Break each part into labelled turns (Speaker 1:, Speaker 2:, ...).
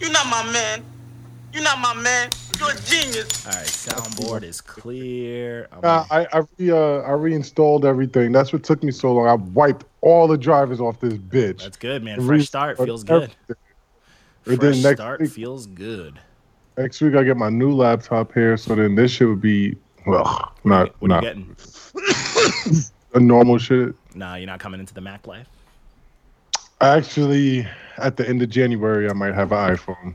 Speaker 1: You're not my man. You're not my man. You're a genius.
Speaker 2: All right, soundboard is clear. I'm
Speaker 3: Uh,
Speaker 2: like,
Speaker 3: I I, re, uh, I reinstalled everything. That's what took me so long. I wiped all the drivers off this bitch.
Speaker 2: that's good, man.
Speaker 3: Re-
Speaker 2: Fresh start feels good.
Speaker 3: everything. And
Speaker 2: Fresh
Speaker 3: then next
Speaker 2: start
Speaker 3: week-
Speaker 2: feels good.
Speaker 3: Next week I get my new laptop here, so then this shit would be well,
Speaker 4: Uh,
Speaker 3: not
Speaker 2: What are
Speaker 3: not
Speaker 2: you getting?
Speaker 3: a normal shit.
Speaker 2: Nah, you're not coming into the Mac life.
Speaker 3: Actually, at the end of January, I might have an iPhone.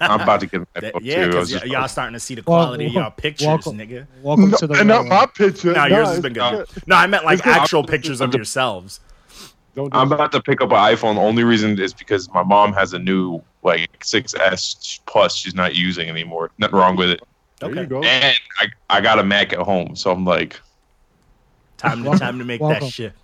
Speaker 4: I'm about to get an
Speaker 2: That-
Speaker 4: iPhone
Speaker 2: yeah,
Speaker 4: too. I was
Speaker 2: because
Speaker 4: just
Speaker 2: y'all starting to see the
Speaker 5: Well,
Speaker 2: quality of y'all pictures,
Speaker 5: welcome.
Speaker 2: nigga.
Speaker 5: Welcome
Speaker 3: No,
Speaker 5: to the uh,
Speaker 3: and
Speaker 5: real
Speaker 3: not my
Speaker 5: world.
Speaker 3: picture.
Speaker 2: Nah,
Speaker 3: No,
Speaker 2: yours has
Speaker 3: it's
Speaker 2: been
Speaker 3: not.
Speaker 2: good. No, I meant like
Speaker 3: It's not-
Speaker 2: actual pictures of yourselves.
Speaker 3: Don't do
Speaker 4: I'm about to pick up an iPhone. Only reason is because my mom has a new like 6s plus she's not using anymore. Nothing wrong with it.
Speaker 3: There you
Speaker 2: Okay,
Speaker 3: go.
Speaker 4: And I, I got a Mac at home, so I'm like,
Speaker 2: time to
Speaker 5: Welcome.
Speaker 2: time to make
Speaker 5: Welcome.
Speaker 2: that shift.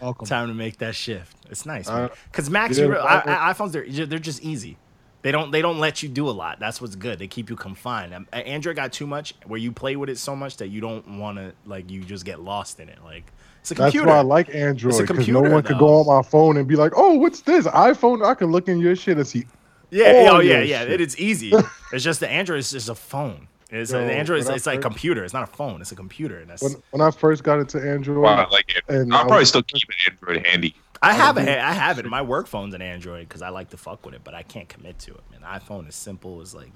Speaker 5: Welcome.
Speaker 2: Time to make that shift. It's nice,
Speaker 3: Uh,
Speaker 2: man. Because Macs,
Speaker 3: yeah,
Speaker 2: you re- I,
Speaker 3: Apple-
Speaker 2: I, iPhones, they're they're just easy. They don't they don't let you do a lot. That's what's good. They keep you confined. Um, a- Android got too much where you play with it so much that you don't want to like you just get lost in it. Like it's a
Speaker 3: That's
Speaker 2: computer.
Speaker 3: why I like Android because no
Speaker 2: computer,
Speaker 3: one could
Speaker 2: though.
Speaker 3: go on my phone and be like, "Oh, what's this iPhone?" I can look in your shit and see.
Speaker 2: Yeah,
Speaker 3: all
Speaker 2: oh yeah,
Speaker 3: your
Speaker 2: yeah.
Speaker 3: shit.
Speaker 2: It is easy. it's just the Android is just a phone. It's
Speaker 3: Yo,
Speaker 2: an Android. It's,
Speaker 3: when I
Speaker 2: it's like a
Speaker 3: first-
Speaker 2: computer. It's not a phone. It's a computer. And that's
Speaker 3: When when I first got into Android,
Speaker 4: wow, I like it.
Speaker 3: And I-
Speaker 4: I'll probably still keep an Android handy.
Speaker 2: I have it. I have it. My work phone's an Android because I like to fuck with it, but I can't commit to it. Man, iPhone is simple. Is like,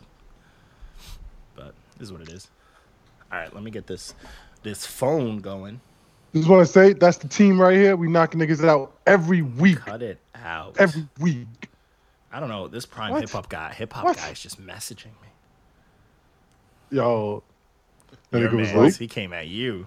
Speaker 2: but this is what it is. All right, let me get this this phone going.
Speaker 3: just want to say that's the team right here. We knocking niggas out every week,
Speaker 2: Cut it out.
Speaker 3: every week.
Speaker 2: I don't know. This prime
Speaker 3: What?
Speaker 2: hip hop guy, hip hop
Speaker 3: What?
Speaker 2: guy is just messaging me.
Speaker 3: Yo, that
Speaker 2: Your
Speaker 3: nigga was
Speaker 2: mans,
Speaker 3: like,
Speaker 2: he came at you.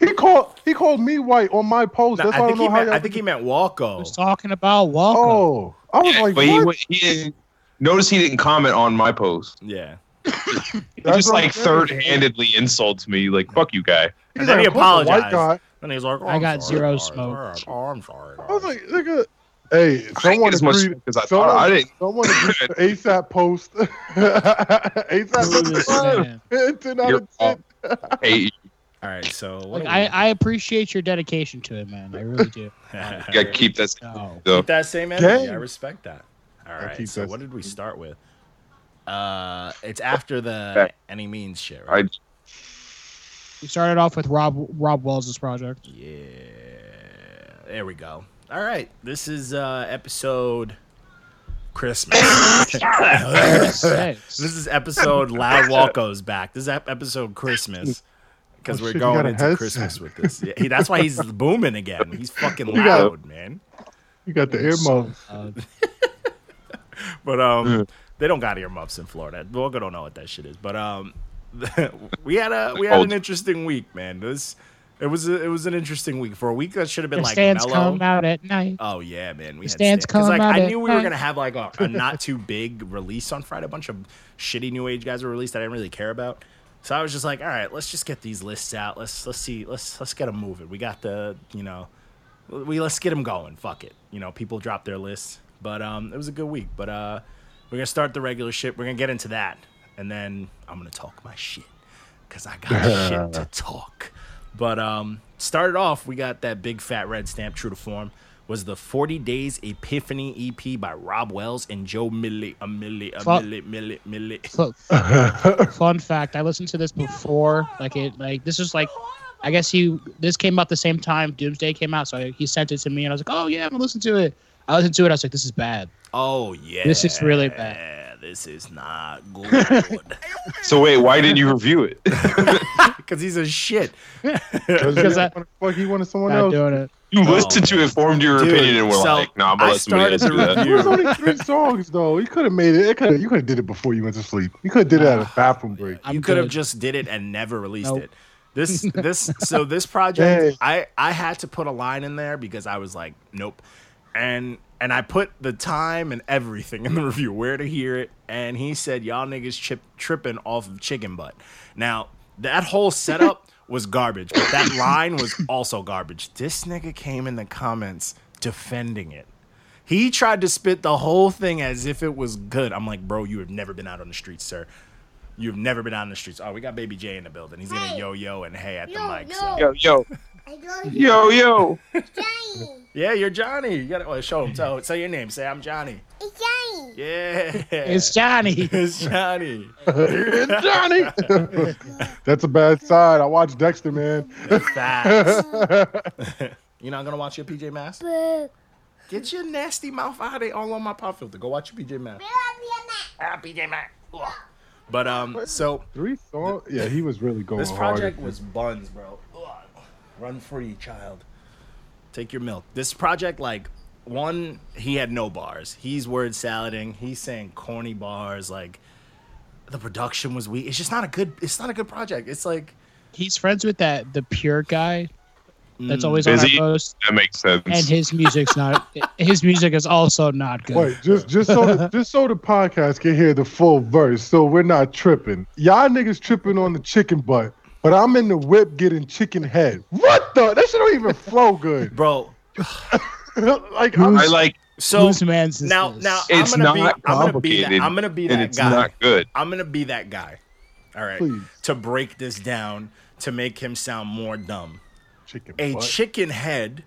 Speaker 3: he called he called me white on my post.
Speaker 2: No,
Speaker 3: That's why
Speaker 2: I
Speaker 3: I don't
Speaker 2: think he
Speaker 3: know how
Speaker 2: meant.
Speaker 3: y'all.
Speaker 2: I think he meant Walko.
Speaker 5: Who's talking about welcome?
Speaker 3: oh, I was like,
Speaker 4: but he,
Speaker 3: what?
Speaker 4: wa- he didn't, notice he didn't comment on my post.
Speaker 2: Yeah.
Speaker 4: He
Speaker 3: That's
Speaker 4: just
Speaker 3: what I'm
Speaker 4: like
Speaker 3: saying.
Speaker 4: third handedly insults me. Like, fuck you, guy.
Speaker 2: And then he
Speaker 3: "Who's the white
Speaker 2: apologized.
Speaker 3: guy?"
Speaker 2: And he's like, oh,
Speaker 5: I
Speaker 2: I'm
Speaker 5: got
Speaker 2: sorry,
Speaker 5: zero
Speaker 2: I'm
Speaker 5: smoke.
Speaker 2: sorry, I'm sorry.
Speaker 3: I was like, nigga, hey,
Speaker 4: I didn't
Speaker 3: someone
Speaker 4: get as much
Speaker 3: agreed.
Speaker 4: because I
Speaker 3: Someone,
Speaker 4: thought I didn't.
Speaker 3: someone agreed to ASAP post.
Speaker 5: Who
Speaker 3: ASAP
Speaker 5: this
Speaker 3: post.
Speaker 5: man?
Speaker 3: 10 out
Speaker 4: You're
Speaker 3: of 10.
Speaker 4: wrong. Hey, you
Speaker 2: All right, so what
Speaker 5: Like,
Speaker 2: do
Speaker 5: I, I appreciate your dedication to it, man. I really do.
Speaker 2: we-
Speaker 4: gotta keep that.
Speaker 5: No.
Speaker 4: though.
Speaker 2: Keep that same energy. I
Speaker 3: Dang.
Speaker 2: respect that. All
Speaker 3: I
Speaker 2: right.
Speaker 3: keep
Speaker 2: So
Speaker 3: that-
Speaker 2: what did we start with? Uh, it's after the any means shit, right?
Speaker 4: I-
Speaker 5: We started off with Rob Rob Wells' project.
Speaker 2: Yeah. There we go. All right. This is uh episode Christmas.
Speaker 5: Six.
Speaker 2: this is episode Loud Walko's back. This is ep- episode Christmas. Because
Speaker 3: Oh,
Speaker 2: we're
Speaker 3: shit, you
Speaker 2: going
Speaker 3: got a
Speaker 2: into
Speaker 3: headset.
Speaker 2: Christmas with this. Yeah, he, that's why he's booming again. He's fucking
Speaker 3: You got-
Speaker 2: loud, man.
Speaker 3: You got the earmuffs.
Speaker 5: Uh,
Speaker 2: But um, they don't got earmuffs in Florida. Walker don't know what that shit is. But um, we had a we had an interesting week, man. This it was a, it was an interesting week for a week that should have been
Speaker 5: the
Speaker 2: like
Speaker 5: stands
Speaker 2: mellow.
Speaker 5: come out at night.
Speaker 2: Oh yeah, man. We had
Speaker 5: The stands
Speaker 2: Stan- 'cause,
Speaker 5: come
Speaker 2: like,
Speaker 5: out
Speaker 2: I
Speaker 5: at
Speaker 2: knew we were
Speaker 5: night.
Speaker 2: gonna have like a, a not too big release on Friday. A bunch of shitty new age guys were released that I didn't really care about. So I was just like, all right, let's just get these lists out. Let's let's see let's let's get them moving. We got the you know we let's get them going. Fuck it. You know people drop their lists, but um it was a good week. But uh we're gonna start the regular shit. We're gonna get into that, and then I'm gonna talk my shit because I got shit to talk. But um, started off, we got that big fat red stamp. True to form was the 40 Days Epiphany EP by Rob Wells and Joe Milli, a Milli, a
Speaker 5: Fuck.
Speaker 2: Milli, Milli, Milli.
Speaker 5: Fu- Fun fact: I listened to this before. Like it, like this is like, I guess he this came out the same time Doomsday came out, so he sent it to me, and I was like, oh yeah, I'm gonna listen to it. I listened to it. I was like, this is bad.
Speaker 2: Oh yeah,
Speaker 5: This is really bad.
Speaker 2: This is not good
Speaker 4: So wait, why didn't you review it?
Speaker 2: because he's a shit.
Speaker 5: Because I-
Speaker 3: fuck, he wanted someone
Speaker 5: Not
Speaker 3: else.
Speaker 5: doing it.
Speaker 4: You
Speaker 2: Oh,
Speaker 4: listened to it, formed your
Speaker 2: Dude,
Speaker 4: opinion, and were
Speaker 2: so
Speaker 4: like, "Nah,
Speaker 2: I
Speaker 4: I'm gonna let somebody else
Speaker 2: started
Speaker 4: do
Speaker 2: the
Speaker 4: that."
Speaker 3: It was only three songs though. You could have made it. it coulda- you could have did it before you went to sleep. You could have did it at a bathroom break.
Speaker 5: I'm
Speaker 2: you could have
Speaker 5: good.
Speaker 2: just did it and never released
Speaker 5: Nope.
Speaker 2: it. This this so this project
Speaker 3: Hey.
Speaker 2: I I had to put a line in there because I was like nope, and and I put the time and everything in the review where to hear it, and he said y'all niggas chip, tripping off of chicken butt. Now that whole setup was garbage, but that line was also garbage. This nigga came in the comments defending it. He tried to spit the whole thing as if it was good. I'm like, bro, you have never been out on the streets, sir. You've never been out on the streets. Oh, we got Baby J in the building. He's gonna
Speaker 6: Hey.
Speaker 2: yo yo and hey at the
Speaker 6: Yo,
Speaker 2: mic.
Speaker 6: yo.
Speaker 2: So.
Speaker 4: Yo, yo,
Speaker 6: I love
Speaker 4: yo, yo.
Speaker 6: Johnny.
Speaker 2: Yeah, you're Johnny. You gotta well, show him. Tell, say your name. Say I'm Johnny.
Speaker 6: It's Johnny.
Speaker 2: Yeah.
Speaker 5: It's Johnny.
Speaker 2: It's Johnny.
Speaker 3: Johnny. That's a bad sign. I watched Dexter, man.
Speaker 2: Facts. You're not gonna watch your PJ Masks?
Speaker 6: Boo.
Speaker 2: Get your nasty mouth out of there all on my pop filter. Go watch your PJ Masks.
Speaker 6: Boo up your
Speaker 2: Ah, PJ
Speaker 6: mouth.
Speaker 2: Masks. Ugh. But um, so
Speaker 3: Three songs. Yeah, he was really going
Speaker 2: this
Speaker 3: hard.
Speaker 2: project was buns, bro. Ugh. Run free, child. Take your milk. This project, like one, he had no bars. He's word salading. He's saying corny bars. Like the production was weak. It's just not a good. It's not a good project. It's like
Speaker 5: He's friends with that the pure guy
Speaker 2: Mm.
Speaker 5: that's always
Speaker 4: Is
Speaker 5: on
Speaker 4: he?
Speaker 5: our post,
Speaker 4: That makes sense.
Speaker 5: and his music's not. His music is also not good.
Speaker 3: Wait, just just so the, just so the podcast can hear the full verse, so we're not tripping. Y'all niggas tripping on the chicken butt, but I'm in the whip getting chicken head. What the? That shit don't even flow good.
Speaker 2: bro.
Speaker 3: like I'm,
Speaker 4: I like
Speaker 2: So
Speaker 5: Whose man's is
Speaker 2: now,
Speaker 5: this?
Speaker 2: now
Speaker 4: It's
Speaker 2: I'm gonna be. I'm
Speaker 4: not
Speaker 2: gonna be. That,
Speaker 4: complicated,
Speaker 2: I'm gonna be
Speaker 4: and
Speaker 2: that
Speaker 4: it's
Speaker 2: guy.
Speaker 4: not good.
Speaker 2: I'm gonna be that guy. All right.
Speaker 3: Please.
Speaker 2: To break this down to make him sound more dumb.
Speaker 3: chicken
Speaker 2: A
Speaker 3: butt.
Speaker 2: chicken head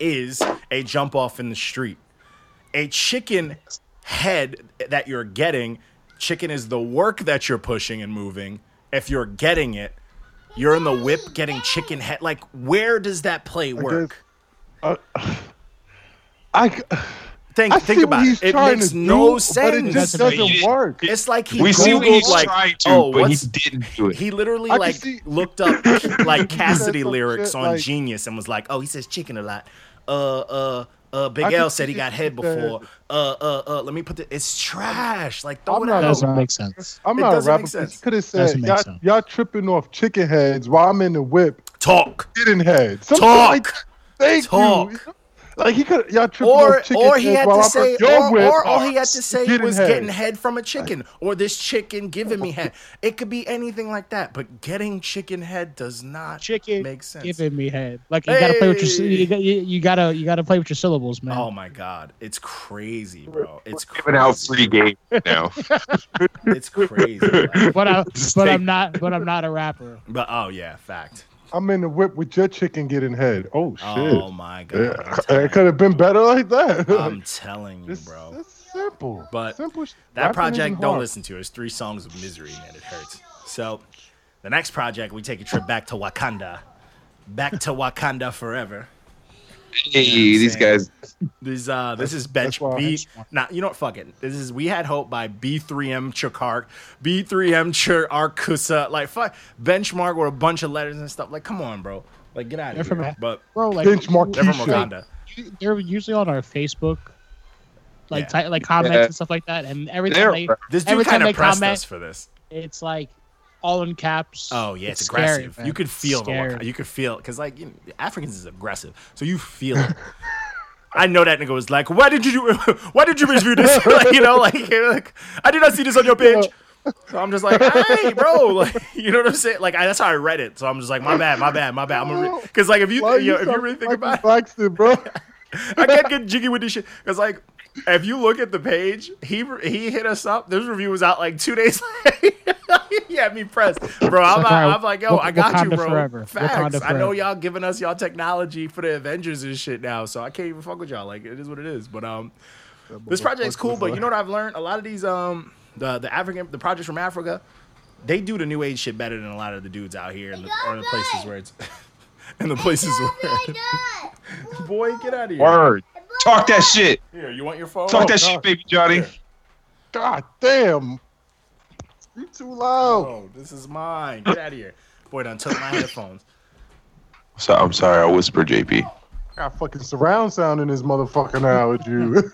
Speaker 2: is a jump off in the street. A chicken head that you're getting, chicken is the work that you're pushing and moving. If you're getting it, you're in the whip getting chicken head. Like, where does that play work?
Speaker 3: I, c-
Speaker 2: Think,
Speaker 3: I
Speaker 2: think
Speaker 3: see what
Speaker 2: about
Speaker 3: he's
Speaker 2: it. It
Speaker 3: trying
Speaker 2: makes
Speaker 3: to
Speaker 2: no
Speaker 3: do,
Speaker 2: sense.
Speaker 3: but it just
Speaker 5: That's amazing.
Speaker 3: doesn't work.
Speaker 2: It's like he
Speaker 4: we see what
Speaker 2: Googled,
Speaker 4: he's
Speaker 2: like,
Speaker 4: trying to,
Speaker 2: oh,
Speaker 4: but he
Speaker 2: what's
Speaker 4: didn't do it.
Speaker 2: He literally
Speaker 3: I can
Speaker 2: like
Speaker 3: see-
Speaker 2: looked up like Cassidy
Speaker 3: some
Speaker 2: lyrics
Speaker 3: shit,
Speaker 2: on
Speaker 3: like-
Speaker 2: Genius and was like, "Oh, he says chicken a lot." Uh, uh, uh. Big
Speaker 3: I can
Speaker 2: L said he
Speaker 3: see
Speaker 2: got head
Speaker 3: that-
Speaker 2: before. Uh, uh, uh. Let me put the. It's trash. Like throw
Speaker 3: I'm
Speaker 2: it
Speaker 3: not uh,
Speaker 2: out.
Speaker 3: a
Speaker 5: doesn't make sense.
Speaker 3: I'm
Speaker 2: It
Speaker 3: not a
Speaker 2: doesn't make
Speaker 3: rapper.
Speaker 2: sense.
Speaker 3: but You could have
Speaker 5: Doesn't
Speaker 3: said
Speaker 5: make
Speaker 3: y'all,
Speaker 5: sense.
Speaker 3: y'all tripping off chicken heads while I'm in the whip
Speaker 2: Talk,
Speaker 3: getting heads. Something like
Speaker 2: talk.
Speaker 3: Thank
Speaker 2: Talk.
Speaker 3: you. Like he could y'all tripping
Speaker 2: Or,
Speaker 3: off chicken
Speaker 2: or he
Speaker 3: heads
Speaker 2: had
Speaker 3: while
Speaker 2: to
Speaker 3: I'm
Speaker 2: say,
Speaker 3: in your
Speaker 2: or,
Speaker 3: whip.
Speaker 2: or all he had to say
Speaker 3: Getting
Speaker 2: was
Speaker 3: head.
Speaker 2: getting head from a chicken, or this chicken giving me head. It could be anything like that, but getting chicken head does not
Speaker 5: Chicken
Speaker 2: make sense.
Speaker 5: Giving me head. Like you gotta play with your
Speaker 2: Hey.
Speaker 5: you gotta, you gotta you gotta play with your syllables, man.
Speaker 2: Oh my god, it's crazy, bro. It's
Speaker 4: Giving out free
Speaker 2: crazy.
Speaker 4: game now.
Speaker 2: It's crazy. like-
Speaker 5: But I
Speaker 4: Just
Speaker 5: but
Speaker 4: take-
Speaker 5: I'm not but I'm not a rapper.
Speaker 2: but oh yeah, fact.
Speaker 3: I'm in the whip with your chicken getting head. Oh shit.
Speaker 2: Oh my
Speaker 3: Yeah,
Speaker 2: god. I'm
Speaker 3: it
Speaker 2: telling-
Speaker 3: could have been better like that.
Speaker 2: I'm telling you,
Speaker 3: it's,
Speaker 2: bro.
Speaker 3: it's simple.
Speaker 2: But
Speaker 3: simple sh-
Speaker 2: That
Speaker 3: rapping
Speaker 2: project,
Speaker 3: isn't
Speaker 2: don't
Speaker 3: hard.
Speaker 2: listen to. it. It's three songs of misery, man. It hurts. So, the next project, we take a trip back to Wakanda, back to Wakanda forever.
Speaker 4: Hey, these guys.
Speaker 2: This uh, this is
Speaker 3: that's
Speaker 2: bench
Speaker 3: why I
Speaker 2: B.
Speaker 5: just want-
Speaker 2: Nah, you know what? Fuck it. This is we had hope by B3M Chikar, B3M Chir Arcusa. Like fuck, benchmark with a bunch of letters and stuff. Like, come on, bro. Like, get out
Speaker 5: They're
Speaker 2: of
Speaker 5: from
Speaker 2: here. But
Speaker 5: Bro, like
Speaker 3: Benchmark
Speaker 2: they're from
Speaker 3: T-shirt.
Speaker 2: Wakanda.
Speaker 5: you- they're usually on our Facebook like
Speaker 2: Yeah.
Speaker 5: ti- like comments
Speaker 4: Yeah.
Speaker 5: and stuff like that. And every
Speaker 4: They're
Speaker 5: time they,
Speaker 2: This dude
Speaker 5: every time
Speaker 2: kind
Speaker 5: they
Speaker 2: of pressed
Speaker 5: comment,
Speaker 2: us for this.
Speaker 5: it's like all in caps.
Speaker 2: Oh yeah, it's,
Speaker 5: scary,
Speaker 2: aggressive.
Speaker 5: man.
Speaker 2: you could feel the
Speaker 5: Scary.
Speaker 2: Waka- you could feel because like you know, Africans is aggressive, so you feel it. I know that nigga was like, "Why did you do? Why did you review this? like, you know, like, you're like, I did not see this on your page." So I'm just like, "Hey, bro," like, you know what I'm saying? Like, I, that's how I read it. So I'm just like, "My bad, my bad, my bad." I'm because like if you,
Speaker 3: Why are
Speaker 2: you know, if you
Speaker 3: talking
Speaker 2: really think
Speaker 3: like
Speaker 2: about it,
Speaker 3: Claxton, bro?
Speaker 2: I can't get jiggy with this shit. Cause like, if you look at the page, he he hit us up. This review was out like two days later. he had me pressed, bro. I'm,
Speaker 5: like, all right,
Speaker 2: I'm like, yo,
Speaker 5: Wak-
Speaker 2: I got you,
Speaker 5: Wakanda
Speaker 2: bro.
Speaker 5: forever.
Speaker 2: Facts.
Speaker 5: Wakanda
Speaker 2: I know
Speaker 5: forever.
Speaker 2: y'all giving us y'all technology for the Avengers and shit now, so I can't even fuck with y'all. Like, it is what it is. But um, this project's cool. But you know what I've learned? A lot of these um, the the African the projects from Africa, they do the new age shit better than a lot of the dudes out here in the, or in the places where it's. in the places
Speaker 6: Boo
Speaker 2: where,
Speaker 6: up your mouth.
Speaker 2: boy, get out of here.
Speaker 4: Word. Talk that shit.
Speaker 2: Here, you want your phone?
Speaker 4: Talk that
Speaker 3: God.
Speaker 4: shit, baby Johnny.
Speaker 3: God damn. You too loud.
Speaker 2: Oh, this is mine. Get out of here. Boy, done took my headphones.
Speaker 4: So I'm sorry. I whispered, JP.
Speaker 3: Got fucking surround sound in this motherfucker now with you.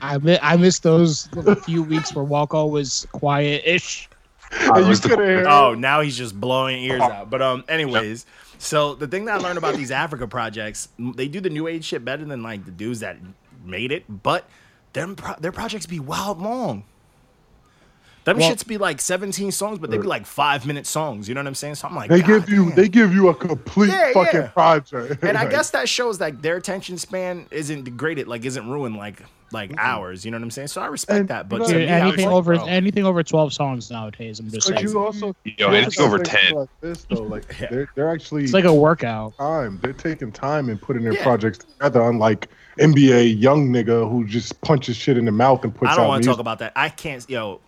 Speaker 5: I mi- I miss those few weeks where Walko was quiet-ish.
Speaker 4: I
Speaker 3: you
Speaker 4: was the-
Speaker 3: could have
Speaker 2: Oh, now he's just blowing ears
Speaker 3: Oh.
Speaker 2: out. But um, anyways, so the thing that I learned about these Africa projects, m- they do the new age shit better than like the dudes that made it, but them pro- their projects be wild long. Them
Speaker 5: Well-
Speaker 2: shits be like 17 songs, but they be like five minute songs. You know what I'm saying? So I'm like,
Speaker 3: They
Speaker 2: "God
Speaker 3: give you
Speaker 2: damn."
Speaker 3: they give you a complete
Speaker 2: Yeah,
Speaker 3: fucking
Speaker 2: yeah.
Speaker 3: project.
Speaker 2: and I
Speaker 3: Like,
Speaker 2: guess that shows that their attention span isn't degraded, like isn't ruined like like ours. You know what I'm saying? So I respect
Speaker 3: And,
Speaker 2: that.
Speaker 3: you
Speaker 2: But
Speaker 3: know,
Speaker 2: to
Speaker 5: Dude,
Speaker 2: me, I was
Speaker 5: anything
Speaker 2: like,
Speaker 5: over
Speaker 2: bro,
Speaker 5: anything over twelve songs nowadays. I'm just
Speaker 3: but
Speaker 5: saying,
Speaker 3: you also
Speaker 4: Yo, anything over ten.
Speaker 3: Like this though, like
Speaker 2: Yeah.
Speaker 3: they're, they're actually
Speaker 5: it's like a workout.
Speaker 3: time. They're taking time and putting their
Speaker 2: Yeah.
Speaker 3: projects together. Unlike NBA young nigga who just punches shit in the mouth and puts
Speaker 2: I don't
Speaker 3: out
Speaker 2: want to
Speaker 3: music.
Speaker 2: talk about that. I can't. Yo,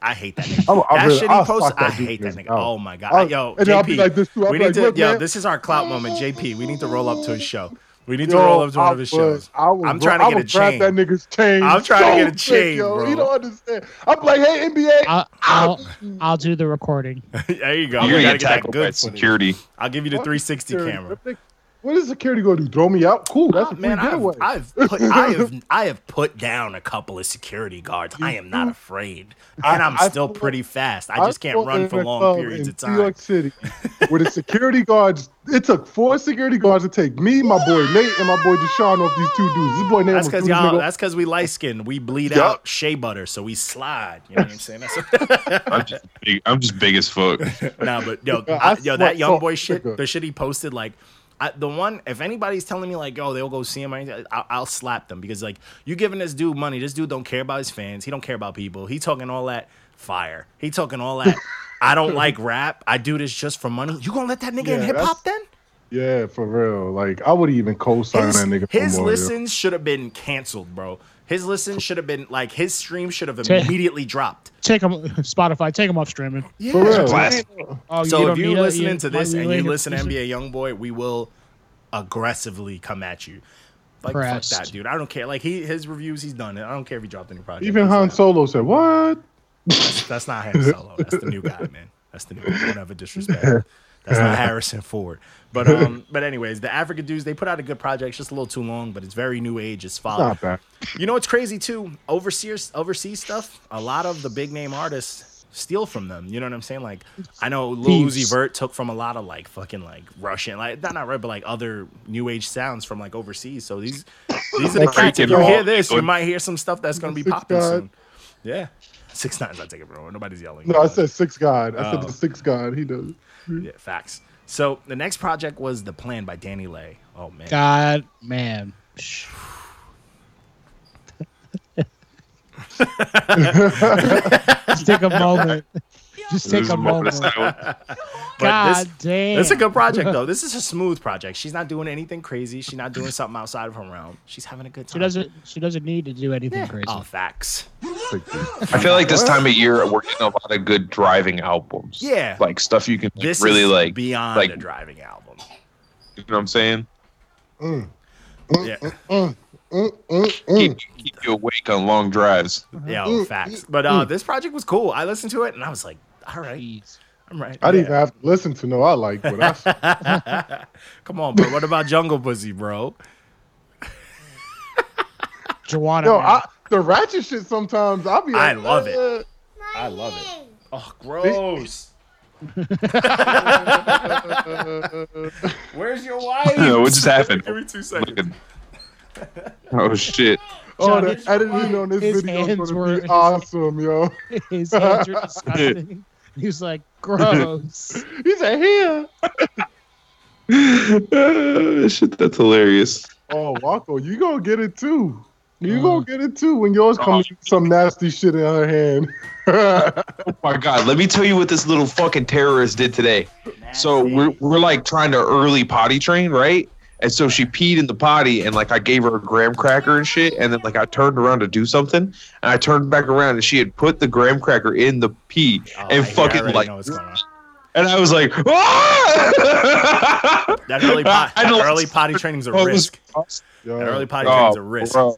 Speaker 2: I hate that. Nigga.
Speaker 3: I- I
Speaker 2: that
Speaker 3: really-
Speaker 2: shit
Speaker 3: I'll
Speaker 2: he posted.
Speaker 3: fuck that
Speaker 2: I
Speaker 3: dude
Speaker 2: hate
Speaker 3: in
Speaker 2: that
Speaker 3: his
Speaker 2: nigga.
Speaker 3: mouth.
Speaker 2: Oh my god.
Speaker 3: I'll-
Speaker 2: yo,
Speaker 3: and
Speaker 2: JP,
Speaker 3: I'll be like this too. I'll
Speaker 2: we
Speaker 3: be
Speaker 2: need
Speaker 3: like,
Speaker 2: to.
Speaker 3: "Look,
Speaker 2: yo,
Speaker 3: man."
Speaker 2: this is our clout moment. JP, we need to roll up to his show. We need
Speaker 3: Yo,
Speaker 2: to roll up to one of
Speaker 3: I
Speaker 2: his
Speaker 3: would-
Speaker 2: shows.
Speaker 3: I would
Speaker 2: I'm
Speaker 3: bro-
Speaker 2: trying to
Speaker 3: I
Speaker 2: get
Speaker 3: would
Speaker 2: a
Speaker 3: grab
Speaker 2: chain.
Speaker 3: that nigga's chain.
Speaker 2: I'm trying to
Speaker 3: so
Speaker 2: get a
Speaker 3: quick,
Speaker 2: chain,
Speaker 3: yo.
Speaker 2: bro.
Speaker 3: You don't understand. I'm like, hey NBA,
Speaker 2: Ah.
Speaker 5: I'll, I'll I'll do the recording.
Speaker 2: there you go.
Speaker 4: You're
Speaker 2: We gotta
Speaker 4: gonna
Speaker 2: get that
Speaker 4: get tackled by
Speaker 2: good footage.
Speaker 4: security.
Speaker 2: I'll give you the
Speaker 3: Fuck
Speaker 2: 360
Speaker 3: security.
Speaker 2: camera.
Speaker 3: What the- What is security going to do? Throw me out? Cool. That's
Speaker 2: Ah,
Speaker 3: a free
Speaker 2: man, I've,
Speaker 3: getaway.
Speaker 2: I've put I have I have put down a couple of security guards. I am not afraid, and
Speaker 3: I-
Speaker 2: I'm
Speaker 3: I
Speaker 2: still
Speaker 3: feel-
Speaker 2: pretty fast. I just can't
Speaker 3: fought
Speaker 2: run
Speaker 3: in
Speaker 2: for
Speaker 3: a
Speaker 2: long
Speaker 3: club
Speaker 2: periods
Speaker 3: in
Speaker 2: of
Speaker 3: New
Speaker 2: time.
Speaker 3: York City, where the security guards. It took four security guards to take me, my boy Nate, and my boy Deshaun off these two dudes. This boy Nate
Speaker 2: That's because
Speaker 3: almost threw this
Speaker 2: y'all.
Speaker 3: nigga.
Speaker 2: That's because we light skinned We bleed
Speaker 4: Yup.
Speaker 2: out shea butter, so we slide. You know what I'm saying? That's
Speaker 4: I'm just big, I'm just big as fuck.
Speaker 2: nah, but yo,
Speaker 3: Yeah,
Speaker 2: I-
Speaker 3: I
Speaker 2: yo,
Speaker 3: sweat
Speaker 2: that young
Speaker 3: so
Speaker 2: boy shit.
Speaker 3: thicker.
Speaker 2: The shit he posted, like. I, the one, if anybody's telling me like, oh, they'll go see him, or anything, I'll, I'll slap them because like you giving this dude money, this dude don't care about his fans, he don't care about people, he talking all that fire, he talking all that. I don't like rap, I do this just for money. You gonna let that nigga in
Speaker 3: Yeah,
Speaker 2: hip hop then?
Speaker 3: Yeah, for real. Like I would even co-sign
Speaker 2: His,
Speaker 3: that nigga. for
Speaker 2: his
Speaker 3: more, yo.
Speaker 2: listens should have been canceled, bro. His listens should have been like his stream should have
Speaker 5: Tell-
Speaker 2: immediately dropped.
Speaker 5: Take them Spotify. Take them off streaming.
Speaker 2: Yeah.
Speaker 3: For real.
Speaker 4: Blast.
Speaker 5: Oh,
Speaker 2: So
Speaker 5: don't
Speaker 2: if you
Speaker 5: need a-
Speaker 2: listening to
Speaker 5: why
Speaker 2: this
Speaker 5: you
Speaker 2: and
Speaker 5: lay
Speaker 2: you
Speaker 5: here-
Speaker 2: listen to NBA YoungBoy, we will aggressively come at you. Like
Speaker 5: Pressed.
Speaker 2: fuck that dude. I don't care. Like he his reviews, he's done it. I don't care if he dropped any project.
Speaker 3: Even
Speaker 2: He's
Speaker 3: Han
Speaker 2: not-
Speaker 3: Solo said, "What?
Speaker 2: That's, that's not Han Solo. That's the new guy, man. That's the new guy. Whatever disrespect. That's not Harrison Ford. But um, but anyways, the Africa dudes they put out a good project. It's just a little too long, but it's very new age. It's followed.
Speaker 3: Not bad."
Speaker 2: You know what's crazy too? Overseas overseas stuff, a lot of the big name artists steal from them. You know what I'm saying? Like I know Lil
Speaker 5: Thieves.
Speaker 2: Uzi Vert took from a lot of like fucking like Russian, like not not right, but like other new age sounds from like overseas. So these these are the
Speaker 4: Like
Speaker 2: cats. If
Speaker 4: freaking
Speaker 2: you hear
Speaker 4: Raw.
Speaker 2: this, you might hear some stuff that's gonna be
Speaker 3: Six
Speaker 2: popping
Speaker 3: God.
Speaker 2: soon. Yeah. Six nines, I take it, bro. Nobody's yelling.
Speaker 3: No, I said six God. I
Speaker 2: Oh.
Speaker 3: said the six God. He does.
Speaker 2: yeah, facts. So the next project was The Plan by Danny Lay. Oh man.
Speaker 5: God, man. Just take a moment. Just take
Speaker 4: This
Speaker 5: a moment.
Speaker 4: is my- that's not-
Speaker 2: But
Speaker 5: God
Speaker 2: this-
Speaker 5: damn.
Speaker 2: It's a good project though. This is a smooth project. She's not doing anything crazy. She's not doing something outside of her realm. She's having a good time.
Speaker 5: She doesn't. She doesn't need to do anything crazy.
Speaker 2: Oh, facts.
Speaker 4: I feel like this time of year we're getting a lot of good driving albums.
Speaker 2: Yeah.
Speaker 4: Like stuff you can
Speaker 2: This
Speaker 4: really
Speaker 2: is
Speaker 4: like
Speaker 2: beyond
Speaker 4: like-
Speaker 2: a driving album.
Speaker 4: you know what I'm saying?
Speaker 2: Yeah,
Speaker 3: Mm.
Speaker 4: Keep,
Speaker 2: Mm.
Speaker 4: keep you awake on long drives.
Speaker 2: yeah, facts. But uh, this project was cool. I listened to it and I was like, all right,
Speaker 5: Jeez.
Speaker 2: I'm right.
Speaker 3: I didn't even have to listen to know I like what I said.
Speaker 2: Yeah. Come on, bro. What about Jungle Pussy, bro?
Speaker 5: Joanna.
Speaker 3: Yo,
Speaker 5: man.
Speaker 3: I, the ratchet shit sometimes I'll be
Speaker 2: I
Speaker 3: like,
Speaker 2: love it.
Speaker 3: "Uh,
Speaker 6: I
Speaker 2: love it. Oh,
Speaker 3: gross. "Uh,
Speaker 2: Where's your wife?
Speaker 4: what just happened?
Speaker 2: Give me two
Speaker 4: Look
Speaker 2: seconds.
Speaker 4: at- oh shit.
Speaker 3: Oh,
Speaker 5: John,
Speaker 3: the
Speaker 5: his-
Speaker 3: editing on
Speaker 5: his
Speaker 3: this video
Speaker 5: hands
Speaker 3: is
Speaker 5: were-
Speaker 3: going to be
Speaker 5: his-
Speaker 3: awesome, yo.
Speaker 5: His hands are disgusting. He was like, gross.
Speaker 3: He said, here.
Speaker 4: Uh, shit, that's hilarious.
Speaker 3: Oh, Waco, you going to get it too. You
Speaker 5: Uh.
Speaker 3: going to get it too when yours
Speaker 2: Oh.
Speaker 3: comes with some nasty shit in her hand.
Speaker 4: Oh my god, let me tell you what this little fucking terrorist did today. So we're, we're like trying to early potty train, right? And so she peed in the potty, and like I gave her a graham cracker and shit. And then like I turned around to do something, and I turned back around, and she had put the graham cracker in the pee,
Speaker 2: Oh, I- I
Speaker 4: and fucking
Speaker 2: already
Speaker 4: like,
Speaker 2: know what's going on.
Speaker 4: and I was like, "Ah!"
Speaker 2: that early, pot,
Speaker 4: I- I know-
Speaker 2: early potty training's a
Speaker 4: Oh, it was-
Speaker 2: risk.
Speaker 3: Yo,
Speaker 2: That early potty training's a
Speaker 4: Oh,
Speaker 2: risk.
Speaker 4: bro.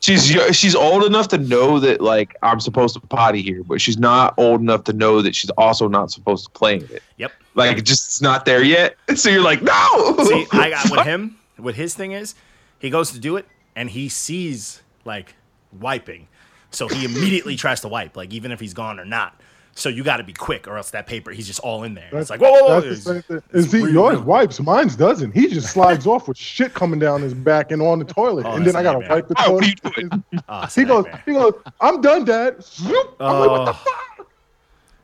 Speaker 4: She's yo- she's old enough to know that like I'm supposed to potty here, but she's not old enough to know that she's also not supposed to play in it.
Speaker 2: Yep.
Speaker 4: Like it's just it's not there yet. So you're like, no.
Speaker 2: See, I got with him. What his thing is, he goes to do it and he sees like wiping, so he immediately tries to wipe, like even if he's gone or not. So you got to be quick, or else that paper he's just all in there. It's like whoa, whoa,
Speaker 3: That's
Speaker 2: whoa.
Speaker 3: the
Speaker 2: It's,
Speaker 3: same thing.
Speaker 2: it's
Speaker 3: And see,
Speaker 2: real-
Speaker 3: yours
Speaker 2: real-
Speaker 3: wipes, mine's doesn't. He just slides off with shit coming down his back and on the toilet,
Speaker 2: Oh,
Speaker 3: and then
Speaker 2: that's
Speaker 3: I gotta
Speaker 2: a
Speaker 3: wipe the
Speaker 4: Oh, what are you
Speaker 3: toilet.
Speaker 4: doing?
Speaker 2: Oh, it's a
Speaker 3: He goes,
Speaker 2: nightmare.
Speaker 3: he goes, I'm done, Dad. Zoop. I'm like, what the
Speaker 2: Oh.
Speaker 3: fuck?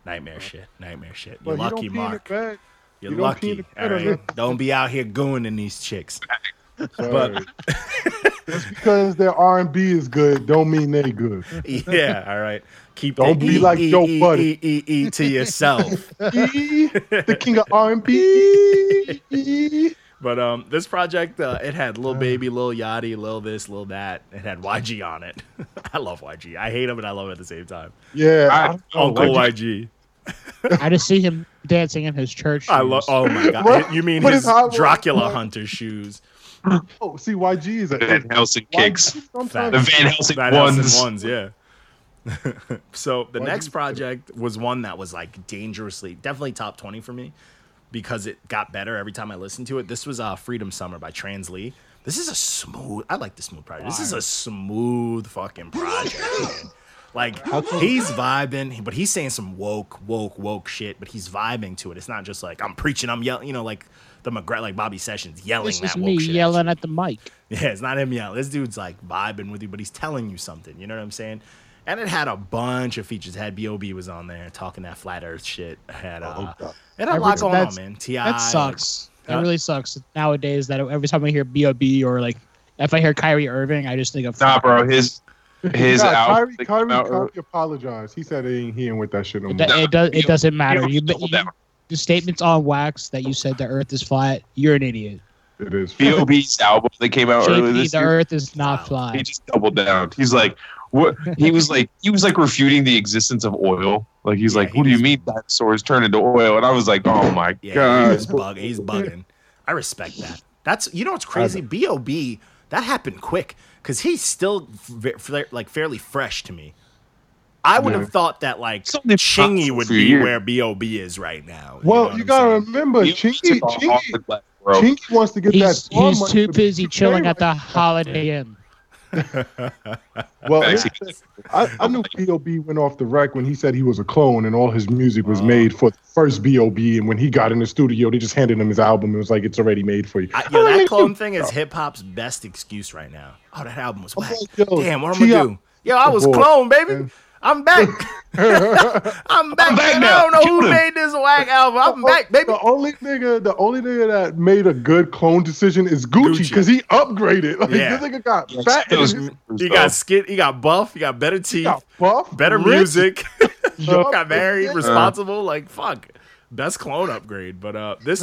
Speaker 2: Nightmare shit. Nightmare shit.
Speaker 3: But
Speaker 2: You're
Speaker 3: you
Speaker 2: lucky,
Speaker 3: don't pee in the
Speaker 2: Mark.
Speaker 3: bed.
Speaker 2: You're
Speaker 3: you don't pee
Speaker 2: lucky.
Speaker 3: in the
Speaker 2: All
Speaker 3: bed on
Speaker 2: right. Don't be out here gooning these chicks.
Speaker 3: Sorry. just because their R and B is good, don't mean they good.
Speaker 2: Yeah. All right. Keep
Speaker 3: Don't
Speaker 2: the
Speaker 3: be
Speaker 2: E,
Speaker 3: like
Speaker 2: E,
Speaker 3: Joe
Speaker 2: E,
Speaker 3: Budden.
Speaker 2: E, E, E to yourself.
Speaker 3: E, the king of R and B. E.
Speaker 2: But um, this project, uh, it had Lil Baby, Lil Yachty, Lil this, Lil that. It had YG on it. I love YG. I hate him and I love him at the same time.
Speaker 3: Yeah,
Speaker 4: I-
Speaker 3: I,
Speaker 2: Oh,
Speaker 3: oh,
Speaker 2: Uncle YG.
Speaker 5: I just see him dancing in his church.
Speaker 2: I love.
Speaker 5: shoes.
Speaker 2: Oh my god.
Speaker 3: What?
Speaker 2: You mean
Speaker 3: What
Speaker 2: his
Speaker 3: is hot-
Speaker 2: Dracula
Speaker 3: what?
Speaker 2: hunter shoes?
Speaker 3: oh, see, YG is a
Speaker 4: Van Helsing kicks.
Speaker 2: Facts.
Speaker 4: The Van Helsing
Speaker 2: Van
Speaker 4: ones.
Speaker 2: Helsing ones, yeah. so the
Speaker 3: Why'd
Speaker 2: next
Speaker 3: you-
Speaker 2: project was one that was like dangerously, definitely top twenty for me, because it got better every time I listened to it. This was uh, "Freedom Summer" by Trans Lee. This is a smooth. I like the smooth project. This is a smooth fucking project. man. Like he's vibing, but he's saying some woke, woke, woke shit. But he's vibing to it. It's not just like I'm preaching, I'm yelling. You know, like the McGrath, like Bobby Sessions yelling
Speaker 5: This
Speaker 2: that
Speaker 5: is
Speaker 2: woke
Speaker 5: me
Speaker 2: shit at you.
Speaker 5: yelling at the mic.
Speaker 2: Yeah, it's not him yelling. This dude's like vibing with you, but he's telling you something. You know what I'm saying? And it had a bunch of features. It had B.O.B. was on there talking that flat earth shit. It had, uh, it had a
Speaker 5: Every-
Speaker 2: lot going on,
Speaker 5: that's-
Speaker 2: man. T.I.
Speaker 5: That sucks. That
Speaker 2: Huh?
Speaker 5: really sucks nowadays. That every time I hear B.O.B. or like if I hear Kyrie Irving, I just think of
Speaker 4: Nah, bro. His his
Speaker 3: yeah,
Speaker 4: album.
Speaker 3: Kyrie,
Speaker 4: that came
Speaker 3: Kyrie,
Speaker 4: out
Speaker 3: Kyrie apologized. He said he ain't he ain't with that shit no
Speaker 5: It,
Speaker 3: more.
Speaker 5: do- it does. It doesn't matter. You,
Speaker 4: Hold
Speaker 5: you
Speaker 4: that one.
Speaker 5: the statements on wax that you said the Earth is flat. You're an idiot.
Speaker 3: It is.
Speaker 4: earlier- B.O.B.'s album that came out earlier
Speaker 5: JP,
Speaker 4: Oh, this
Speaker 5: the
Speaker 4: year.
Speaker 5: Earth is not
Speaker 2: Wow.
Speaker 5: flat.
Speaker 4: he just doubled down. He's like, what? He was like, he was like refuting the existence of oil. Like he's
Speaker 2: Yeah,
Speaker 4: like,
Speaker 2: he
Speaker 4: what do you
Speaker 2: was-
Speaker 4: mean dinosaurs turn into oil? And I was like, oh my
Speaker 2: Yeah, he
Speaker 4: god.
Speaker 2: was bug, he's bugging. I respect that. That's you know what's crazy. B.O.B. That happened quick because he's still fa- fa- like fairly fresh to me. I would have thought that like
Speaker 4: It's only been
Speaker 2: Chingy
Speaker 4: out
Speaker 2: would
Speaker 4: for a
Speaker 2: be
Speaker 4: year.
Speaker 2: where B.O.B. is right now.
Speaker 3: Well, you gotta
Speaker 2: got
Speaker 3: remember,
Speaker 4: He
Speaker 3: Chingy,
Speaker 4: took off
Speaker 3: Chingy,
Speaker 4: the left, bro.
Speaker 3: Chinky wants to get
Speaker 5: He's,
Speaker 3: that. lawn
Speaker 5: he's
Speaker 3: money
Speaker 5: too
Speaker 3: to-
Speaker 5: busy
Speaker 3: to
Speaker 5: chilling at
Speaker 3: pay
Speaker 5: the Holiday Inn.
Speaker 3: right. Well,
Speaker 4: Facts.
Speaker 3: I, I knew B.O.B. went off the rack when he said he was a clone and all his music
Speaker 2: Uh-huh.
Speaker 3: was made for the first B.O.B. And when he got in the studio, they just handed him his album and was like, it's already made for you.
Speaker 2: I, yo,
Speaker 3: I'm
Speaker 2: that
Speaker 3: like,
Speaker 2: clone thing is hip hop's best excuse right now. Oh, that album was whack.
Speaker 3: like, yo,
Speaker 2: Damn, what am I gonna
Speaker 3: T.I.
Speaker 2: do? Yo, I was
Speaker 3: Boy,
Speaker 2: clone, baby.
Speaker 3: man.
Speaker 2: I'm back. I'm back.
Speaker 4: back
Speaker 2: man.
Speaker 4: now.
Speaker 2: I don't know
Speaker 4: Shoot
Speaker 2: who
Speaker 4: him.
Speaker 2: made this whack album. I'm back, baby.
Speaker 3: The only nigga, the only nigga that made a good clone decision is Gucci
Speaker 2: Gucci.
Speaker 3: because he upgraded. Like,
Speaker 2: Yeah.
Speaker 3: This nigga got
Speaker 4: Like,
Speaker 3: fat.
Speaker 4: those
Speaker 3: and
Speaker 4: moves,
Speaker 2: You
Speaker 4: though.
Speaker 2: got skit. You got buff. You got better
Speaker 3: he
Speaker 2: teeth.
Speaker 3: got buff,
Speaker 2: better
Speaker 3: rich.
Speaker 2: music. got married.
Speaker 3: Yeah.
Speaker 2: Responsible. Like fuck. Best clone upgrade. But uh, this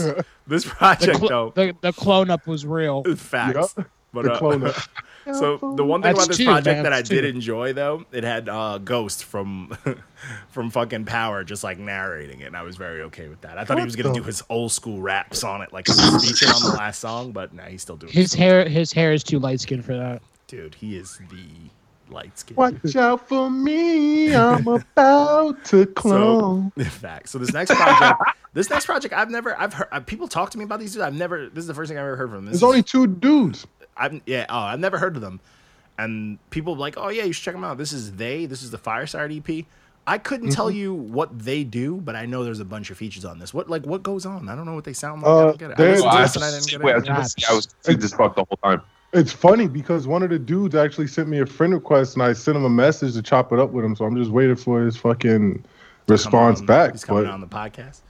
Speaker 2: this
Speaker 5: The,
Speaker 2: project
Speaker 5: cl-
Speaker 2: though,
Speaker 5: the, the clone up was real.
Speaker 2: facts.
Speaker 3: Yep.
Speaker 2: But
Speaker 3: The
Speaker 2: uh,
Speaker 3: clone up.
Speaker 2: So the one thing
Speaker 5: That's
Speaker 2: about this
Speaker 5: two,
Speaker 2: project
Speaker 5: man,
Speaker 2: that I
Speaker 5: that's
Speaker 2: did
Speaker 5: two.
Speaker 2: enjoy though, it had uh, Ghost from from fucking Power just like narrating it, and I was very okay with that. I thought he
Speaker 3: What
Speaker 2: was gonna
Speaker 3: the-
Speaker 2: do his old school raps on it, like he was featured on the last song, but nah, he's still doing
Speaker 5: His
Speaker 2: his
Speaker 5: hair, his hair is too light skinned for that.
Speaker 2: dude. He is the light skin.
Speaker 3: Watch out for me. I'm about to clone.
Speaker 2: So, fact. So this next project, this next project, I've never, I've heard uh, people talk to me about these dudes. I've never. This is the first thing I've ever heard from. This
Speaker 3: There's
Speaker 2: is-
Speaker 3: only two dudes.
Speaker 2: I've yeah, oh, I've never heard of them. And people were like, oh yeah, you should check them out. This is they. This is the Fireside EP. I couldn't tell
Speaker 3: Mm-hmm.
Speaker 2: you what they do, but I know there's a bunch of features on this. What like what goes on? I don't know what they sound like. I
Speaker 3: Uh,
Speaker 2: don't get it. I
Speaker 3: they're-
Speaker 2: listened
Speaker 4: Well,
Speaker 2: to
Speaker 4: I,
Speaker 2: this and I didn't get
Speaker 4: wait, I
Speaker 2: it.
Speaker 4: was gonna say, I was confused as fuck the whole time.
Speaker 3: It's funny because one of the dudes actually sent me a friend request and I sent him a message to chop it up with him. So I'm just waiting for his fucking response
Speaker 2: Come on,
Speaker 3: back.
Speaker 2: He's coming
Speaker 3: But
Speaker 2: on the podcast.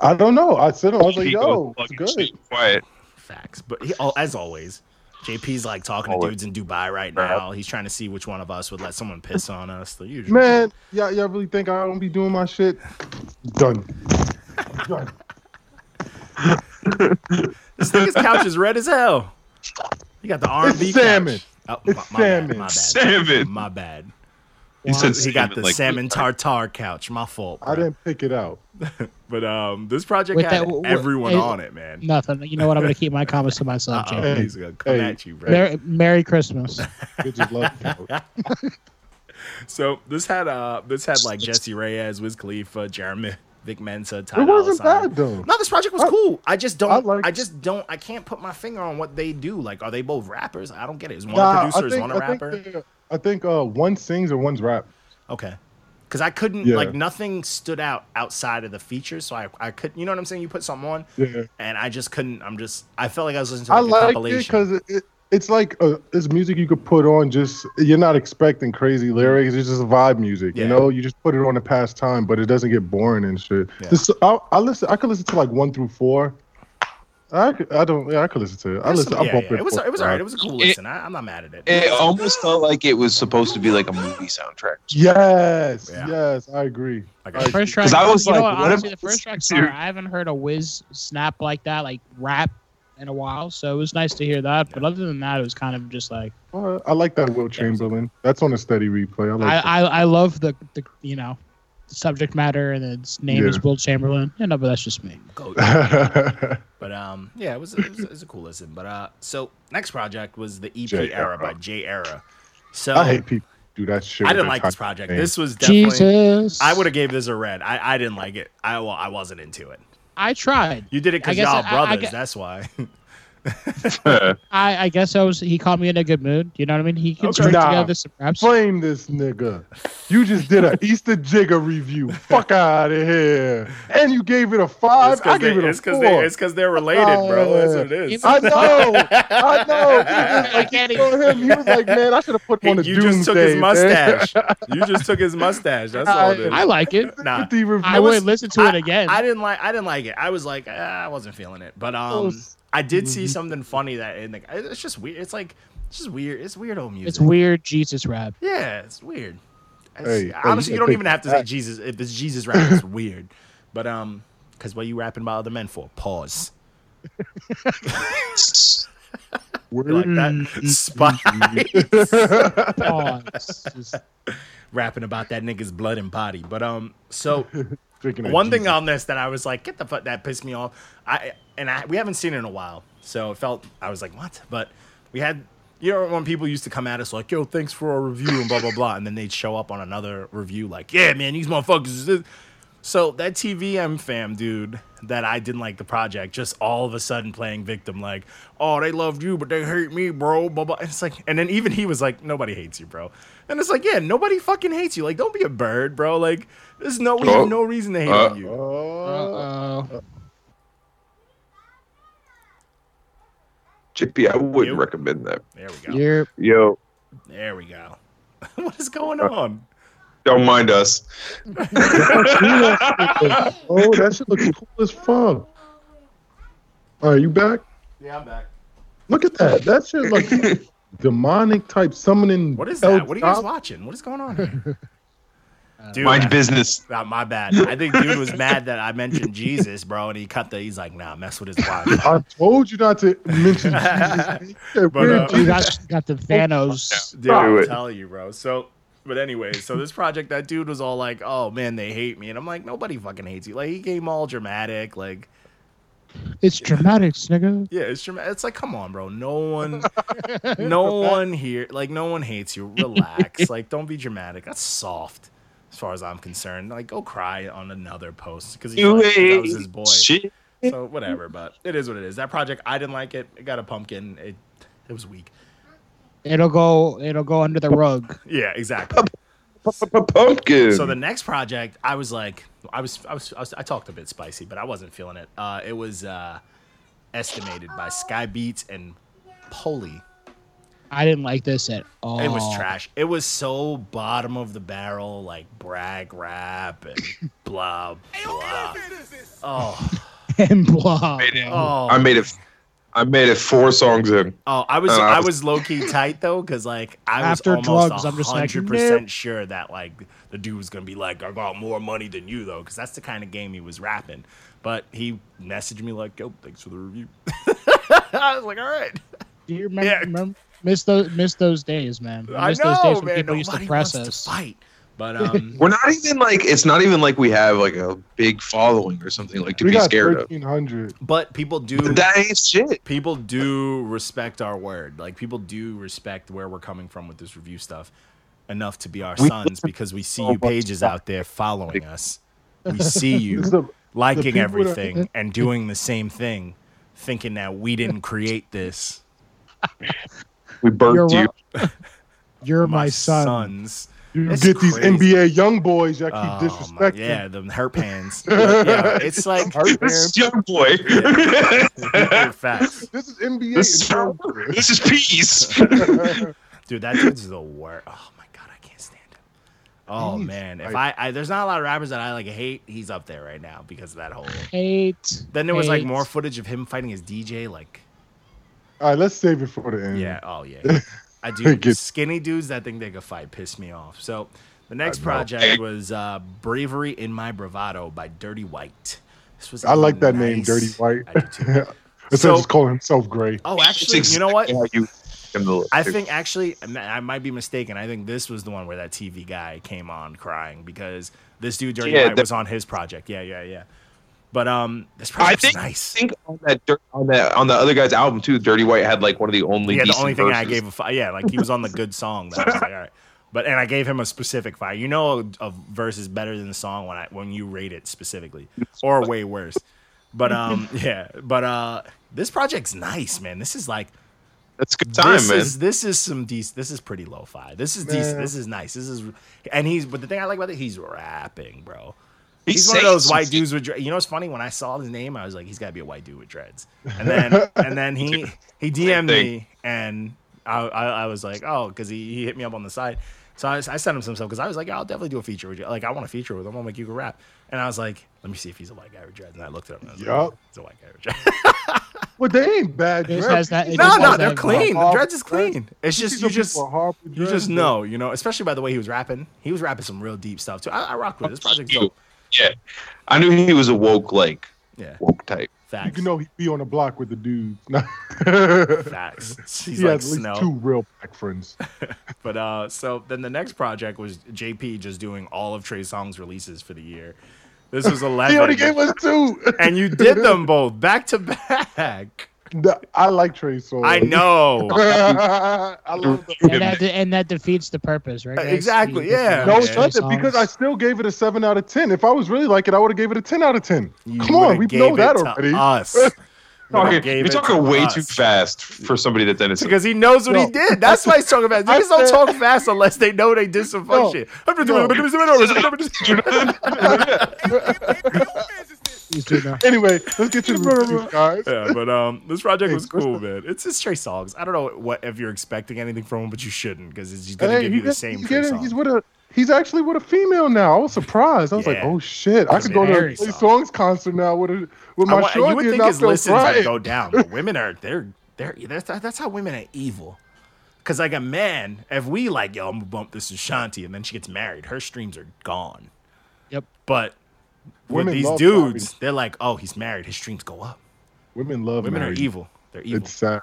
Speaker 3: I don't know. I sent him. I was like,
Speaker 4: He goes,
Speaker 3: yo, it's
Speaker 4: fucking
Speaker 3: good.
Speaker 4: shit, Quiet.
Speaker 2: Facts, but he, oh, as always, JP's like talking
Speaker 4: Always.
Speaker 2: to dudes in Dubai right
Speaker 4: Right.
Speaker 2: now. He's trying to see which one of us would let someone piss on us. The usual.
Speaker 3: Man, y'all, y'all really think I don't be doing my shit? Done. Done.
Speaker 2: this nigga's couch is red as hell. You got the R&B couch.
Speaker 3: salmon.
Speaker 2: Oh,
Speaker 3: It's
Speaker 2: my, my bad,
Speaker 3: salmon.
Speaker 2: my bad.
Speaker 4: Salmon.
Speaker 2: My bad.
Speaker 4: He said
Speaker 2: he got
Speaker 4: salmon,
Speaker 2: the
Speaker 4: like,
Speaker 2: salmon tartare couch. My fault.
Speaker 3: I
Speaker 2: bro.
Speaker 3: didn't pick it out.
Speaker 2: But um, this project
Speaker 5: With
Speaker 2: had
Speaker 5: that- wh- wh-
Speaker 2: everyone
Speaker 5: it-
Speaker 2: on it, man.
Speaker 5: Nothing. You know what? I'm gonna keep my comments to myself.
Speaker 2: Uh-oh,
Speaker 5: Jay.
Speaker 3: Hey,
Speaker 2: he's gonna come
Speaker 3: hey,
Speaker 2: at you, bro.
Speaker 5: Merry, Merry Christmas.
Speaker 3: Bitches love it. though.
Speaker 2: So this had uh, this had like Jesse Reyes, Wiz Khalifa, Jeremy, Vic Mensa, Ty
Speaker 3: It wasn't
Speaker 2: Dolla Sign.
Speaker 3: bad though.
Speaker 2: No, this project was
Speaker 3: I-
Speaker 2: cool. I just don't. I,
Speaker 3: I like-
Speaker 2: just don't. I can't put my finger on what they do. Like, are they both rappers? I don't get it. Is one
Speaker 3: Nah,
Speaker 2: a producer?
Speaker 3: I
Speaker 2: is
Speaker 3: think,
Speaker 2: one a
Speaker 3: I think
Speaker 2: rapper?
Speaker 3: they're- I think uh, one sings and one's rap.
Speaker 2: Okay. Because I couldn't,
Speaker 3: Yeah.
Speaker 2: like, nothing stood out outside of the features. So I, I could, you know what I'm saying? You put something on,
Speaker 3: Yeah.
Speaker 2: and I just couldn't. I'm just, I felt like I was listening to
Speaker 3: I
Speaker 2: like, a
Speaker 3: like
Speaker 2: compilation.
Speaker 3: it because it, it, it's like uh it's music you could put on. Just you're not expecting crazy lyrics. It's just vibe music.
Speaker 2: Yeah.
Speaker 3: You know, you just put it on to pass time, but it doesn't get boring and shit.
Speaker 2: Yeah.
Speaker 3: This I, I listen. I could listen to like one through four. I, could- I don't. Yeah, I could listen to it. I listen. I
Speaker 2: yeah,
Speaker 3: bump
Speaker 2: yeah. It was
Speaker 3: four
Speaker 2: it was alright. It
Speaker 3: times.
Speaker 2: was a cool
Speaker 4: It-
Speaker 2: listen. I, I'm not mad at it.
Speaker 4: It almost felt like it was supposed to be like a movie soundtrack.
Speaker 3: Yes.
Speaker 2: Yeah.
Speaker 3: Yes, I agree.
Speaker 2: I got
Speaker 5: The
Speaker 2: you.
Speaker 5: first track,
Speaker 4: 'Cause I was
Speaker 5: you know
Speaker 4: like,
Speaker 5: what,
Speaker 4: what
Speaker 5: honestly,
Speaker 4: am-
Speaker 5: the first track's
Speaker 4: Dude.
Speaker 5: fire. I haven't heard a whiz snap like that, like rap, in a while. So it was nice to hear that. But other than that, it was kind of just like
Speaker 3: Well, I like that Will Chamberlain. That's on a steady replay. I like.
Speaker 5: I,
Speaker 3: that.
Speaker 5: I, I love the, the you know subject matter and its name
Speaker 3: Yeah.
Speaker 5: is Will Chamberlain. You know, but that's just me.
Speaker 2: Go.
Speaker 3: That's
Speaker 2: But um, yeah, it was, it was it was a cool listen. But uh, so next project was the EP
Speaker 3: J
Speaker 2: Era
Speaker 3: Era.
Speaker 2: by J Era. So
Speaker 3: I hate people who do that shit.
Speaker 2: I
Speaker 3: with
Speaker 2: didn't
Speaker 3: their
Speaker 2: like this
Speaker 3: type of
Speaker 2: project.
Speaker 3: name.
Speaker 2: This was definitely
Speaker 5: Jesus,
Speaker 2: I would have gave this a red. I, I didn't like it. I well, I wasn't into it.
Speaker 5: I tried.
Speaker 2: You did it
Speaker 5: I
Speaker 2: because
Speaker 5: guess
Speaker 2: y'all
Speaker 5: I- I- I
Speaker 2: brothers.
Speaker 5: gu-
Speaker 2: that's why.
Speaker 5: I, I guess I was. He caught me in a good mood. You know what I mean? He could
Speaker 2: Okay.
Speaker 5: string
Speaker 3: Nah.
Speaker 5: together some raps.
Speaker 3: Flame this nigga. You just did an Easter Jigger review. Fuck out of here. And you gave it a five.
Speaker 2: It's
Speaker 3: I
Speaker 2: 'cause
Speaker 3: gave
Speaker 2: they,
Speaker 3: it a
Speaker 2: it's 'cause
Speaker 3: four.
Speaker 2: they, it's 'cause they're related, bro. That's what it is.
Speaker 5: Uh,
Speaker 3: I know. I know. He
Speaker 5: I
Speaker 3: was
Speaker 5: can't
Speaker 3: like,
Speaker 5: even-
Speaker 3: him. He was like, man, I should have put
Speaker 2: He-
Speaker 3: him on the
Speaker 2: you just took his
Speaker 3: Doomsday, man.
Speaker 2: mustache. you just took his mustache. That's all it is.
Speaker 5: I like it.
Speaker 2: Nah.
Speaker 3: With the review.
Speaker 5: I would listen to it
Speaker 2: I-
Speaker 5: again.
Speaker 2: I, didn't like. I didn't like it. I was like, ah, I wasn't feeling it. But um, I did see something funny that in the. It's just weird. It's like, it's just weird. It's weirdo music.
Speaker 5: it's weird Jesus rap.
Speaker 2: Yeah, it's weird. It's-
Speaker 3: Hey, hey,
Speaker 2: honestly,
Speaker 3: you
Speaker 2: you
Speaker 3: gotta
Speaker 2: don't
Speaker 3: take
Speaker 2: even have to
Speaker 3: that
Speaker 2: say
Speaker 3: back.
Speaker 2: Jesus. If it's Jesus rap, it's weird. But um, because what you rapping about other men for? Pause. You like
Speaker 5: Mm-hmm.
Speaker 2: that? Spy.
Speaker 5: Oh, it's just-
Speaker 2: rapping about that nigga's blood and body. But um, so
Speaker 3: Drinking that
Speaker 2: one thing
Speaker 3: Jesus.
Speaker 2: on this that I was like, get the fuck that pissed me off. I and I we haven't seen it in a while, so it felt I was like, what? But we had you know when people used to come at us like, yo, thanks for our review and blah blah blah, and then they'd show up on another review like, yeah, man, these motherfuckers. is this." So that TVM fam dude that I didn't like the project, just all of a sudden playing victim, like, oh, they loved you, but they hate me, bro, blah blah. And it's like, and then even he was like, nobody hates you, bro. And it's like, yeah, nobody fucking hates you. Like, don't be a bird, bro. Like, there's no, we
Speaker 4: Oh.
Speaker 2: have no reason to hate on
Speaker 4: Uh.
Speaker 2: you.
Speaker 3: Oh,
Speaker 5: Uh-oh.
Speaker 4: JP, I wouldn't
Speaker 2: You?
Speaker 4: recommend that.
Speaker 2: There we go.
Speaker 5: You're
Speaker 4: Yo,
Speaker 2: There we go. what is
Speaker 4: Uh,
Speaker 2: going on?
Speaker 4: don't mind us.
Speaker 3: oh, that shit looks cool as fuck. Are you back?
Speaker 2: Yeah, I'm back.
Speaker 3: Look at that. That shit like demonic type summoning.
Speaker 2: What is
Speaker 3: El
Speaker 2: that? What are you guys
Speaker 3: Diablo.
Speaker 2: watching? What is going on here? Dude, I-
Speaker 4: Mind business.
Speaker 2: Nah, my bad. I think dude was mad that I mentioned Jesus, bro, and he cut the. He's like, nah, mess with his wife.
Speaker 3: I told you not to mention Jesus. but,
Speaker 2: uh,
Speaker 5: you got, you got the Thanos.
Speaker 2: Dude, I'm
Speaker 4: it.
Speaker 2: telling you, bro. So, but anyway, so this project, that dude was all like, "Oh man, they hate me," and I'm like, "Nobody fucking hates you." Like he came all dramatic, like,
Speaker 5: It's dramatic, nigga.
Speaker 2: yeah, it's dramatic. It's like, come on, bro. No one, no one here, like, no one hates you. Relax, like, don't be dramatic. That's soft, as far as I'm concerned. Like, go cry on another post because he's like, 'cause I was his boy.
Speaker 4: Shit.
Speaker 2: So whatever, but it is what it is. That project, I didn't like it. It got a pumpkin. It, it was weak.
Speaker 5: It'll go. It'll go under the rug.
Speaker 2: Yeah, exactly.
Speaker 4: Pumpkin.
Speaker 2: So the next project, I was like, I was, I was, I, was, I talked a bit spicy, but I wasn't feeling it. Uh, it was uh, estimated by Sky Beats and Poli.
Speaker 5: I didn't like this at all.
Speaker 2: It was trash. It was so bottom of the barrel, like brag rap and blah blah. Oh,
Speaker 5: and blah.
Speaker 4: Made it.
Speaker 2: oh,
Speaker 4: I made it. I made it four songs in.
Speaker 2: Oh, I was
Speaker 4: Uh, I
Speaker 2: I
Speaker 4: was-
Speaker 2: was low key tight though, because like I
Speaker 5: After
Speaker 2: was almost
Speaker 5: drugs, I'm
Speaker 2: hundred
Speaker 5: just like,
Speaker 2: percent sure that like the dude was gonna be like, I got more money than you though, because that's the kind of game he was rapping. But he messaged me like, Yo, thanks for the review. I was like, All right,
Speaker 5: Do you remember?
Speaker 2: Yeah.
Speaker 5: remember- miss those miss those days, man.
Speaker 2: I
Speaker 5: Miss those
Speaker 2: know,
Speaker 5: days when
Speaker 2: man.
Speaker 5: people
Speaker 2: Nobody
Speaker 5: used to
Speaker 2: wants
Speaker 5: press us.
Speaker 2: to fight, but um,
Speaker 4: We're not even like it's not even like we have like a big following or something like to
Speaker 3: we
Speaker 4: be
Speaker 3: got
Speaker 4: scared of.
Speaker 3: 1300.
Speaker 2: but people do
Speaker 4: That ain't shit.
Speaker 2: people do respect our word. Like people do respect where we're coming from with this review stuff enough to be our
Speaker 4: We-
Speaker 2: sons because we see you pages out there following us. We see you
Speaker 3: This is a-
Speaker 2: liking
Speaker 3: people that-
Speaker 2: everything and doing the same thing, thinking that we didn't create this.
Speaker 4: We
Speaker 5: You're,
Speaker 4: birthed you.
Speaker 5: wel- You're my, son.
Speaker 2: sons.
Speaker 3: You
Speaker 2: It's
Speaker 3: get these
Speaker 2: crazy.
Speaker 3: NBA young boys that keep
Speaker 2: Oh, my,
Speaker 3: disrespecting.
Speaker 2: yeah, the hurt pants. yeah, it's like
Speaker 3: Hurt man.
Speaker 4: This is young boy.
Speaker 2: facts,
Speaker 3: This is NBA.
Speaker 4: This
Speaker 3: in
Speaker 4: is,
Speaker 3: terms-
Speaker 4: this is peace.
Speaker 2: dude. That dude's the worst. Oh my god, I can't stand him. Oh
Speaker 3: He's
Speaker 2: man, if I,
Speaker 3: like-
Speaker 2: I there's not a lot of rappers that I like hate. He's up there right now because of that whole.
Speaker 5: Hate.
Speaker 2: Then there was like
Speaker 5: hate.
Speaker 2: more footage of him fighting his DJ. Like
Speaker 3: All right, let's save it for the end.
Speaker 2: yeah, oh yeah, I do.
Speaker 3: Good.
Speaker 2: Skinny dudes that think they could fight piss me off. So the next
Speaker 3: know.
Speaker 2: project was uh, "Bravery in My Bravado" by Dirty White. This was
Speaker 3: I like that name,
Speaker 2: nice-
Speaker 3: Dirty White.
Speaker 2: I do too.
Speaker 3: Instead
Speaker 2: So-
Speaker 3: of just calling himself Gray.
Speaker 2: Oh, actually, you know what?
Speaker 4: How you him to look,
Speaker 2: I
Speaker 4: too.
Speaker 2: think actually, I m- I might be mistaken. I think this was the one where that TV guy came on crying because this dude Dirty
Speaker 4: Yeah,
Speaker 2: White
Speaker 4: the-
Speaker 2: was on his project. Yeah, yeah, yeah. But um, this
Speaker 4: I
Speaker 2: project's
Speaker 4: think,
Speaker 2: nice.
Speaker 4: I think on that dirt, on that on the other guy's album too, Dirty White had like one of the only.
Speaker 2: yeah, the
Speaker 4: decent
Speaker 2: only thing I
Speaker 4: verses.
Speaker 2: gave a fi Yeah, like he was on the good song. That I was like, all right. But and I gave him a specific fire. You know, a, a verse is better than the song when I when you rate it specifically, or way worse. But um, yeah. But uh, this project's nice, man. This is like
Speaker 4: That's good time,
Speaker 2: this
Speaker 4: man.
Speaker 2: Is, this is some decent. This is pretty lo-fi. This is decent. This is nice. This is, and he's. But the thing I like about it, he's rapping, bro.
Speaker 4: He
Speaker 2: He's, one of
Speaker 4: sings
Speaker 2: those white
Speaker 4: some-
Speaker 2: dudes with. Dread. You know, it's funny when I saw his name, I was like, he's got to be a white dude with dreads. And then, and then he he DM'd me, and I I, I was like, oh, because he, he hit me up on the side. So I, I sent him some stuff because I was like, I'll definitely do a feature with you. Like, I want a feature with him. I'll make you a rap. And I was like, let me see if he's a white guy with dreads. And I looked at him. And I was like,
Speaker 3: Yup.
Speaker 2: he's a white guy with dreads.
Speaker 3: Well, they ain't bad.
Speaker 5: It just
Speaker 3: Dre.
Speaker 5: has that- it
Speaker 2: no,
Speaker 5: just
Speaker 2: no,
Speaker 5: has
Speaker 2: they're
Speaker 5: that-
Speaker 2: clean. The
Speaker 3: Harvard
Speaker 2: dreads is
Speaker 3: Dreads.
Speaker 2: clean. It's
Speaker 3: You see
Speaker 2: just
Speaker 3: some
Speaker 2: you just
Speaker 3: people at Harvard
Speaker 2: you
Speaker 3: Dreads,
Speaker 2: just know, you know, especially by the way he was rapping. He was rapping some real deep stuff too. I, I rocked with it. this project's
Speaker 4: You.
Speaker 2: dope.
Speaker 4: Yeah, I knew he was a woke like
Speaker 2: Yeah,
Speaker 4: woke type.
Speaker 3: You
Speaker 2: facts.
Speaker 3: can know he be on the block with the dudes.
Speaker 2: facts.
Speaker 3: he
Speaker 2: He's
Speaker 3: had
Speaker 2: like
Speaker 3: at least
Speaker 2: snow.
Speaker 3: two real black friends.
Speaker 2: But uh, so then the next project was JP just doing all of Trey Songz releases for the year. This was
Speaker 3: He
Speaker 2: eleven,
Speaker 3: only gave us two.
Speaker 2: and you did them both back to back.
Speaker 3: No, I like Trey Songz.
Speaker 2: I know.
Speaker 3: I love the
Speaker 5: And that, and that defeats the purpose, right?
Speaker 2: Uh,
Speaker 5: guys?
Speaker 2: exactly,
Speaker 5: You- you
Speaker 2: yeah.
Speaker 3: No,
Speaker 5: know,
Speaker 2: Okay.
Speaker 3: it
Speaker 5: Trey
Speaker 3: doesn't
Speaker 5: Songz.
Speaker 3: because I still gave it a seven out of ten. If I was really like it, I would have gave it a ten out of ten.
Speaker 2: You
Speaker 3: Come on,
Speaker 2: would've
Speaker 3: we
Speaker 2: gave
Speaker 3: know that
Speaker 2: it to
Speaker 3: already.
Speaker 2: Us.
Speaker 4: Talking-
Speaker 2: Gave
Speaker 4: you're
Speaker 2: it to
Speaker 4: talking way
Speaker 2: us.
Speaker 4: too fast for somebody that's innocent.
Speaker 2: because he knows what he
Speaker 3: No.
Speaker 2: did. That's why he's talking fast.
Speaker 3: I
Speaker 2: Niggas don't
Speaker 3: said-
Speaker 2: talk fast unless they know they did some fun
Speaker 3: No.
Speaker 2: shit.
Speaker 3: No.
Speaker 5: He's doing that.
Speaker 3: Anyway, let's get to the reviews, guys.
Speaker 2: Yeah, but um, this project was
Speaker 3: Hey, what's
Speaker 2: cool, man. It's just Trey Songs. I don't know what if you're expecting anything from him, but you shouldn't because he's gonna
Speaker 3: Hey,
Speaker 2: give
Speaker 3: he
Speaker 2: you the
Speaker 3: got-
Speaker 2: same
Speaker 3: he's
Speaker 2: Trey
Speaker 3: getting-
Speaker 2: Songz.
Speaker 3: He's with a. He's actually with a female now. I was surprised. I was like,
Speaker 2: Yeah.
Speaker 3: oh shit, I
Speaker 2: That's
Speaker 3: could go to
Speaker 5: very
Speaker 3: a Trey Songz concert now with a with
Speaker 2: I
Speaker 3: my
Speaker 2: want-
Speaker 3: shorty
Speaker 2: you would
Speaker 3: and
Speaker 2: think
Speaker 3: not
Speaker 2: his
Speaker 3: feel
Speaker 2: listens would
Speaker 3: right.
Speaker 2: go down, but women are they're they're that's, that's how women are evil. Cause like a man, if we like yo, I'm gonna bump this to Shanti, and then she gets married, her streams are gone.
Speaker 5: Yep.
Speaker 2: But with
Speaker 3: Women
Speaker 2: these
Speaker 3: love
Speaker 2: dudes,
Speaker 3: Bobby.
Speaker 2: they're like, oh, he's married, his streams go up.
Speaker 3: Women love
Speaker 2: Women
Speaker 3: marriage.
Speaker 2: are evil. They're evil.
Speaker 3: It's sad.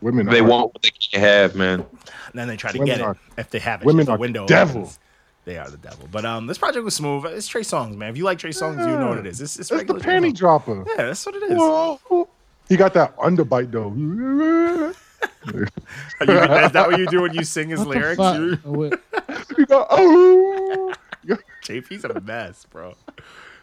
Speaker 3: Women.
Speaker 4: they
Speaker 3: are-
Speaker 4: want what they can't have, man.
Speaker 2: and then they try to
Speaker 3: Women
Speaker 2: get
Speaker 3: are-
Speaker 2: it if they have it.
Speaker 3: women
Speaker 2: if the
Speaker 3: are
Speaker 2: window
Speaker 3: devil.
Speaker 2: opens. They are the devil. But um, this project was smooth. It's Trey Songs, man. If you like Trey Songs, you know what it is. It's, it's
Speaker 3: That's the
Speaker 2: regular Trey
Speaker 3: panty
Speaker 2: Songz.
Speaker 3: dropper.
Speaker 2: Yeah, that's what it is.
Speaker 3: Whoa. He got that underbite though.
Speaker 2: You- is that what you do when you sing his
Speaker 5: What the
Speaker 2: lyrics?
Speaker 5: fuck?
Speaker 2: You-
Speaker 5: What-
Speaker 3: You got oh.
Speaker 2: JP's a mess, bro.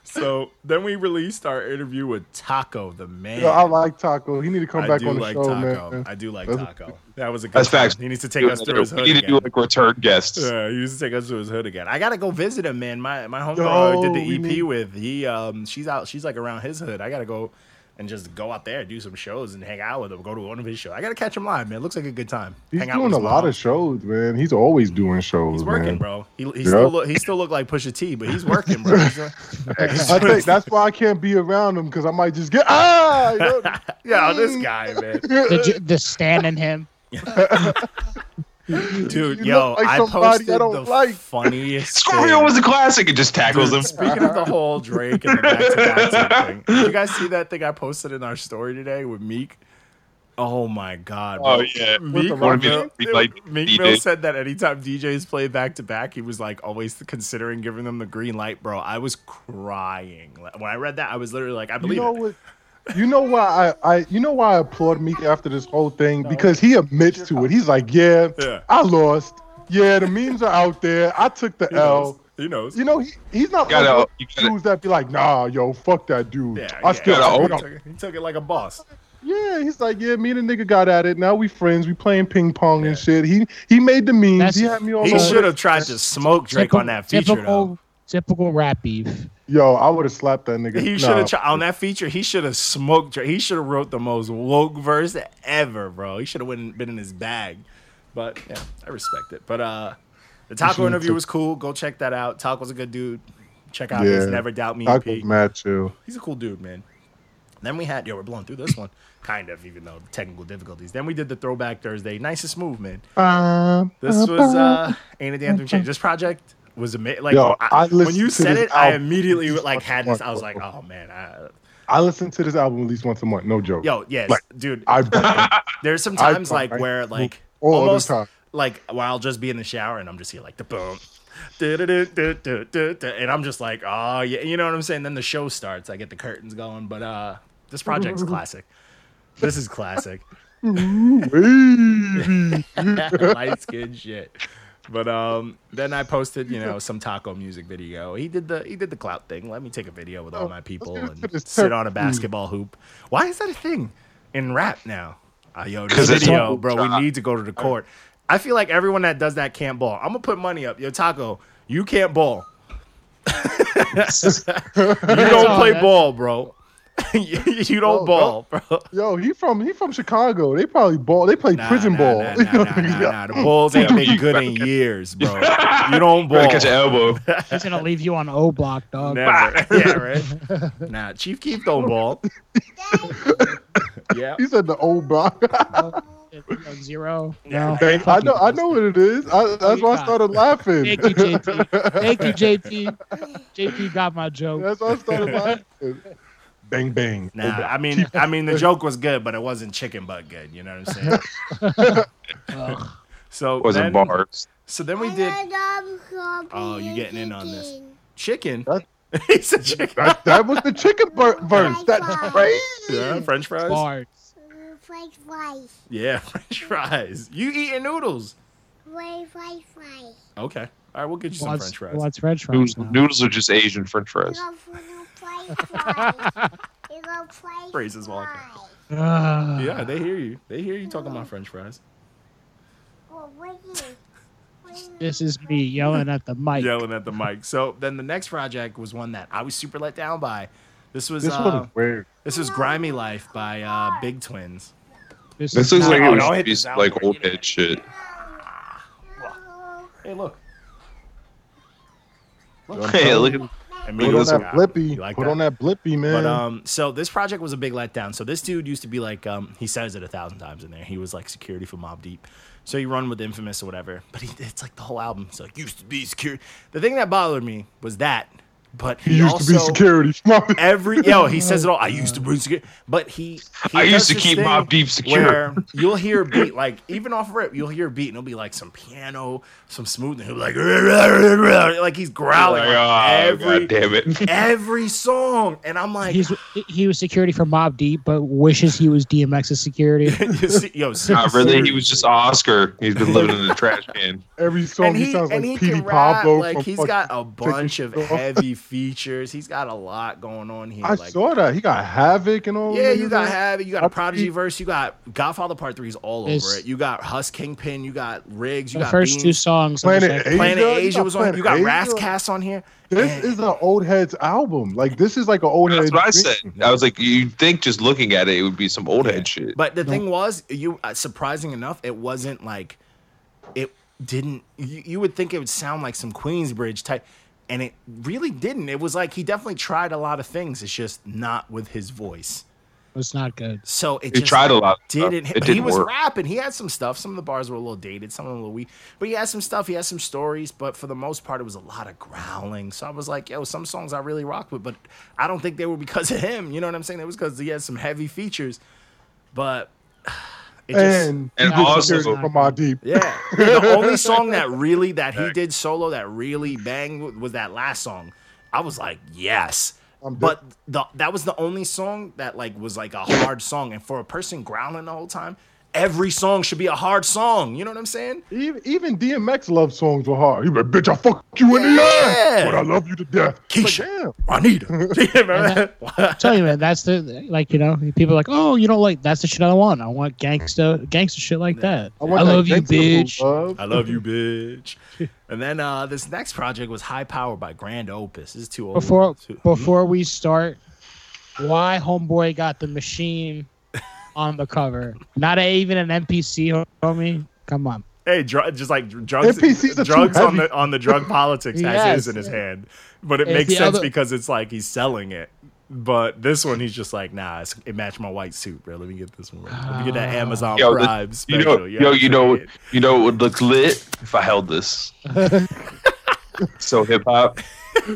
Speaker 2: So then we released our interview with Taco the man.
Speaker 3: Yo, I like Taco. He need to come
Speaker 2: I
Speaker 3: back
Speaker 2: do
Speaker 3: on the
Speaker 2: like
Speaker 3: show,
Speaker 2: Taco.
Speaker 3: man.
Speaker 2: I do like
Speaker 3: That's-
Speaker 2: Taco. That was a good.
Speaker 4: That's
Speaker 2: time.
Speaker 4: facts.
Speaker 2: He needs to take us through his
Speaker 4: we
Speaker 2: hood
Speaker 4: need to do
Speaker 2: again.
Speaker 4: like return guests.
Speaker 2: Yeah, he used to take us to his hood again. I gotta go visit him, man. My my homegirl
Speaker 3: Yo,
Speaker 2: I did the
Speaker 3: we
Speaker 2: EP
Speaker 3: need-
Speaker 2: with. He um she's out she's like around his hood. I gotta go and just go out there, do some shows and hang out with him, go to one of his shows. I gotta catch him live, man. Looks like a good time.
Speaker 3: He's
Speaker 2: hang out
Speaker 3: doing
Speaker 2: with
Speaker 3: a
Speaker 2: his
Speaker 3: lot
Speaker 2: mom.
Speaker 3: of shows, man. He's always doing shows,
Speaker 2: He's working,
Speaker 3: man.
Speaker 2: bro. He, he
Speaker 3: Yeah.
Speaker 2: still look he still look like Pusha T, but he's working, bro. He's doing-
Speaker 3: I think that's why I can't be around him because I might just get ah. yo.
Speaker 2: Yo, this guy, man.
Speaker 5: The, ju- the stand in him.
Speaker 2: Dude,
Speaker 3: You
Speaker 2: yo,
Speaker 3: look like
Speaker 2: I
Speaker 3: somebody I
Speaker 2: posted
Speaker 3: don't
Speaker 2: the
Speaker 3: like.
Speaker 2: funniest.
Speaker 4: Scorpio
Speaker 2: thing.
Speaker 4: was a classic. It just tackles
Speaker 2: Dude,
Speaker 4: him.
Speaker 2: Speaking of the whole Drake and the back-to-back thing, did you guys see that thing I posted in our story today with Meek? Oh my god!
Speaker 4: Oh,
Speaker 2: bro.
Speaker 4: yeah.
Speaker 2: Meek,
Speaker 3: Wanna be
Speaker 2: Mill,
Speaker 4: like
Speaker 2: Meek
Speaker 4: DJ.
Speaker 2: Mill said that anytime DJs play back to back, he was like always considering giving them the green light, bro. I was crying Like, when I read that. I was literally like, I
Speaker 3: You
Speaker 2: believe
Speaker 3: know
Speaker 2: it.
Speaker 3: what? You know why I, I you know why I applaud Meek after this whole thing because he admits to it. He's like, yeah,
Speaker 2: Yeah.
Speaker 3: I lost. Yeah, the memes are out there. I took the
Speaker 2: He knows.
Speaker 3: L.
Speaker 2: He knows.
Speaker 3: You know, he, he's not
Speaker 4: Gotta-
Speaker 3: like
Speaker 4: you
Speaker 3: those dudes that be like, nah, yo, fuck that dude.
Speaker 2: yeah,
Speaker 3: I
Speaker 2: yeah,
Speaker 3: still
Speaker 4: gotta
Speaker 2: he,
Speaker 3: I
Speaker 4: own
Speaker 2: took it, he took it like a boss.
Speaker 3: Yeah, he's like, yeah, me and the nigga got at it. Now we friends. We playing ping pong and shit. He he made the memes.
Speaker 5: That's-
Speaker 3: he had me all
Speaker 2: He
Speaker 3: over.
Speaker 2: should have tried to smoke Drake
Speaker 5: Typical-
Speaker 2: on that feature, though.
Speaker 5: Typical, typical rap beef.
Speaker 3: Yo, I would have slapped that nigga.
Speaker 2: He
Speaker 3: Nah.
Speaker 2: should have tried on that feature. He should have smoked. Drake. He should have wrote the most woke verse ever, bro. He should have went been in his bag. But yeah, I respect it. But uh, the Taco interview was cool. Go check that out. Taco's a good dude. Check out his
Speaker 3: Yeah.
Speaker 2: Never Doubt Me
Speaker 3: I
Speaker 2: EP.
Speaker 3: was mad too.
Speaker 2: He's a cool dude, man. Then we had yo, we're blowing through this one, kind of, even though technical difficulties. Then we did the Throwback Thursday. Nice and smooth, man. This was uh ain't a damn thing changed. This project was amazing. Like
Speaker 3: Yo, I
Speaker 2: I, when you
Speaker 3: listened to
Speaker 2: said
Speaker 3: this
Speaker 2: it, I
Speaker 3: album.
Speaker 2: immediately
Speaker 3: It's
Speaker 2: like had
Speaker 3: fucking
Speaker 2: this. I was like,
Speaker 3: wonderful.
Speaker 2: oh man, I,
Speaker 3: I listen to this album at least once a month. No joke.
Speaker 2: yo, yes,
Speaker 3: Like,
Speaker 2: dude.
Speaker 3: I
Speaker 2: there's some times
Speaker 3: I-
Speaker 2: like
Speaker 3: I-
Speaker 2: where like
Speaker 3: all the
Speaker 2: almost
Speaker 3: time.
Speaker 2: like where I'll just be in the shower and I'm just here like the boom. du-du-du-du-du-du-du, And I'm just like, oh yeah, you know what I'm saying. Then the show starts. I get the curtains going, but uh, this project's classic. This is classic.
Speaker 3: baby.
Speaker 2: light skin shit. But um, then I posted, you know, some taco music video. He did the he did the clout thing. Let me take a video with all my people
Speaker 3: get into
Speaker 2: and
Speaker 3: this
Speaker 2: sit
Speaker 3: tur-
Speaker 2: on a basketball hoop. Why is that a thing in rap now? Ah, yo, this
Speaker 4: 'Cause it's
Speaker 2: video,
Speaker 4: all-
Speaker 2: bro. We need to go to the court. I feel like everyone that does that can't ball. I'm gonna put money up. Yo, taco, you can't ball. you don't
Speaker 5: all,
Speaker 2: play
Speaker 5: man.
Speaker 2: ball, bro. you you don't
Speaker 3: Bro,
Speaker 2: ball, bro.
Speaker 3: Yo, he from he from Chicago. They probably ball. They play
Speaker 2: Nah,
Speaker 3: prison
Speaker 2: nah,
Speaker 3: ball.
Speaker 2: Nah, nah, nah, nah, nah. The Bulls ain't been good in years, bro. You don't ball.
Speaker 4: Gotta catch an elbow.
Speaker 5: He's gonna leave you on O block, dog.
Speaker 2: Never. yeah, right. Nah, Chief Keef don't ball. yeah.
Speaker 3: He said the old block.
Speaker 5: Zero.
Speaker 2: Yeah.
Speaker 5: No.
Speaker 3: I know. I know what it is. I, that's why I started laughing.
Speaker 5: Thank you, JT. Thank you, JT. JT got my joke.
Speaker 3: That's why I started laughing. Bang bang.
Speaker 2: Nah, I mean, I mean, the joke was good, but it wasn't chicken butt good. You know what I'm saying?
Speaker 5: Ugh.
Speaker 2: So
Speaker 4: Wasn't
Speaker 2: then,
Speaker 4: bars.
Speaker 2: So then we did
Speaker 6: Oh, you getting in on this?
Speaker 2: chicken.
Speaker 3: That-
Speaker 2: he said chicken.
Speaker 3: That, that was the chicken bur- verse. That's crazy.
Speaker 2: Yeah, French fries.
Speaker 5: Bars.
Speaker 6: French fries.
Speaker 2: Yeah, French fries. You eating noodles?
Speaker 6: French fries. fries.
Speaker 2: Okay. All right, we'll get you some
Speaker 5: Wants,
Speaker 2: French fries.
Speaker 5: wants French
Speaker 4: Noodles,
Speaker 5: fries. now.
Speaker 4: noodles are just Asian French
Speaker 6: You
Speaker 4: fries.
Speaker 6: got French fries. You got French
Speaker 2: Praise is walking.
Speaker 6: fries.
Speaker 5: Ugh.
Speaker 2: Yeah, they hear you. They hear you talking about French fries.
Speaker 6: Well, what is it? What is it?
Speaker 5: This is me yelling at the mic.
Speaker 2: yelling at the mic. So then the next project was one that I was super let down by. This was
Speaker 3: This
Speaker 2: uh,
Speaker 3: one is weird.
Speaker 2: this was Grimy Life by uh, Big Twins.
Speaker 5: This,
Speaker 4: This looks
Speaker 5: is not-
Speaker 4: like
Speaker 2: Oh,
Speaker 4: it
Speaker 2: don't hit this
Speaker 4: was just
Speaker 2: out.
Speaker 4: like old head shit.
Speaker 6: Oh,
Speaker 2: Hey, look.
Speaker 4: Hey, look
Speaker 2: I
Speaker 4: at
Speaker 2: mean,
Speaker 3: Put on
Speaker 4: Noodles
Speaker 3: that
Speaker 2: uh, yeah,
Speaker 3: blippy.
Speaker 2: you like
Speaker 3: Put
Speaker 2: that?
Speaker 3: on that blippy, man.
Speaker 2: But um, so this project was a big letdown. So this dude used to be like, um, he says it a thousand times in there. He was like security for Mob Deep. So he run with Infamous or whatever. But he, it's like the whole album. He's like used to be security. The thing that bothered me was that. But he,
Speaker 3: he used
Speaker 2: also,
Speaker 3: to be security.
Speaker 2: Every yo, he says it all. I used to bring security, but he, he
Speaker 4: I
Speaker 2: does
Speaker 4: used to
Speaker 2: this
Speaker 4: keep
Speaker 2: thing
Speaker 4: Mobb Deep secure.
Speaker 2: Where you'll hear a beat like even off rip, you'll hear a beat and it'll be like some piano, some smooth, and he'll be like like he's growling
Speaker 4: Like,
Speaker 2: on
Speaker 4: "Ah,
Speaker 2: every
Speaker 4: God damn it.
Speaker 2: every song, and I'm like,
Speaker 5: He's, he was security for Mob Deep, but wishes he was DMX's security.
Speaker 2: you see- yo,
Speaker 4: Not really. He was
Speaker 2: seriously.
Speaker 4: just Oscar. He's been living in the trash can.
Speaker 3: Every song
Speaker 2: and
Speaker 3: he,
Speaker 2: he,
Speaker 3: sounds
Speaker 2: and
Speaker 3: like
Speaker 2: he
Speaker 3: Petey
Speaker 2: can rap.
Speaker 3: Pablo.
Speaker 2: Like
Speaker 3: from
Speaker 2: he's
Speaker 3: fucking-
Speaker 2: got a bunch of
Speaker 3: Off.
Speaker 2: heavy features. He's got a lot going on here.
Speaker 3: I
Speaker 2: like,
Speaker 3: saw that. He got Havoc and all.
Speaker 2: Yeah,
Speaker 3: them
Speaker 2: you
Speaker 3: niggas
Speaker 2: got
Speaker 3: in it.
Speaker 2: Havoc, you got a Prodigy verse, you got Godfather Part Three is all over
Speaker 5: This-
Speaker 2: it. You got Hus Kingpin, you got Riggs, you
Speaker 5: The
Speaker 2: got
Speaker 5: first two
Speaker 2: Beans.
Speaker 5: songs. I'm just
Speaker 3: Planet
Speaker 5: like,
Speaker 3: Asia.
Speaker 2: Planet
Speaker 3: you
Speaker 2: Asia
Speaker 3: got
Speaker 2: was on. it. You got
Speaker 3: Planet Asia.
Speaker 2: Rascas on here.
Speaker 3: This
Speaker 2: And-
Speaker 3: is an old head's album. Like this is like an old
Speaker 4: That's
Speaker 3: head.
Speaker 4: what I said. I was like, you'd think just looking at it, it would be some old head shit.
Speaker 2: But the thing was, you uh, surprising enough, it wasn't like it didn't. You, you would think it would sound like some Queensbridge type, and it really didn't. It was like he definitely tried a lot of things. It's just not with his voice.
Speaker 5: It's not good.
Speaker 2: So it
Speaker 4: He
Speaker 2: just
Speaker 4: tried a lot of stuff.
Speaker 2: Didn't
Speaker 4: It
Speaker 2: but he
Speaker 4: didn't
Speaker 2: was
Speaker 4: work.
Speaker 2: rapping. He had some stuff. Some of the bars were a little dated. Some of them a little weak. But he had some stuff. He had some stories. But for the most part, it was a lot of growling. So I was like, yo, some songs I really rock with, but I don't think they were because of him. You know what I'm saying? It was because he had some heavy features. But it just
Speaker 3: And
Speaker 4: And
Speaker 3: he did
Speaker 4: also-
Speaker 3: Security from my deep.
Speaker 2: yeah. The only song that really that he did solo that really banged was that last song. I was like, yes.
Speaker 3: I'm dead.
Speaker 2: But the that was the only song that like was like a hard song. And for a person growling the whole time, every song should be a hard song. You know what I'm saying?
Speaker 3: Even, even DMX love songs were hard. He like, bitch, I fucked you in the ass,
Speaker 2: Yeah.
Speaker 3: but I love you to death.
Speaker 2: Keisha.
Speaker 3: Like,
Speaker 2: Juanita. Remember that?
Speaker 5: tell you, man, that's the like you know people are like, oh, you don't like that's the shit I want. I want gangsta gangsta shit like that. I,
Speaker 3: want that
Speaker 5: love you,
Speaker 3: gangsta
Speaker 5: bitch.
Speaker 3: love.
Speaker 2: I love you, bitch. And then uh, this next project was High Power by Grand Opus. This is too old.
Speaker 5: Before
Speaker 2: Too-
Speaker 5: before we start, why homeboy got the machine on the cover? Not a, even an NPC, homie. Come on.
Speaker 2: Hey, dr- just like dr- drugs,
Speaker 3: NPCs are too
Speaker 2: drugs on
Speaker 3: heavy.
Speaker 2: the on the drug politics has
Speaker 5: Yes.
Speaker 2: his in his hand, but it
Speaker 5: It's
Speaker 2: makes
Speaker 5: the
Speaker 2: sense
Speaker 5: other-
Speaker 2: because it's like he's selling it. But this one, he's just like, nah, it's, it matched my white suit, bro. Let me get this one. Let me get that
Speaker 5: Ah.
Speaker 2: Amazon
Speaker 4: Yo, this-
Speaker 2: Prime
Speaker 4: You
Speaker 2: special.
Speaker 4: know, yo,
Speaker 2: what
Speaker 4: you
Speaker 2: I'm
Speaker 4: know,
Speaker 2: saying?
Speaker 4: you know, it would look lit if I held this. so hip hop.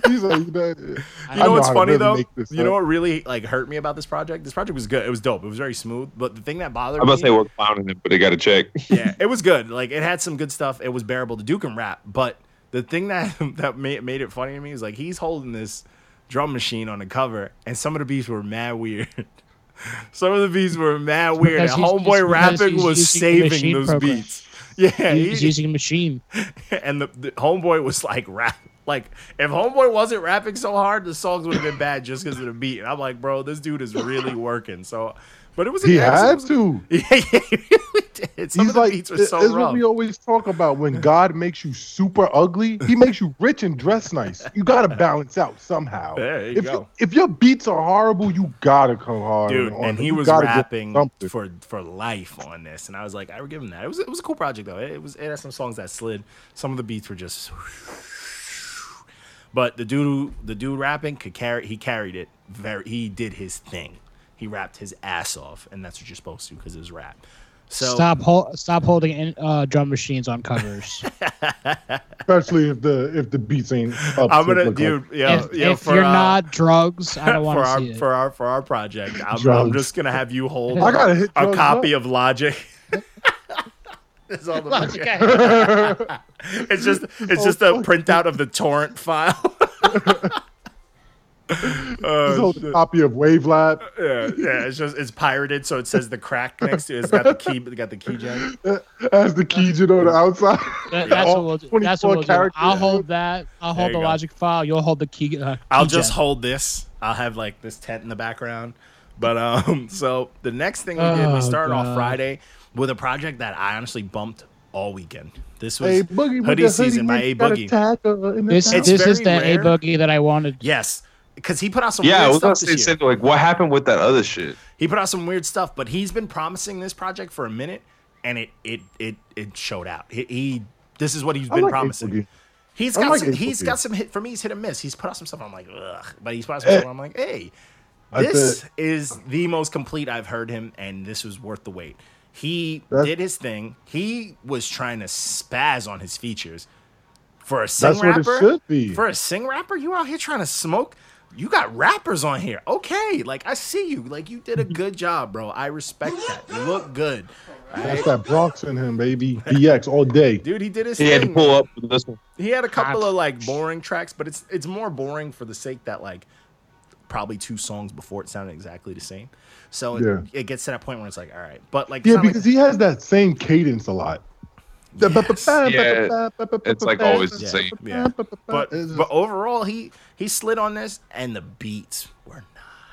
Speaker 3: He's like, that-
Speaker 5: I
Speaker 2: You know
Speaker 5: know
Speaker 2: what's
Speaker 3: how to
Speaker 2: funny
Speaker 3: really
Speaker 2: though?
Speaker 3: make this
Speaker 2: You
Speaker 3: up.
Speaker 2: know what really like hurt me about this project? This project was good. It was dope. It was very smooth. But the thing that bothered
Speaker 4: I'm about to
Speaker 2: me,
Speaker 4: say we're clowning it, but I got to check.
Speaker 2: yeah, it was good. Like it had some good stuff. It was bearable. The Duke can rap, but the thing that that made, made it funny to me is like he's holding this drum machine on the cover, and some of the beats were mad weird. some of the beats were mad weird. And
Speaker 5: because he's- it's
Speaker 2: Homeboy
Speaker 5: because
Speaker 2: rapping
Speaker 5: he's
Speaker 2: was
Speaker 5: using the
Speaker 2: saving
Speaker 5: machine
Speaker 2: those
Speaker 5: program.
Speaker 2: beats. Yeah,
Speaker 5: He's
Speaker 2: he-
Speaker 5: using a machine.
Speaker 2: and the, the homeboy was like rap like if homeboy wasn't rapping so hard the songs would have been bad just because of the beat and i'm like bro this dude is really working so but it was a
Speaker 3: He
Speaker 2: good episode.
Speaker 3: had to.
Speaker 2: yeah, yeah he really did some
Speaker 3: He's
Speaker 2: of the
Speaker 3: like,
Speaker 2: beats were
Speaker 3: this
Speaker 2: so
Speaker 3: is
Speaker 2: rough
Speaker 3: what we always talk about. When God makes you super ugly, He makes you rich and dress nice. You gotta balance out somehow.
Speaker 2: There you
Speaker 3: if,
Speaker 2: go.
Speaker 3: if your beats are horrible, you gotta come hard.
Speaker 2: dude
Speaker 3: on
Speaker 2: and
Speaker 3: it.
Speaker 2: he
Speaker 3: You
Speaker 2: was
Speaker 3: gotta give
Speaker 2: rapping
Speaker 3: something.
Speaker 2: for for life on this and i was like i would give him that it was it was a cool project though it, it was it had some songs that slid some of the beats were just but the dude the dude rapping could carry he carried it very he did his thing he rapped his ass off and that's what you're supposed to because it was rap so
Speaker 5: stop hol- stop holding in, uh, drum machines on covers.
Speaker 3: especially if the if the beats ain't up.
Speaker 2: i'm
Speaker 3: to
Speaker 2: gonna
Speaker 3: look like-
Speaker 2: dude yeah
Speaker 5: if
Speaker 2: yeah
Speaker 5: if
Speaker 2: for
Speaker 5: you're
Speaker 2: uh,
Speaker 5: not drugs, I don't
Speaker 2: for
Speaker 5: want to
Speaker 2: our
Speaker 5: see it.
Speaker 2: for our for our project I'm, I'm
Speaker 3: Drugs.
Speaker 2: just gonna have you hold
Speaker 3: I gotta hit
Speaker 2: a
Speaker 3: drugs
Speaker 2: copy of Logic. That's all the It's just it's just a printout of the torrent file.
Speaker 3: Just
Speaker 2: Uh,
Speaker 3: hold a copy of Wave Lab.
Speaker 2: yeah, yeah, it's just it's pirated, so it says the crack next to it. It's got the key, it got the key jam.
Speaker 3: as the keys, you know, on the outside.
Speaker 5: That- that's
Speaker 3: All
Speaker 5: what we'll do. That's
Speaker 3: 24
Speaker 5: what we'll do.
Speaker 3: characters.
Speaker 5: I'll hold that. I'll
Speaker 2: There
Speaker 5: hold
Speaker 2: you
Speaker 5: the
Speaker 2: go.
Speaker 5: logic file. You'll hold the key. Uh,
Speaker 2: I'll
Speaker 5: key
Speaker 2: just
Speaker 5: gen.
Speaker 2: hold this. I'll have like this tent in the background. But um, so the next thing we did,
Speaker 5: Oh,
Speaker 2: we started off
Speaker 5: God.
Speaker 2: Friday with a project that I honestly bumped all weekend. This was
Speaker 3: Hey, Boogie, with
Speaker 2: hoodie
Speaker 3: the
Speaker 2: season by
Speaker 3: man,
Speaker 2: A
Speaker 3: got a
Speaker 2: Boogie.
Speaker 3: tackle in the
Speaker 5: This
Speaker 3: top.
Speaker 2: It's
Speaker 5: this is the
Speaker 2: very
Speaker 5: a
Speaker 2: rare.
Speaker 5: boogie that I wanted.
Speaker 2: Yes, because he put out some
Speaker 4: Yeah, I
Speaker 2: weird
Speaker 4: was
Speaker 2: stuff
Speaker 4: about
Speaker 2: this
Speaker 4: to
Speaker 2: year.
Speaker 4: say, like, what happened with that other shit?
Speaker 2: He put out some weird stuff, but he's been promising this project for a minute, and it it it it showed out. He, he this is what he's
Speaker 3: I
Speaker 2: been
Speaker 3: like A
Speaker 2: promising.
Speaker 3: Boogie.
Speaker 2: He's
Speaker 3: I
Speaker 2: got
Speaker 3: like
Speaker 2: some,
Speaker 3: A
Speaker 2: he's
Speaker 3: Boogie.
Speaker 2: got some hit for me. He's hit and miss. He's put out some stuff. I'm like ugh, but he's put out some stuff. where I'm like hey,
Speaker 3: I
Speaker 2: this is the most complete I've heard him, and this was worth the wait. He
Speaker 3: That's-
Speaker 2: did his thing. He was trying to spaz on his features. For a sing
Speaker 3: That's what it
Speaker 2: rapper,
Speaker 3: should be.
Speaker 2: for a sing rapper, you out here trying to smoke. You got rappers on here. Okay, like I see you. Like you did a good job, bro. I respect that. You look good,
Speaker 3: That's that Bronx in him, baby. DX all day.
Speaker 2: dude. He did his
Speaker 4: He had to
Speaker 2: thing.
Speaker 4: pull up with this one.
Speaker 2: He had a couple of like boring tracks, but it's it's more boring for the sake that like probably two songs before it sounded exactly the same. So it,
Speaker 3: Yeah.
Speaker 2: it gets to that point where it's like, all right, but like
Speaker 3: Yeah,
Speaker 2: it's not
Speaker 3: because he has that same cadence a lot.
Speaker 2: like, yes.
Speaker 4: Yeah, it's like always the same.
Speaker 2: Yeah. but but overall he he slid on this and the beats were not.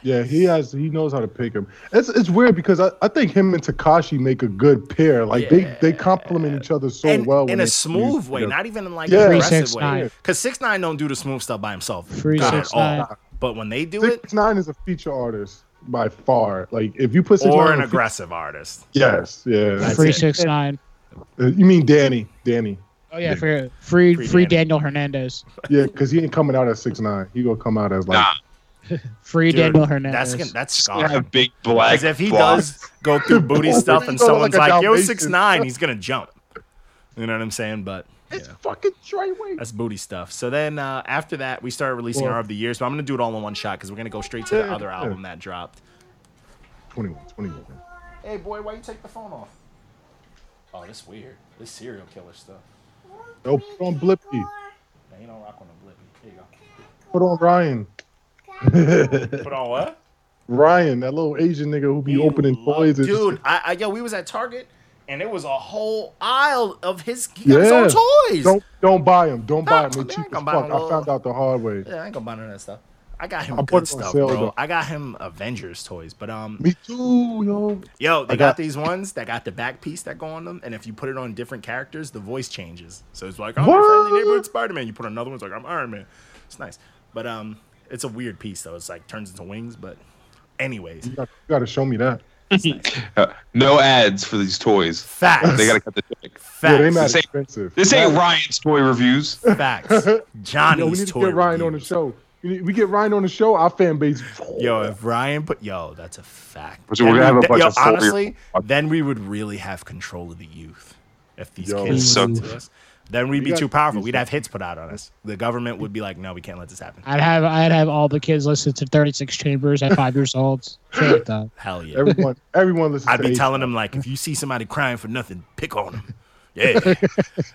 Speaker 3: yeah, he has he knows how to pick him. It's it's weird because I, I think him and Takashi make a good pair. Like
Speaker 2: Yeah.
Speaker 3: they they complement each other so
Speaker 2: And,
Speaker 3: well when
Speaker 2: in
Speaker 3: they
Speaker 2: a smooth
Speaker 3: use
Speaker 2: way,
Speaker 3: their-
Speaker 2: not even in like
Speaker 3: Yeah.
Speaker 2: an
Speaker 3: Free
Speaker 2: aggressive
Speaker 5: 6ix9ine.
Speaker 2: way. Because six nine don't do the smooth stuff by himself.
Speaker 5: Free
Speaker 2: Not at
Speaker 5: 6ix9ine.
Speaker 2: all. But when they do it,
Speaker 3: Six nine is a feature artist by far. Like if you put six
Speaker 2: or an
Speaker 3: nine on a feature-
Speaker 2: aggressive artist.
Speaker 3: yes, yeah.
Speaker 2: That's
Speaker 5: Three
Speaker 2: it.
Speaker 5: six nine.
Speaker 3: Uh, You mean Danny? Danny?
Speaker 5: Oh yeah, free free,
Speaker 2: Free
Speaker 5: free,
Speaker 2: Daniel.
Speaker 5: Daniel Hernandez.
Speaker 3: Yeah, because he ain't coming out at six nine. He gonna come out as like
Speaker 4: Nah,
Speaker 5: Free
Speaker 2: Dude,
Speaker 5: Daniel
Speaker 2: that's
Speaker 5: Hernandez.
Speaker 2: gonna- that's
Speaker 4: I
Speaker 2: scarred.
Speaker 4: have big black.
Speaker 2: Because if he
Speaker 4: block.
Speaker 2: does go through booty stuff and
Speaker 3: He's going
Speaker 2: someone's
Speaker 3: like a
Speaker 2: like, yo,
Speaker 3: Dalmatian."
Speaker 2: six nine, he's gonna jump. You know what I'm saying? But
Speaker 3: it's
Speaker 2: yeah,
Speaker 3: fucking Trey Wayne.
Speaker 2: that's booty stuff. So then uh, after that, we started releasing
Speaker 5: Well-
Speaker 2: our of the years. But I'm gonna do it all in one shot because we're gonna go straight to the
Speaker 3: Yeah,
Speaker 2: other
Speaker 3: yeah.
Speaker 2: album that dropped.
Speaker 3: 21, 21.
Speaker 2: Hey boy, why you take the phone off? Oh, this weird. This serial killer stuff.
Speaker 3: Yo, put on Blippy.
Speaker 2: Now you don't rock on the blippy. Here you
Speaker 3: Put on Ryan.
Speaker 2: go. Put on what?
Speaker 3: Ryan, that little Asian nigga who be
Speaker 2: You
Speaker 3: opening
Speaker 2: love-
Speaker 3: toys. and-
Speaker 2: Dude, I, I yo, we was at Target and it was a whole aisle of his he got his own
Speaker 3: Yeah.
Speaker 2: toys.
Speaker 3: Don't don't buy them. Don't buy them.
Speaker 2: Nah,
Speaker 3: They're
Speaker 2: man,
Speaker 3: cheap as
Speaker 2: don't
Speaker 3: fuck.
Speaker 2: buy 'em.
Speaker 3: I found out the hard way.
Speaker 2: Yeah, I ain't gonna buy none of that stuff. I got him
Speaker 3: I
Speaker 2: good
Speaker 3: bought it on
Speaker 2: stuff,
Speaker 3: sale,
Speaker 2: bro.
Speaker 3: though.
Speaker 2: I got him Avengers toys, but um,
Speaker 3: Me too, yo.
Speaker 2: yo, they
Speaker 3: I
Speaker 2: got,
Speaker 3: got-
Speaker 2: these ones that got the back piece that go on them, and if you put it on different characters, the voice changes. So it's like I'm a friendly
Speaker 3: What?
Speaker 2: neighborhood Spider Man. You put another one's like I'm Iron Man. It's nice, but um, it's a weird piece though. It's like turns into wings, but anyways,
Speaker 3: You got- you gotta show me that.
Speaker 4: Uh, no ads for these toys.
Speaker 2: facts.
Speaker 4: They gotta cut the check.
Speaker 3: Yeah, they
Speaker 2: facts.
Speaker 3: not
Speaker 4: This ain't-
Speaker 3: expensive.
Speaker 4: This ain't Ryan's toy reviews.
Speaker 2: Facts. Johnny's
Speaker 3: Yo, we need to
Speaker 2: toy
Speaker 3: get Ryan on the
Speaker 2: reviews.
Speaker 3: show. We need- we get Ryan on the show. Our fan base.
Speaker 2: Yo, if Ryan put yo, that's a fact.
Speaker 4: So we're
Speaker 2: Then
Speaker 4: gonna have
Speaker 2: we-
Speaker 4: a bunch
Speaker 2: yo,
Speaker 4: of four-year-old
Speaker 2: honestly,
Speaker 4: fuckers.
Speaker 2: then we would really have control of the youth if these
Speaker 3: Yo,
Speaker 2: kids
Speaker 4: So-
Speaker 2: listened to us. Then we'd be
Speaker 3: got-
Speaker 2: too powerful. We'd have hits put out on us. The government would be like, "No, we can't let this happen."
Speaker 5: I'd have I'd have all the kids listen to 36 Chambers at five years old. Shit like that.
Speaker 2: Hell yeah!
Speaker 3: everyone, everyone listens.
Speaker 2: I'd
Speaker 3: to
Speaker 2: be
Speaker 3: Ace.
Speaker 2: telling them like, if you see somebody crying for nothing, pick on them. Yeah,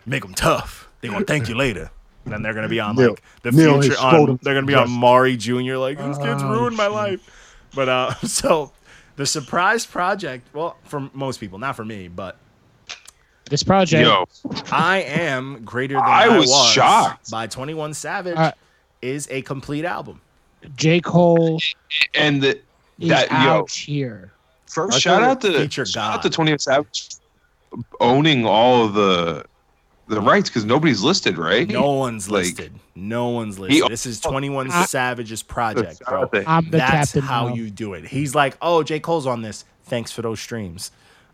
Speaker 2: make them tough. They gonna thank you later. And then they're gonna be on
Speaker 3: Neil-
Speaker 2: like the
Speaker 3: Neil
Speaker 2: future
Speaker 3: has sold
Speaker 2: on.
Speaker 3: 'em
Speaker 2: They're gonna be
Speaker 3: to
Speaker 2: on
Speaker 3: justice.
Speaker 2: Maury Junior. Like this kid's
Speaker 5: Oh,
Speaker 2: ruined my
Speaker 5: shit.
Speaker 2: life. But uh, so the surprise project. Well, for most people, not for me, but
Speaker 5: This project.
Speaker 4: Yo,
Speaker 2: I am greater than I,
Speaker 4: I was shocked.
Speaker 2: by Twenty One Savage
Speaker 5: Uh,
Speaker 2: is a complete album.
Speaker 5: J. Cole
Speaker 4: and the,
Speaker 5: is
Speaker 4: that yo
Speaker 5: out here.
Speaker 4: first
Speaker 3: I
Speaker 4: shout
Speaker 3: thought
Speaker 4: out to
Speaker 2: Feature
Speaker 4: shout
Speaker 2: God.
Speaker 4: out to 20th Savage owning all of the the rights because nobody's listed, right?
Speaker 2: No one's
Speaker 4: like-
Speaker 2: listed. No one's listed. This is Twenty One
Speaker 5: I-
Speaker 2: Savage's
Speaker 4: So
Speaker 2: project,
Speaker 4: shout out
Speaker 2: bro.
Speaker 4: to-
Speaker 5: I'm the
Speaker 2: That's
Speaker 5: captain.
Speaker 2: how
Speaker 5: now.
Speaker 2: you do it. He's like, oh, J Cole's on this. Thanks for those streams.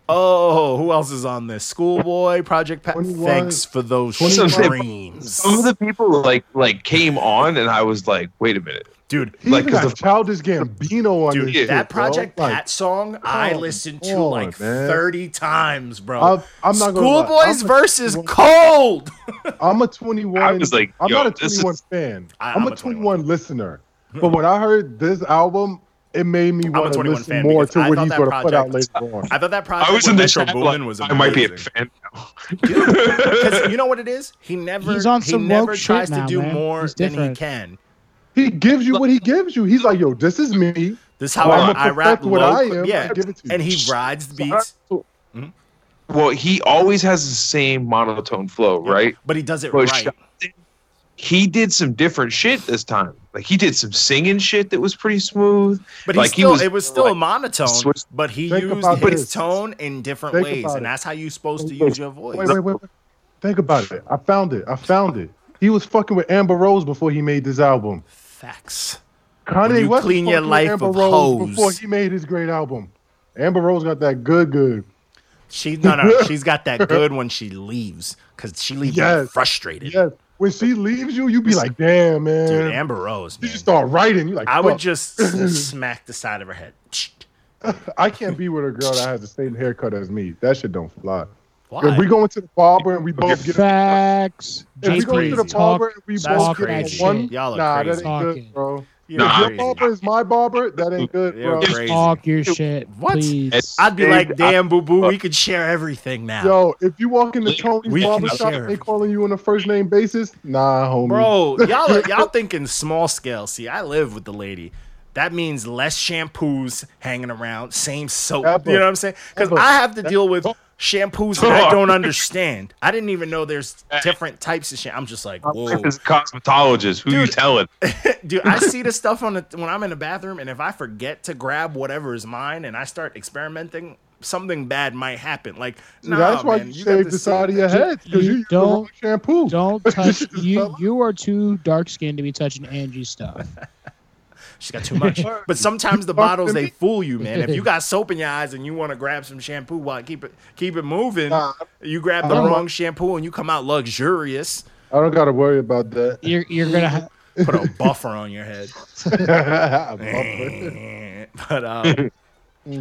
Speaker 2: Oh, who else is on this? Schoolboy Project. Pa-
Speaker 3: 21
Speaker 2: Thanks for those
Speaker 4: 21
Speaker 2: streams,
Speaker 4: Some of the people like like came on, and I was like, wait a minute.
Speaker 2: dude.
Speaker 3: He
Speaker 4: Like,
Speaker 3: even
Speaker 4: 'cause
Speaker 3: got
Speaker 4: the-
Speaker 3: Childish Gambino on
Speaker 2: Dude,
Speaker 3: this shit,
Speaker 2: that
Speaker 3: bro.
Speaker 2: Project
Speaker 3: Like,
Speaker 2: Pat song I
Speaker 3: come
Speaker 2: listened to
Speaker 3: on,
Speaker 2: like
Speaker 3: man.
Speaker 2: thirty times, bro.
Speaker 3: I, I'm not gonna lie.
Speaker 2: Schoolboys
Speaker 3: I'm a
Speaker 2: versus
Speaker 3: 21
Speaker 2: Cold.
Speaker 3: I'm a 21.
Speaker 4: I was like,
Speaker 3: I'm
Speaker 4: yo,
Speaker 3: not a
Speaker 4: this
Speaker 3: 21
Speaker 4: is-
Speaker 3: fan.
Speaker 2: I-
Speaker 3: I, am
Speaker 2: I'm
Speaker 3: a
Speaker 2: a
Speaker 3: 21,
Speaker 2: 21
Speaker 3: listener. But when I heard this album, it made me want to
Speaker 2: 21
Speaker 3: listen
Speaker 2: fan
Speaker 3: more
Speaker 2: because
Speaker 3: to
Speaker 2: I
Speaker 3: what
Speaker 2: thought
Speaker 3: he's
Speaker 2: that
Speaker 3: going to put out later
Speaker 2: project-
Speaker 3: on.
Speaker 2: I thought that project
Speaker 4: I was
Speaker 2: with
Speaker 4: in the
Speaker 2: Metro
Speaker 4: chat.
Speaker 2: Boomin
Speaker 4: like,
Speaker 2: was
Speaker 4: I might be a
Speaker 2: amazing.
Speaker 4: fan
Speaker 2: Because
Speaker 4: now.
Speaker 2: you know what it is? He never
Speaker 5: He's on
Speaker 2: he
Speaker 5: some
Speaker 2: never
Speaker 5: woke shit
Speaker 2: tries to
Speaker 5: now,
Speaker 2: do
Speaker 5: man.
Speaker 2: more
Speaker 5: He's
Speaker 2: than he
Speaker 5: different.
Speaker 2: can.
Speaker 3: He gives you what he gives you. He's like, yo, this is me.
Speaker 2: This is how
Speaker 4: Well,
Speaker 2: I,
Speaker 4: I'm
Speaker 2: I rap
Speaker 3: perfect what
Speaker 2: low,
Speaker 3: I am.
Speaker 2: yeah.
Speaker 3: I give it to you.
Speaker 2: And he rides the beats,
Speaker 4: well, he always has the same monotone flow, right?
Speaker 2: but he does it
Speaker 4: Well,
Speaker 2: right.
Speaker 4: shut- He did some different shit this time. Like he did some singing shit that was pretty smooth.
Speaker 2: But
Speaker 4: Like,
Speaker 2: he
Speaker 4: he
Speaker 2: still,
Speaker 4: was-
Speaker 2: it was still a
Speaker 4: like,
Speaker 2: monotone,
Speaker 4: switched-
Speaker 2: but he
Speaker 3: Think
Speaker 2: used
Speaker 3: about
Speaker 2: his
Speaker 3: this.
Speaker 2: tone in different
Speaker 3: Think
Speaker 2: ways,
Speaker 3: about
Speaker 2: and
Speaker 3: it.
Speaker 2: that's how you're supposed to
Speaker 3: Think
Speaker 2: use your voice.
Speaker 3: Wait, wait, wait, wait. Think about it. I found it. I found it. He was fucking with Amber Rose before he made this album.
Speaker 2: Facts. When
Speaker 3: Kanye
Speaker 2: you
Speaker 3: West was
Speaker 2: clean your
Speaker 3: fucking with
Speaker 2: life
Speaker 3: Amber
Speaker 2: of
Speaker 3: Rose
Speaker 2: hoes.
Speaker 3: before he made his great album. Amber Rose got that good, good.
Speaker 2: She no no, she's got that good when she leaves because she leaves you
Speaker 3: Yes.
Speaker 2: frustrated.
Speaker 3: Yes. When she leaves you, you be like, damn, man.
Speaker 2: Dude, Amber Rose,
Speaker 3: you
Speaker 2: man.
Speaker 3: just start writing. You like,
Speaker 2: I would
Speaker 3: fuck.
Speaker 2: just s- smack the side of her head.
Speaker 3: I can't be with a girl that has the same haircut as me. That shit don't fly.
Speaker 2: Why?
Speaker 3: If we go into the barber and we both get a,
Speaker 5: Facts.
Speaker 3: if we
Speaker 5: J.
Speaker 3: go
Speaker 5: Cole
Speaker 3: into the
Speaker 2: crazy.
Speaker 5: talk
Speaker 3: barber and we
Speaker 5: That's
Speaker 3: both get
Speaker 5: crazy.
Speaker 3: a one,
Speaker 2: Y'all are
Speaker 3: nah,
Speaker 2: crazy.
Speaker 3: that ain't
Speaker 5: Talking.
Speaker 3: good, bro.
Speaker 2: You're
Speaker 4: Nah.
Speaker 3: If
Speaker 2: crazy.
Speaker 3: your barber is my barber, that ain't good,
Speaker 2: You're
Speaker 3: bro.
Speaker 2: crazy.
Speaker 5: talk your shit.
Speaker 2: What?
Speaker 5: Please.
Speaker 4: It's-
Speaker 2: I'd be
Speaker 4: Dude,
Speaker 2: like,
Speaker 4: I-
Speaker 2: damn, boo boo, we could share everything now.
Speaker 3: Yo, if you walk into
Speaker 4: We-
Speaker 2: we
Speaker 3: Tony's
Speaker 2: can
Speaker 3: barber shop
Speaker 2: share.
Speaker 3: and they calling you on a first name basis, nah, homie.
Speaker 2: Bro,
Speaker 3: Mm.
Speaker 2: y'all are, y'all thinking small scale. See, I live with the lady. That means less shampoos hanging around, same soap.
Speaker 3: That
Speaker 2: you know
Speaker 3: book.
Speaker 2: what I'm saying? Because
Speaker 3: That book.
Speaker 2: I have to deal with shampoos that I don't understand. I didn't even know there's different types of shampoo. I'm just like, whoa.
Speaker 4: As a cosmetologist, who you
Speaker 2: Dude.
Speaker 4: telling?
Speaker 2: Dude, I see the stuff on the when I'm in the bathroom, and if I forget to grab whatever is mine, and I start experimenting, something bad might happen. Like,
Speaker 3: See,
Speaker 2: nah,
Speaker 3: that's why
Speaker 2: man,
Speaker 3: you
Speaker 2: got
Speaker 3: shaved the
Speaker 2: this-
Speaker 3: side of your head because
Speaker 5: you
Speaker 3: you, use the wrong
Speaker 5: don't-
Speaker 3: shampoo.
Speaker 5: Don't touch
Speaker 3: Just
Speaker 5: you.
Speaker 3: tell her.
Speaker 5: You are too dark skinned to be touching Angie's stuff.
Speaker 2: She's got too much. but sometimes the bottles they fool you, man. If you got soap in your eyes and you want to grab some shampoo while keep it keep it moving,
Speaker 3: Nah,
Speaker 2: you grab the
Speaker 3: Uh-huh.
Speaker 2: wrong shampoo and you come out luxurious.
Speaker 3: I don't gotta worry about that.
Speaker 5: You're you're gonna. Ha-
Speaker 2: Put a buffer on your head.
Speaker 3: I love it.
Speaker 2: but um,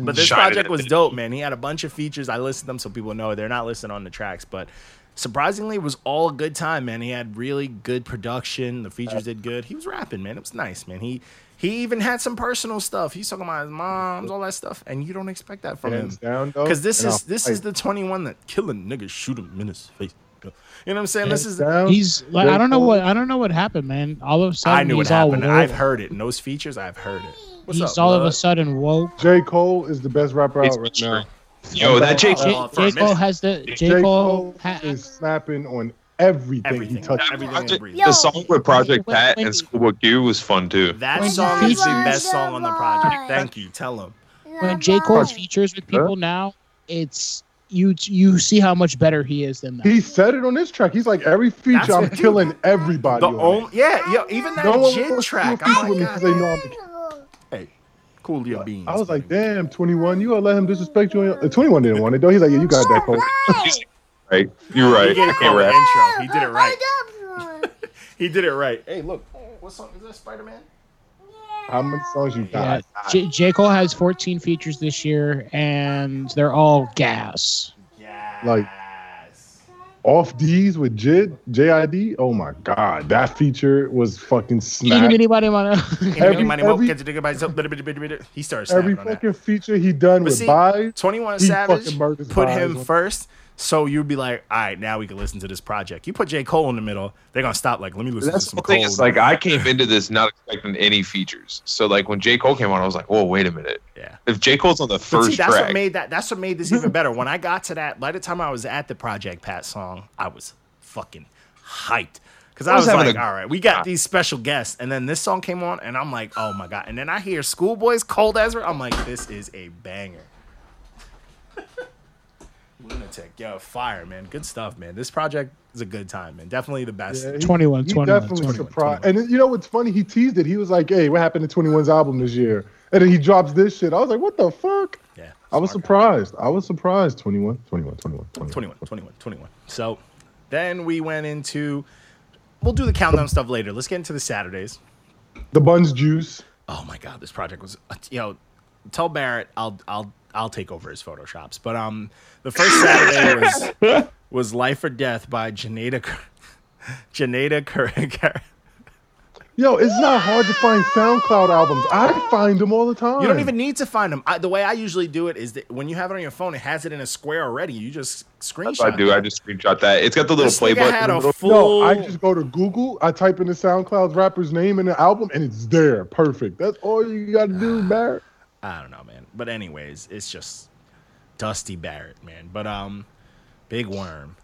Speaker 2: but this
Speaker 4: Shine it
Speaker 2: project
Speaker 4: in.
Speaker 2: was dope, man. He had a bunch of features. I listed them so people know they're not listed on the tracks, but surprisingly, it was all a good time, man. He had really good production. The features did good. He was rapping, man. It was nice, man. He he even had some personal stuff. He's talking about his mom's, all that stuff, and you don't expect that from him.
Speaker 3: Hands down, though.
Speaker 2: Because this
Speaker 3: and
Speaker 2: is
Speaker 3: I'll
Speaker 2: this
Speaker 3: fight.
Speaker 2: is the 21 that kill a nigga, shoot him in his face. You know what I'm saying? This
Speaker 3: Hands
Speaker 2: is
Speaker 3: down.
Speaker 5: He's like, I don't know what I don't know what happened, man. All of a sudden,
Speaker 2: I knew it
Speaker 5: he's all
Speaker 2: happened.
Speaker 5: woke.
Speaker 2: I've heard it. And those features, I've heard it. What's
Speaker 5: he's
Speaker 2: up,
Speaker 5: all of a
Speaker 2: bud?
Speaker 5: sudden woke.
Speaker 3: J. Cole is the best rapper
Speaker 4: It's
Speaker 3: out right
Speaker 4: true.
Speaker 3: now.
Speaker 4: Yo, that Jake.
Speaker 5: J,
Speaker 2: Uh, for a
Speaker 5: J. Cole
Speaker 2: minute.
Speaker 5: has the J.
Speaker 3: J.
Speaker 5: Cole.
Speaker 3: Cole
Speaker 5: Ha-
Speaker 3: is snapping on everything, he
Speaker 2: Everything,
Speaker 3: touches.
Speaker 2: everything
Speaker 4: I
Speaker 2: I
Speaker 4: did-
Speaker 2: breathe.
Speaker 6: Yo.
Speaker 4: The song with Project
Speaker 5: Wait,
Speaker 4: Pat
Speaker 5: wait,
Speaker 4: and
Speaker 5: wait.
Speaker 4: Schoolboy Q was fun too.
Speaker 2: That
Speaker 5: When
Speaker 2: song
Speaker 5: he
Speaker 2: is the
Speaker 5: features
Speaker 2: best song on the project.
Speaker 6: Lord.
Speaker 2: Thank you. Tell him.
Speaker 5: when J. Cole features with
Speaker 4: Huh?
Speaker 5: people now, it's you. You see how much better he is than them.
Speaker 3: He said it on this track. He's like, every feature,
Speaker 2: That's
Speaker 3: I'm
Speaker 2: it.
Speaker 3: killing everybody.
Speaker 2: The
Speaker 3: on it.
Speaker 2: only, yeah, yo, even that
Speaker 3: No one
Speaker 2: Jid
Speaker 3: wants to
Speaker 2: track.
Speaker 3: compete
Speaker 2: I'm
Speaker 3: with me
Speaker 2: like,
Speaker 3: because
Speaker 2: God,
Speaker 3: they know I'm.
Speaker 2: hey, cool your beans.
Speaker 3: I was like,
Speaker 2: buddy.
Speaker 3: damn, 21, you gonna let him disrespect you? Uh, 21 didn't want it though. He's like, yeah, you got that, Cole.
Speaker 4: Right? You're
Speaker 2: He
Speaker 4: right.
Speaker 2: gave
Speaker 4: I
Speaker 2: Cole
Speaker 4: can't
Speaker 2: the
Speaker 4: rap.
Speaker 2: intro. He did it right. He did it right. Hey, look, what song is that? Spider Man.
Speaker 3: How many songs you
Speaker 5: Yeah.
Speaker 3: got?
Speaker 5: J. J. Cole has 14 features this year, and they're all gas.
Speaker 2: Yeah.
Speaker 3: Like- Off D's with Jid, JID? Oh my god, that feature was fucking snap.
Speaker 5: Anybody want
Speaker 3: Every-
Speaker 5: to?
Speaker 3: every-
Speaker 2: he starts
Speaker 3: Every
Speaker 2: snapping on that.
Speaker 3: fucking feature he done
Speaker 2: But
Speaker 3: with
Speaker 2: see,
Speaker 3: Bi,
Speaker 2: 21
Speaker 3: He
Speaker 2: Savage
Speaker 3: fucking murders
Speaker 2: put
Speaker 3: Vibes
Speaker 2: him
Speaker 3: on-
Speaker 2: first, so you'd be like, all right, now we can listen to this project. You put J. Cole in the middle, they're gonna stop. Like, let me listen
Speaker 4: That's
Speaker 2: to
Speaker 4: the
Speaker 2: some
Speaker 4: thing.
Speaker 2: Cole.
Speaker 4: It's like I came into this not expecting any features. So like when J Cole came on, I was like, "Whoa, wait a minute."
Speaker 2: Yeah.
Speaker 4: If J Cole's on the
Speaker 2: But
Speaker 4: first
Speaker 2: see, that's what
Speaker 4: track,
Speaker 2: made that. That's what made this even better. When I got to that, by the time I was at the Project Pat song, I was fucking hyped because I,
Speaker 4: I
Speaker 2: was,
Speaker 4: was having
Speaker 2: like,
Speaker 4: a-
Speaker 2: all right, we got these special guests, and then this song came on, and I'm like, oh my god! And then I hear Schoolboy's Cold Ezra. I'm like, this is a banger. Lunatic, yo, fire, man. Good stuff, man. This project is a good time, man. Definitely the best.
Speaker 3: Yeah, he-
Speaker 5: 21,
Speaker 3: he
Speaker 5: 21,
Speaker 3: definitely
Speaker 5: 21,
Speaker 3: surprised. And then, you know what's funny? He teased it. He was like, "Hey, what happened to 21's album this year?" And then he drops this shit. I was like, "What the fuck?"
Speaker 2: Yeah,
Speaker 3: I was
Speaker 2: smart guy.
Speaker 3: surprised. I was surprised. 21, 21, 21,
Speaker 2: 21, 21, 21. So then we went into. We'll do the countdown stuff later. Let's get into the Saturdays.
Speaker 3: The Buns Juice.
Speaker 2: Oh my god, this project was you know, tell Barrett I'll I'll I'll take over his photoshops. But um the first Saturday was was Life or Death by Janeda Cur- Janeda Kurikara.
Speaker 3: Yo, it's not hard to find SoundCloud albums. I find them all the time.
Speaker 2: You don't even need to find them. I, the way I usually do it is that when you have it on your phone, it has it in a square already. You just screenshot.
Speaker 4: that's what I do.
Speaker 2: that.
Speaker 4: I just screenshot that. It's got the little
Speaker 2: This
Speaker 4: play
Speaker 2: nigga
Speaker 4: button.
Speaker 2: had
Speaker 4: in the
Speaker 2: a
Speaker 4: middle.
Speaker 2: full.
Speaker 3: No, I just go to Google. I type in the SoundCloud rapper's name and the album, and it's there. Perfect. That's all you got to do, Barrett.
Speaker 2: I don't know, man. But anyways, it's just Dusty Barrett, man. But um, Big Worm,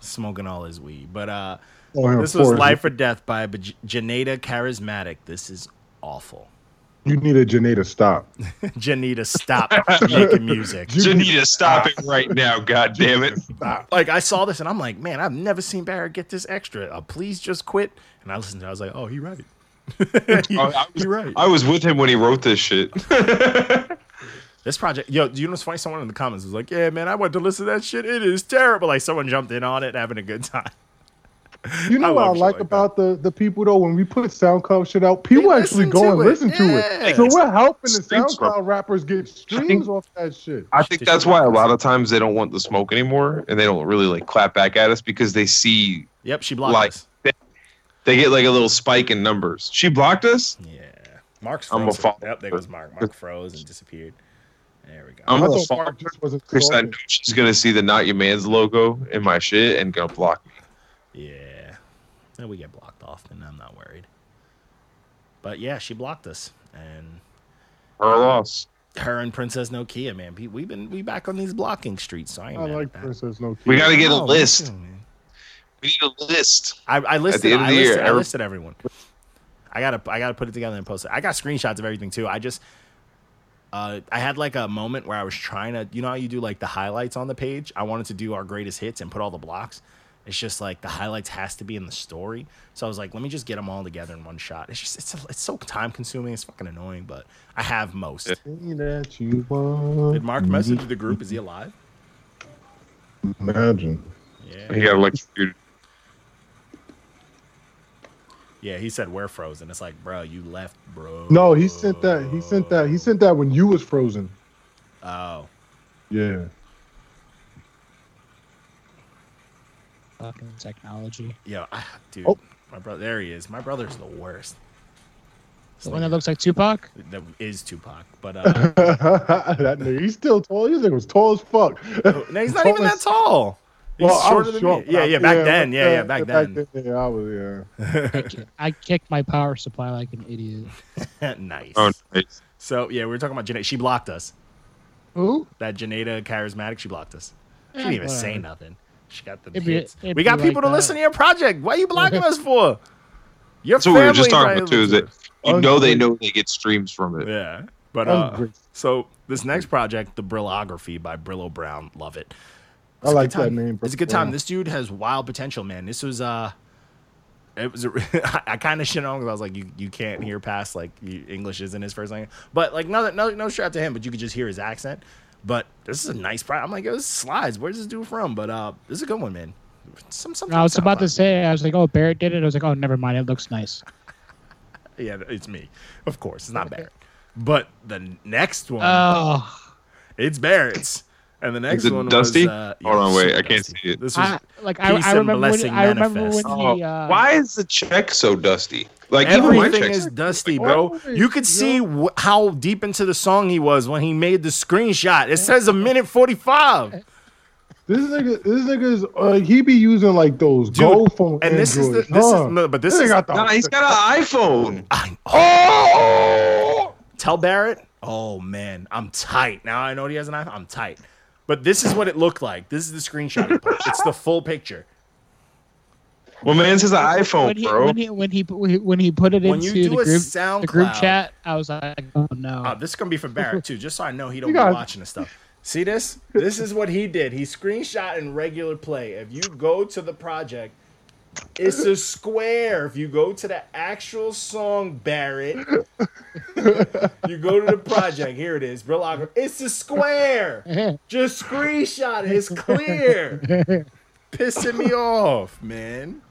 Speaker 2: smoking all his weed. But uh,
Speaker 3: Oh, yeah,
Speaker 2: this
Speaker 3: of
Speaker 2: was
Speaker 3: course.
Speaker 2: Life or Death by J- Janeda Charismatic. This is awful.
Speaker 3: You need a Janita stop.
Speaker 2: Janita, stop making music.
Speaker 4: Janita, stop it right now! God damn it!
Speaker 2: Like I saw this and I'm like, man, I've never seen Barrett get this extra. Uh, please just quit. And I listened to, it. I was like, oh, he right. he,
Speaker 4: Oh, I- I was-
Speaker 2: he right.
Speaker 4: I was with him when he wrote this shit.
Speaker 2: This project, yo, do you know what's funny? Someone in the comments was like, "Yeah, man, I went to listen to that shit. It is terrible." Like someone jumped in on it, having a good time.
Speaker 3: You know
Speaker 2: I
Speaker 3: what I
Speaker 2: love shit
Speaker 3: like
Speaker 2: like that.
Speaker 3: about the, the people though when we put SoundCloud shit out, people
Speaker 2: They
Speaker 3: actually
Speaker 2: listen
Speaker 3: go
Speaker 2: to
Speaker 3: and
Speaker 2: it.
Speaker 3: listen to
Speaker 2: Yeah.
Speaker 3: it. So we're helping the
Speaker 4: Streams, bro.
Speaker 3: SoundCloud rappers get streams off that shit.
Speaker 4: I think that's why a lot of times they don't want the smoke anymore, and they don't really like clap back at us because they see
Speaker 2: Yep, she blocked
Speaker 4: Like-
Speaker 2: us.
Speaker 4: they get like a little spike in numbers. She blocked us.
Speaker 2: Yeah, Mark's
Speaker 4: I'm
Speaker 2: frozen.
Speaker 4: a follower.
Speaker 2: Yep, there goes Mark. Mark froze and disappeared. There we go.
Speaker 4: I'm
Speaker 3: I
Speaker 4: a
Speaker 3: thought
Speaker 4: follower.
Speaker 3: Mark just wasn't
Speaker 4: Chris, I know
Speaker 3: talking.
Speaker 4: she's gonna see the Not Your Man's logo in my shit and gonna block me.
Speaker 2: yeah, and we get blocked off, and I'm not worried. But yeah, she blocked us, and
Speaker 4: Her loss.
Speaker 2: her and Princess Nokia, man, we, we've been we back on these blocking streets. So I, ain't
Speaker 3: I
Speaker 2: mad
Speaker 3: like
Speaker 2: at that.
Speaker 3: Princess No
Speaker 4: We gotta get a
Speaker 2: No, me
Speaker 4: list.
Speaker 2: too, man.
Speaker 4: We need a list.
Speaker 2: I, I listed.
Speaker 4: end of
Speaker 2: I,
Speaker 4: the year,
Speaker 2: listed I
Speaker 4: every-
Speaker 2: listed everyone. I gotta. I gotta put it together and post it. I got screenshots of everything too. I just. Uh, I had like a moment where I was trying to, you know, how you do like the highlights on the page. I wanted to do our greatest hits and put all the blocks. It's just like the highlights has to be in the story. So I was like, let me just get them all together in one shot. It's just it's it's so time consuming. It's fucking annoying, but I have most.
Speaker 3: Thing that you want.
Speaker 2: Did Mark message the group? Is he alive?
Speaker 3: Imagine.
Speaker 2: Yeah.
Speaker 4: He got electrocuted.
Speaker 2: Yeah, he said we're frozen. It's like, bro, you left, bro.
Speaker 3: No, he sent that. He sent that. He sent that when you was frozen.
Speaker 2: Oh.
Speaker 3: Yeah.
Speaker 5: Fucking technology.
Speaker 2: Yo, ah, dude,
Speaker 3: Oh.
Speaker 2: my brother. There he is. My brother's the worst.
Speaker 5: The one that looks like Tupac.
Speaker 2: That is Tupac, but uh,
Speaker 3: that nigga, he's still tall. He was tall as fuck.
Speaker 2: no, he's not even that tall. He's
Speaker 3: Well, I
Speaker 2: shorter
Speaker 3: was
Speaker 2: than
Speaker 3: short,
Speaker 2: me. Yeah,
Speaker 3: but- uh,
Speaker 2: yeah, back then. Yeah, yeah, back then.
Speaker 3: Yeah, I was. Yeah.
Speaker 5: I kicked my power supply like an idiot.
Speaker 2: nice.
Speaker 4: Oh, nice.
Speaker 2: So yeah, we were talking about Janae. She blocked us.
Speaker 5: Who?
Speaker 2: That Janeda charismatic, she blocked us. She didn't
Speaker 5: Eh,
Speaker 2: even say
Speaker 5: whatever.
Speaker 2: nothing. She got the
Speaker 5: It'd be-
Speaker 2: hits.
Speaker 5: it'd
Speaker 2: we
Speaker 5: be
Speaker 2: got people
Speaker 5: like
Speaker 2: to
Speaker 5: that.
Speaker 2: listen to your project. Why are you blocking us for? Your
Speaker 4: That's what we were just
Speaker 2: family
Speaker 4: talking about
Speaker 2: probably
Speaker 4: too. Is that
Speaker 2: listens
Speaker 4: you know they know they get streams from
Speaker 2: to
Speaker 4: it.
Speaker 2: us. yeah, but uh,
Speaker 3: Ungrateful.
Speaker 2: so this next project, the Brillography by Brillo Brown, love it.
Speaker 3: I
Speaker 2: It's a
Speaker 3: like
Speaker 2: good
Speaker 3: that
Speaker 2: time.
Speaker 3: name, bro.
Speaker 2: It's a good time. This dude has wild potential, man. This was uh, it was. A, I, I kind of shit on because I was like, you you can't hear past like you, English isn't his first language, but like no no no shout out to him, but you could just hear his accent. But this is a nice project. I'm like, yo, this slides. Where's this dude from? But uh, this is a good one, man. Some something.
Speaker 5: I was about to
Speaker 2: sound
Speaker 5: say, I was like, oh, Barrett did it. I was like, oh, never mind. It looks nice.
Speaker 2: like- Yeah, it's me. Of course, it's not Barrett. But the next one,
Speaker 5: Oh,
Speaker 2: it's Barrett's. And the next
Speaker 4: Is it
Speaker 2: one
Speaker 4: Dusty?
Speaker 2: was. Uh,
Speaker 4: Hold on, wait,
Speaker 2: super
Speaker 4: I can't see it.
Speaker 2: This was
Speaker 5: I, like I,
Speaker 2: Peace
Speaker 5: I
Speaker 2: and
Speaker 5: remember when
Speaker 2: blessing
Speaker 5: I remember when
Speaker 2: manifest.
Speaker 4: Oh,
Speaker 5: he. Uh,
Speaker 4: why is the check so dusty? Like even my
Speaker 2: Everything
Speaker 4: check
Speaker 2: is dusty, bro.
Speaker 3: Always,
Speaker 2: You could
Speaker 3: yo.
Speaker 2: see wh- how deep into the song he was when he made the screenshot. It says a minute 45.
Speaker 3: This nigga, this nigga is uh, he be using like those
Speaker 2: Dude,
Speaker 3: gold phone.
Speaker 2: and this is the-
Speaker 3: Androids,
Speaker 2: this is-
Speaker 3: huh?
Speaker 2: no, but this
Speaker 3: They
Speaker 2: is-
Speaker 3: got the,
Speaker 4: Nah, he's got an iPhone.
Speaker 2: I-
Speaker 4: Oh,
Speaker 2: Tell Barrett, oh man, I'm tight. Now I know he has an iPhone. I'm tight. But this is what it looked like. This is the screenshot. he put. it's the full picture.
Speaker 4: well, man, says an
Speaker 5: when,
Speaker 4: iPhone,
Speaker 5: he,
Speaker 4: bro.
Speaker 5: when he when he when he when he put it
Speaker 2: When you
Speaker 5: into
Speaker 2: do
Speaker 5: the
Speaker 2: a
Speaker 5: group the group
Speaker 2: SoundCloud-
Speaker 5: chat, I was like, oh
Speaker 4: Uh,
Speaker 5: no.
Speaker 2: Oh, this is gonna be for Barrett too, just so I know he don't
Speaker 3: Uh, You
Speaker 2: be
Speaker 3: guys-
Speaker 2: watching this stuff. See this? This is what he did. He screenshot in regular play. If you go to the project, it's a square. If you go to the actual song, Barrett, you go to the project. Here it is, Brilography. It's a square. Just screenshot. it. It's clear. Pissing me off, man.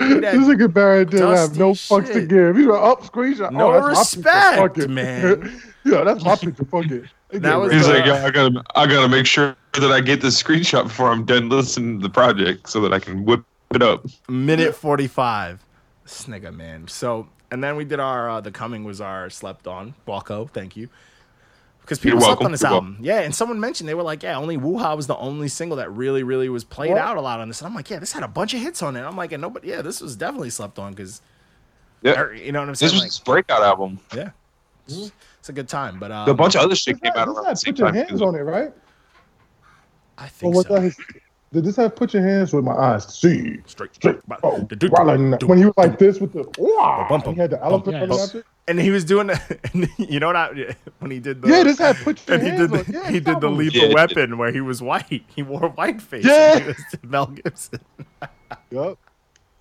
Speaker 2: Look at
Speaker 3: This
Speaker 2: that
Speaker 3: nigga Barrett didn't have no
Speaker 2: dusty
Speaker 3: fucks to
Speaker 2: shit.
Speaker 3: give. He was up screenshot.
Speaker 2: No
Speaker 3: oh, that's
Speaker 2: respect,
Speaker 3: my picture. Fuck it.
Speaker 2: man.
Speaker 3: yeah, that's my picture. Fuck it. They
Speaker 2: That
Speaker 3: get
Speaker 2: was-
Speaker 3: rid of
Speaker 4: He's
Speaker 2: Uh,
Speaker 4: like, yeah, I gotta, I gotta make sure that I get this screenshot before I'm done listening to the project, so that I can whip it up.
Speaker 2: minute 45 this nigga man so and then we did our uh, the coming was our slept on walko thank you because people
Speaker 4: You're
Speaker 2: slept
Speaker 4: welcome.
Speaker 2: on this
Speaker 4: You're
Speaker 2: album yeah and someone mentioned they were like yeah only wuha was the only single that really really was played out a lot on this and i'm like yeah this had a bunch of hits on it i'm like and nobody yeah this was definitely slept on because
Speaker 4: Yeah,
Speaker 2: you know what i'm saying
Speaker 4: this was
Speaker 2: like,
Speaker 4: his breakout album.
Speaker 2: yeah This is- it's a good time but uh
Speaker 4: A bunch of other shit
Speaker 3: This
Speaker 4: came
Speaker 3: had-
Speaker 4: out
Speaker 3: this
Speaker 4: around the
Speaker 3: had
Speaker 4: same
Speaker 3: put your
Speaker 4: time.
Speaker 3: hands on it, right?
Speaker 2: i
Speaker 3: Or
Speaker 2: think
Speaker 3: was
Speaker 2: so.
Speaker 3: that his? Did this have put your hands with my eyes? to See.
Speaker 2: straight, straight
Speaker 3: Straight-
Speaker 2: but-
Speaker 3: Oh,
Speaker 2: the dude-
Speaker 3: rolling.
Speaker 2: dude-
Speaker 3: when he was like this with the wow,
Speaker 2: Bump him.
Speaker 3: he had the elephant
Speaker 5: him.
Speaker 3: coming
Speaker 5: Oh, Yes.
Speaker 3: out there.
Speaker 2: and he was doing and you know what I, when he did the
Speaker 3: Yeah, this had put your
Speaker 2: and he
Speaker 3: hands
Speaker 2: did
Speaker 3: on.
Speaker 2: the,
Speaker 3: Yeah,
Speaker 2: he did the
Speaker 3: probably.
Speaker 2: lethal
Speaker 4: Yeah, he
Speaker 2: weapon where he was white. He wore white face.
Speaker 3: Yeah.
Speaker 2: He was Mel Gibson.
Speaker 3: Yup.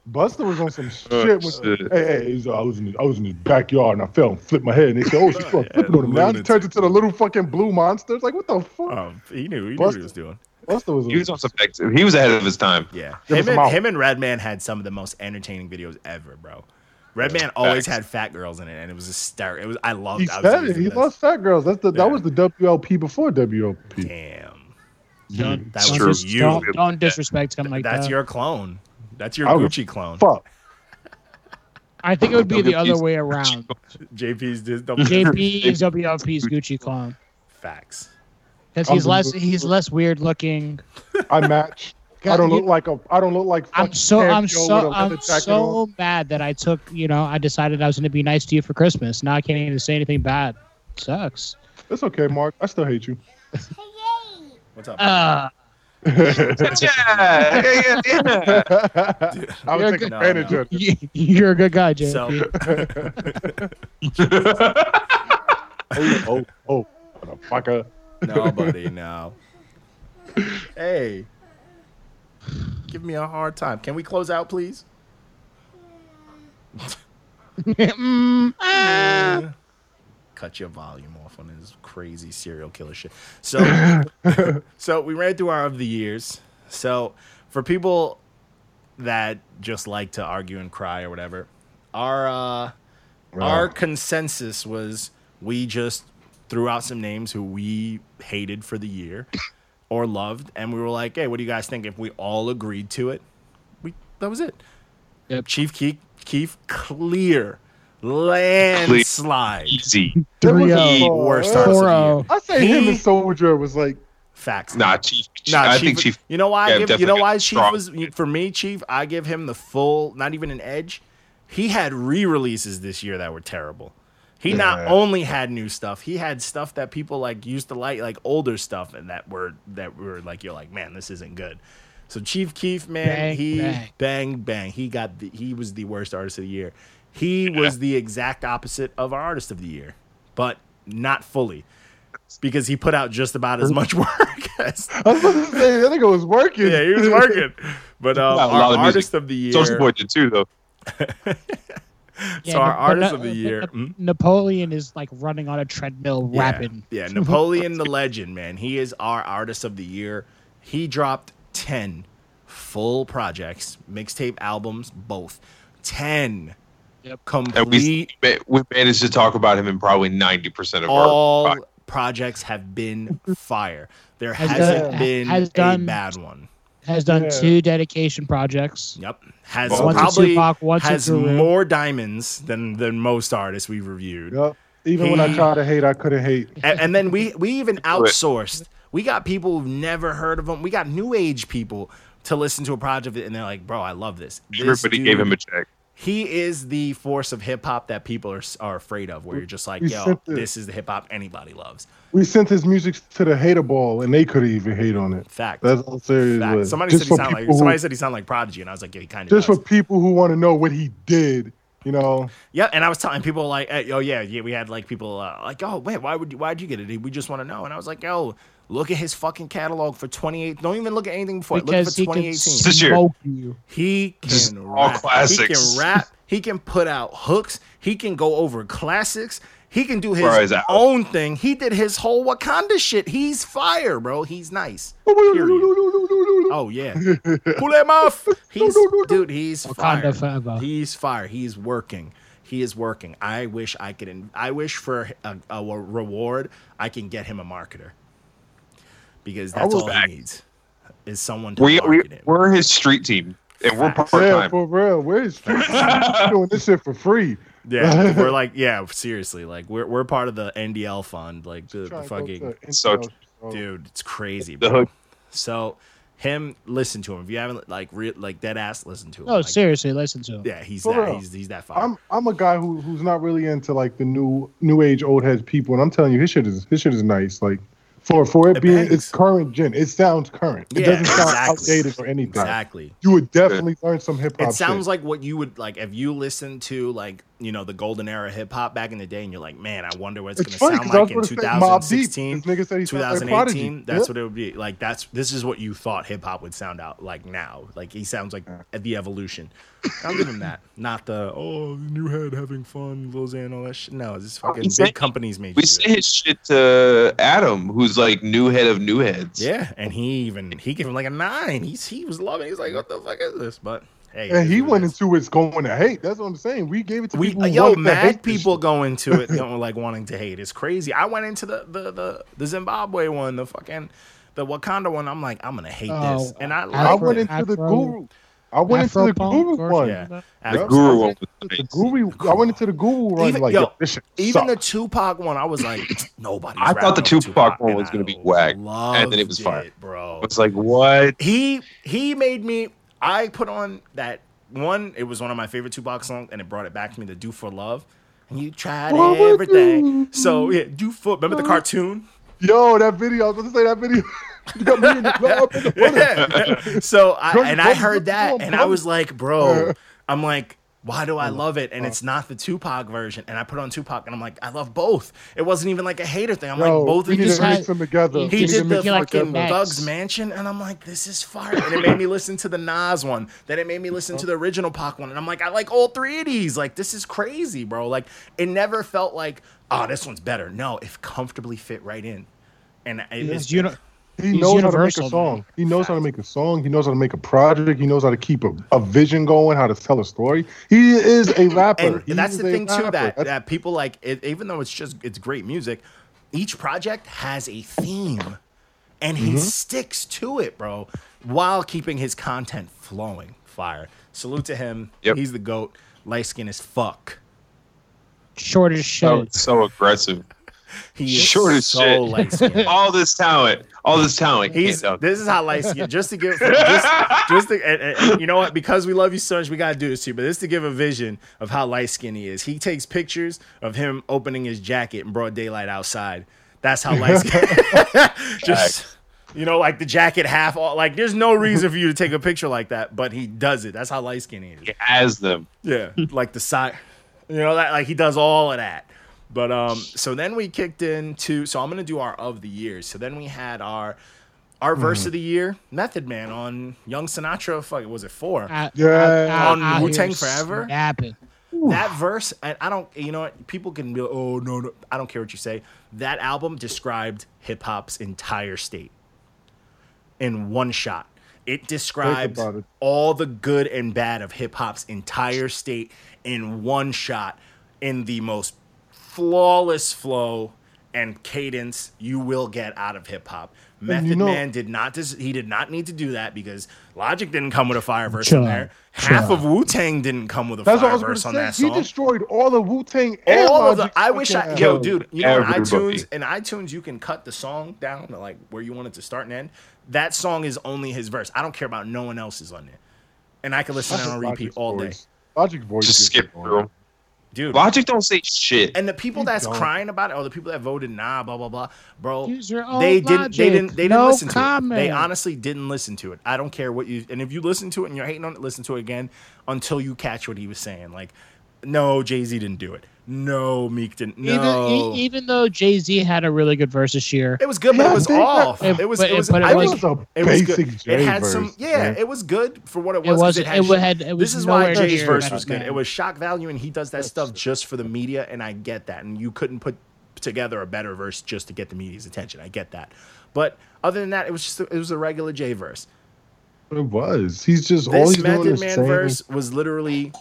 Speaker 3: Buster was on some shit.
Speaker 4: Oh,
Speaker 3: with,
Speaker 4: shit.
Speaker 3: Hey, hey, he's, uh, I was in his, I was in his backyard and I fell and flipped my head and they said, "Oh, she's
Speaker 2: Yeah,
Speaker 3: flipping on him." Now he
Speaker 2: lunatic.
Speaker 3: turns into the little fucking blue monster. It's like, what the fuck?
Speaker 2: Oh, he knew. He knew what he
Speaker 3: Buster.
Speaker 2: was doing.
Speaker 3: Buster was.
Speaker 4: He was on some. He was ahead of his time.
Speaker 2: Yeah.
Speaker 3: Give
Speaker 2: Him
Speaker 3: us
Speaker 2: and,
Speaker 3: a mouth.
Speaker 2: him and Redman had some of the most entertaining videos ever, bro. Redman always had fat girls in it, and it was hysterical. It was. I loved.
Speaker 3: he
Speaker 2: I
Speaker 3: said
Speaker 2: was
Speaker 3: it. He
Speaker 2: using
Speaker 3: loves fat girls. That's the
Speaker 2: Yeah.
Speaker 3: that was the WLP before WLP.
Speaker 2: this. Damn.
Speaker 5: don't,
Speaker 2: That's
Speaker 5: don't
Speaker 4: true.
Speaker 5: dis-
Speaker 2: You-
Speaker 5: Don't, don't disrespect him like
Speaker 2: That's
Speaker 5: that.
Speaker 2: your clone. That's your
Speaker 3: I would-
Speaker 2: Gucci clone.
Speaker 3: Fuck.
Speaker 5: I think it would be the
Speaker 4: WLP's
Speaker 5: other way around.
Speaker 2: JP's dis-
Speaker 5: JP is WLP's Gucci clone
Speaker 2: facts.
Speaker 5: because he's
Speaker 3: Unbelievable.
Speaker 5: less he's less weird looking.
Speaker 3: I match.
Speaker 5: God,
Speaker 3: I don't
Speaker 5: you-
Speaker 3: look like a. I don't look like.
Speaker 5: I'm
Speaker 3: fucking
Speaker 5: so I'm
Speaker 3: Sergio
Speaker 5: so
Speaker 3: with a leather
Speaker 5: I'm
Speaker 3: jacket on.
Speaker 5: so mad that I took you know I decided I was going to be nice to you for Christmas. Now I can't even say anything bad. Sucks.
Speaker 3: It's okay, Mark. I still hate you.
Speaker 6: Hey,
Speaker 2: What's up?
Speaker 5: Uh,
Speaker 4: Yeah, yeah, yeah.
Speaker 3: I
Speaker 5: You're
Speaker 3: would take
Speaker 5: good.
Speaker 3: advantage
Speaker 2: No, no.
Speaker 3: of it.
Speaker 5: you, you're a good guy, JP.
Speaker 2: so
Speaker 3: Oh, oh, motherfucker.
Speaker 2: No, buddy, no. hey, give me a hard time. Can we close out, please?
Speaker 5: Mm, ah.
Speaker 2: Cut your volume off on this crazy serial killer shit. So, so we ran through our of the years. So, for people that just like to argue and cry or whatever, our uh, our consensus was we just threw out some names who we hated for the year or loved, and we were like, "Hey, what do you guys think?" If we all agreed to it, we that was it.
Speaker 5: Yep.
Speaker 2: Chief Keef, Keef, clear landslide.
Speaker 4: Easy.
Speaker 5: Three
Speaker 3: He-
Speaker 5: oh.
Speaker 2: E Worst artist
Speaker 3: Four
Speaker 2: of the year.
Speaker 5: oh.
Speaker 3: I say
Speaker 2: He-
Speaker 3: him and Soldier was like
Speaker 2: Facts.
Speaker 4: Nah, Chief.
Speaker 2: Nah,
Speaker 4: I
Speaker 2: Chief,
Speaker 4: think Chief.
Speaker 2: You know why?
Speaker 4: yeah,
Speaker 2: I give, you
Speaker 4: definitely
Speaker 2: know
Speaker 4: got
Speaker 2: why Chief
Speaker 4: strong.
Speaker 2: was for me. Chief, I give him the full, not even an edge. He had re-releases this year that were terrible. He not
Speaker 3: Yeah.
Speaker 2: only had new stuff, he had stuff that people like used to like, like older stuff, and that were that were like you're like, man, this isn't good. So Chief Keef, man,
Speaker 5: Bang,
Speaker 2: he bang.
Speaker 5: bang.
Speaker 2: bang he got the, he was the worst artist of the year. He was the exact opposite of our artist of the year, but not fully, because he put out just about as much work as
Speaker 3: I was about to say, that nigga was working.
Speaker 2: yeah, he was working. But um,
Speaker 4: Yeah, a
Speaker 2: our
Speaker 4: lot of music.
Speaker 2: artist of the year,
Speaker 4: Social Boy did too, though.
Speaker 5: Yeah,
Speaker 2: so our
Speaker 5: but
Speaker 2: artist
Speaker 5: Na-
Speaker 2: of the
Speaker 5: but
Speaker 2: year.
Speaker 5: Na-
Speaker 2: Hmm?
Speaker 5: Napoleon is like running on a treadmill, rapping.
Speaker 2: Yeah, yeah, Napoleon the legend, man. He is our artist of the year. He dropped 10 full projects, mixtape albums, both. 10
Speaker 5: Yep.
Speaker 2: complete
Speaker 4: And we we managed to talk about him in probably ninety percent of
Speaker 2: all
Speaker 4: our.
Speaker 2: projects have been fire. There
Speaker 5: Has
Speaker 2: hasn't
Speaker 5: done-
Speaker 2: been
Speaker 5: has
Speaker 2: a
Speaker 5: done-
Speaker 2: bad one.
Speaker 5: Has done
Speaker 3: Yeah.
Speaker 5: two dedication projects.
Speaker 2: Yep. Has
Speaker 4: Once to
Speaker 2: probably
Speaker 5: Tupac, once to
Speaker 2: has
Speaker 5: Guru.
Speaker 2: more diamonds than than most artists we've reviewed.
Speaker 3: Yup. Even when I
Speaker 2: He-
Speaker 3: tried to hate, I couldn't hate.
Speaker 2: and, and then we we even outsourced. We got people who've never heard of him. We got new age people to listen to a project, and they're like, "Bro, I love this." This
Speaker 4: Everybody gave
Speaker 2: dude-
Speaker 4: him a check.
Speaker 2: He is the force of hip hop that people are are afraid of. Where you're just like,
Speaker 3: We
Speaker 2: "Yo,
Speaker 3: sent it.
Speaker 2: this is the hip hop anybody loves."
Speaker 3: We sent his music to the hater ball, and they couldn't even hate on it.
Speaker 2: Fact.
Speaker 3: That's all serious.
Speaker 2: Fact.
Speaker 3: was.
Speaker 2: Somebody
Speaker 3: Just
Speaker 2: said he
Speaker 3: for
Speaker 2: sounded like
Speaker 3: people who-
Speaker 2: somebody said he sounded like Prodigy, and I was like, "Yeah, he kind of
Speaker 3: just
Speaker 2: does."
Speaker 3: for people who want to know what he did. You know,
Speaker 2: yeah, and I was telling people like, eh, "Oh yeah, yeah." We had like people uh, like, "Oh wait, why would you, why'd you get it? We just want to know." And I was like, "Yo, look at his fucking catalog for 28. Don't even look at anything before. it. Look for
Speaker 5: Because he can
Speaker 2: 2018."
Speaker 4: This year.
Speaker 5: smoke you.
Speaker 2: He
Speaker 4: Just
Speaker 2: can
Speaker 4: all
Speaker 2: rap. He
Speaker 4: classics.
Speaker 2: can rap. He can put out hooks. He can go over classics. He can do his
Speaker 4: Bro, he's out.
Speaker 2: own thing. He did his whole Wakanda shit. He's fire, bro. He's nice. Period.
Speaker 3: oh,
Speaker 2: Oh yeah. Pull him off. He's dude, he's fire.
Speaker 5: Wakanda forever.
Speaker 2: He's fire. He's working. He is working. I wish I could in- I wish for a, a reward I can get him a marketer. Because that's
Speaker 4: was
Speaker 2: all
Speaker 4: back.
Speaker 2: he needs. Is someone to
Speaker 4: We, we
Speaker 2: market him.
Speaker 4: we're his street team, and we're part
Speaker 2: Facts.
Speaker 3: yeah,
Speaker 4: time.
Speaker 3: for real. Where's doing this shit for free?
Speaker 2: Yeah, we're like, yeah, seriously, like we're we're part of the NDL fund, like the, the
Speaker 3: Trying to go
Speaker 2: fucking
Speaker 3: to
Speaker 4: So-
Speaker 3: Intel, bro.
Speaker 2: dude, it's crazy,
Speaker 4: The
Speaker 2: bro.
Speaker 4: hook.
Speaker 2: So him, listen to him. If you haven't like re- like dead ass, listen to him.
Speaker 5: No,
Speaker 2: like,
Speaker 5: seriously, listen to him.
Speaker 2: Yeah, he's
Speaker 3: For
Speaker 2: that
Speaker 3: real.
Speaker 2: he's he's that fire.
Speaker 3: I'm I'm a guy who who's not really into like the new new age old heads people, and I'm telling you, his shit is his shit is nice. Like for for it,
Speaker 2: It
Speaker 3: being
Speaker 2: bangs.
Speaker 3: it's current gen, it sounds current. It
Speaker 2: Yeah,
Speaker 3: doesn't sound
Speaker 2: exactly.
Speaker 3: outdated or anything.
Speaker 2: exactly.
Speaker 3: You would definitely learn some hip hop.
Speaker 2: It sounds like what you would like if you listened to like you know the golden era hip hop back in the day, and you're like, man, I wonder what it's,
Speaker 3: it's
Speaker 2: gonna
Speaker 3: funny
Speaker 2: sound
Speaker 3: because I was
Speaker 2: like in
Speaker 3: going to say Mob Deep.
Speaker 2: 2016.
Speaker 3: This nigga said he sounds like Prodigy.
Speaker 2: 2018 that's what it would be like that's this is what you thought hip hop would sound out like now like he sounds like the evolution i'll give him that not the oh new head having fun lil xan all that shit no this fucking big
Speaker 4: sent-
Speaker 2: companies made you
Speaker 4: We
Speaker 2: do
Speaker 4: sent
Speaker 2: it.
Speaker 4: his shit to Adam, who's like new head of new heads.
Speaker 2: yeah and he even he gave him like a nine he's he was loving it. he's like what the fuck is this but hey
Speaker 3: And
Speaker 2: it
Speaker 3: he
Speaker 2: is what it
Speaker 3: went
Speaker 2: is.
Speaker 3: into it's going to hate. That's what I'm saying. We gave it to
Speaker 2: we
Speaker 3: people.
Speaker 2: uh,
Speaker 3: who
Speaker 2: yo
Speaker 3: wanted to hate
Speaker 2: mad
Speaker 3: this
Speaker 2: people go into it you know, like wanting to hate it's crazy i went into the the the, the zimbabwe one the fucking the wakanda one i'm like i'm gonna hate this
Speaker 5: Oh,
Speaker 2: and i,
Speaker 3: shit. I
Speaker 2: like
Speaker 5: Afro-
Speaker 3: went into the
Speaker 5: Afro-
Speaker 3: guru. I went into the
Speaker 5: Afropunk
Speaker 3: guru
Speaker 5: version
Speaker 3: one.
Speaker 2: Yeah.
Speaker 5: of that.
Speaker 2: I-
Speaker 4: The guru one was
Speaker 3: The
Speaker 4: nice.
Speaker 3: guru. I went into the guru one.
Speaker 2: Even-
Speaker 3: like
Speaker 2: yo,
Speaker 3: yo, this shit
Speaker 2: Even the
Speaker 3: sucks.
Speaker 2: Tupac one, I was like, nobody.
Speaker 4: I thought the Tupac one was gonna be whack, and then it was fire.
Speaker 2: bro.
Speaker 4: It's like what?
Speaker 2: He he made me. I put on that one. It was one of my favorite Tupac songs, and it brought it back to me. The "Do for Love." And you tried
Speaker 3: What would
Speaker 2: everything.
Speaker 3: you-
Speaker 2: So yeah, do for. Remember the cartoon?
Speaker 3: yo, that video. I was going to say that video. you got me in the club. in the front.
Speaker 2: Yeah. so
Speaker 3: Bro, you
Speaker 2: I and I
Speaker 3: both-
Speaker 2: heard that
Speaker 3: you
Speaker 2: and I
Speaker 3: both-
Speaker 2: was like, bro, I'm like, why do I love it? And it's not the Tupac version. And I put on Tupac and I'm like, I love both. It wasn't even like a hater thing. I'm
Speaker 3: Yo,
Speaker 2: like, both
Speaker 3: we
Speaker 2: of
Speaker 3: need
Speaker 2: these.
Speaker 3: to
Speaker 5: just
Speaker 3: mix
Speaker 5: had-
Speaker 3: them together.
Speaker 5: he
Speaker 3: We
Speaker 2: He
Speaker 3: need to
Speaker 2: did the
Speaker 3: mix them
Speaker 5: like
Speaker 2: fucking
Speaker 5: him
Speaker 3: together.
Speaker 5: back.
Speaker 2: Bugs Mansion, and I'm like, this is fire. And it made me listen to the Nas one. Then it made me listen to the original Pac one, and I'm like, I like all three of these. Like, this is crazy, bro. Like, it never felt like, oh, this one's better. No, it comfortably fit right in. And it is
Speaker 5: It's uni-
Speaker 3: He
Speaker 5: He's
Speaker 3: knows how to make a
Speaker 5: universal,
Speaker 3: song.
Speaker 5: man.
Speaker 3: He knows how to make a song. He knows how to make a project. He knows how to keep a, a vision going. How to tell a story. He is a rapper.
Speaker 2: and
Speaker 3: He
Speaker 2: that's
Speaker 3: is
Speaker 2: the
Speaker 3: a
Speaker 2: thing too
Speaker 3: rapper.
Speaker 2: that
Speaker 3: That's-
Speaker 2: that people like it, even though it's just it's great music each project has a theme and
Speaker 3: Mm-hmm.
Speaker 2: he sticks to it bro while keeping his content flowing fire salute to him
Speaker 4: Yep.
Speaker 2: he's the goat light skin as fuck
Speaker 5: short as shit.
Speaker 4: So, so aggressive.
Speaker 2: He
Speaker 4: Short as shit.
Speaker 2: light skinned.
Speaker 4: All this talent, all this talent. he
Speaker 2: He's
Speaker 4: Can't dunk.
Speaker 2: this is how light skinned. Just to give, just, just to, and, and- and you know what? Because we love you so much, we gotta do this to you. But this is to give a vision of how light skinned he is. He takes pictures of him opening his jacket in broad daylight outside. That's how light skinned. just you know, like the jacket half. All, like there's no reason for you to take a picture like that, but he does it. That's how light skinned he is.
Speaker 4: He has them.
Speaker 2: Yeah, like the side, you know that like he does all of that. But um, so then we kicked into so I'm gonna do our of the years. So then we had our our verse of the year, Method Man on Young Sinatra. Fuck, was it four?
Speaker 5: I-
Speaker 3: Yeah.
Speaker 5: I- I-
Speaker 2: On
Speaker 5: I-
Speaker 2: Wu-Tang
Speaker 5: you're
Speaker 2: Forever?
Speaker 5: snapping.
Speaker 2: that verse, and I don't, you know, what people can be, like, oh no, no, I don't care what you say. That album described hip hop's entire state in one shot. It describes
Speaker 3: about it.
Speaker 2: all the good and bad of hip hop's entire state in one shot, in the most flawless flow and cadence you will get out of hip hop. Method
Speaker 3: you know-
Speaker 2: Man did not dis- he did not need to do that because Logic didn't come with a fire verse in
Speaker 5: Chill
Speaker 2: there.
Speaker 5: out.
Speaker 2: Half
Speaker 5: Chill
Speaker 2: of Wu Tang didn't come with a
Speaker 3: That's what I
Speaker 2: fire
Speaker 3: was gonna
Speaker 2: verse on
Speaker 3: say.
Speaker 2: that
Speaker 3: He
Speaker 2: song.
Speaker 3: destroyed all the Wu Tang.
Speaker 2: all of the, I wish I, yo,
Speaker 4: Yo,
Speaker 2: dude, you know, in
Speaker 4: everybody.
Speaker 2: iTunes, in iTunes, you can cut the song down to like where you want it to start and end. That song is only his verse. I don't care about no one else's on there, and I can listen to it on repeat all day,
Speaker 3: Logic voice.
Speaker 4: Just
Speaker 3: is
Speaker 4: skip
Speaker 3: going.
Speaker 4: through them.
Speaker 2: dude.
Speaker 4: Logic don't say shit.
Speaker 2: And the people
Speaker 3: You
Speaker 2: that's
Speaker 3: don't.
Speaker 2: crying about it, or the people that voted nah, blah blah blah, bro.
Speaker 5: Use your own
Speaker 2: they didn't. They
Speaker 5: Oh, logic.
Speaker 2: didn't. They didn't
Speaker 5: No
Speaker 2: listen to it. They
Speaker 5: comment.
Speaker 2: honestly didn't listen to it. I don't care what you. And if you listen to it and you're hating on it, listen to it again until you catch what he was saying. Like, no, Jay Z didn't do it. No, Meek didn't. No,
Speaker 5: Even, e- even though Jay Z had a really good verse this year,
Speaker 2: It was good, but
Speaker 3: Yeah,
Speaker 2: it was
Speaker 3: they-
Speaker 2: off.
Speaker 5: It-
Speaker 2: It was.
Speaker 5: but
Speaker 2: It
Speaker 5: it-
Speaker 2: was.
Speaker 5: but it
Speaker 2: I
Speaker 3: That
Speaker 5: was-
Speaker 2: was.
Speaker 3: was a
Speaker 2: It was
Speaker 3: basic
Speaker 2: good.
Speaker 3: Jay
Speaker 2: It had
Speaker 3: verse,
Speaker 2: some. Yeah,
Speaker 3: man.
Speaker 2: it was good for what it
Speaker 5: it
Speaker 2: was. 'cause
Speaker 5: wasn't.
Speaker 2: had
Speaker 5: It,
Speaker 2: sh-
Speaker 5: had. It was
Speaker 2: this is why
Speaker 5: nowhere
Speaker 2: Jay's
Speaker 5: near
Speaker 2: verse
Speaker 5: Method
Speaker 2: was good.
Speaker 5: Man.
Speaker 2: It was shock value, and he does that stuff just for the media, and I get that. And you couldn't put together a better verse just to get the media's attention. I get that. But other than that, it was just it was a regular Jay verse.
Speaker 3: It was. He's just all
Speaker 2: This
Speaker 3: he's doing
Speaker 2: Method
Speaker 3: is
Speaker 2: Man
Speaker 3: saying.
Speaker 2: verse was literally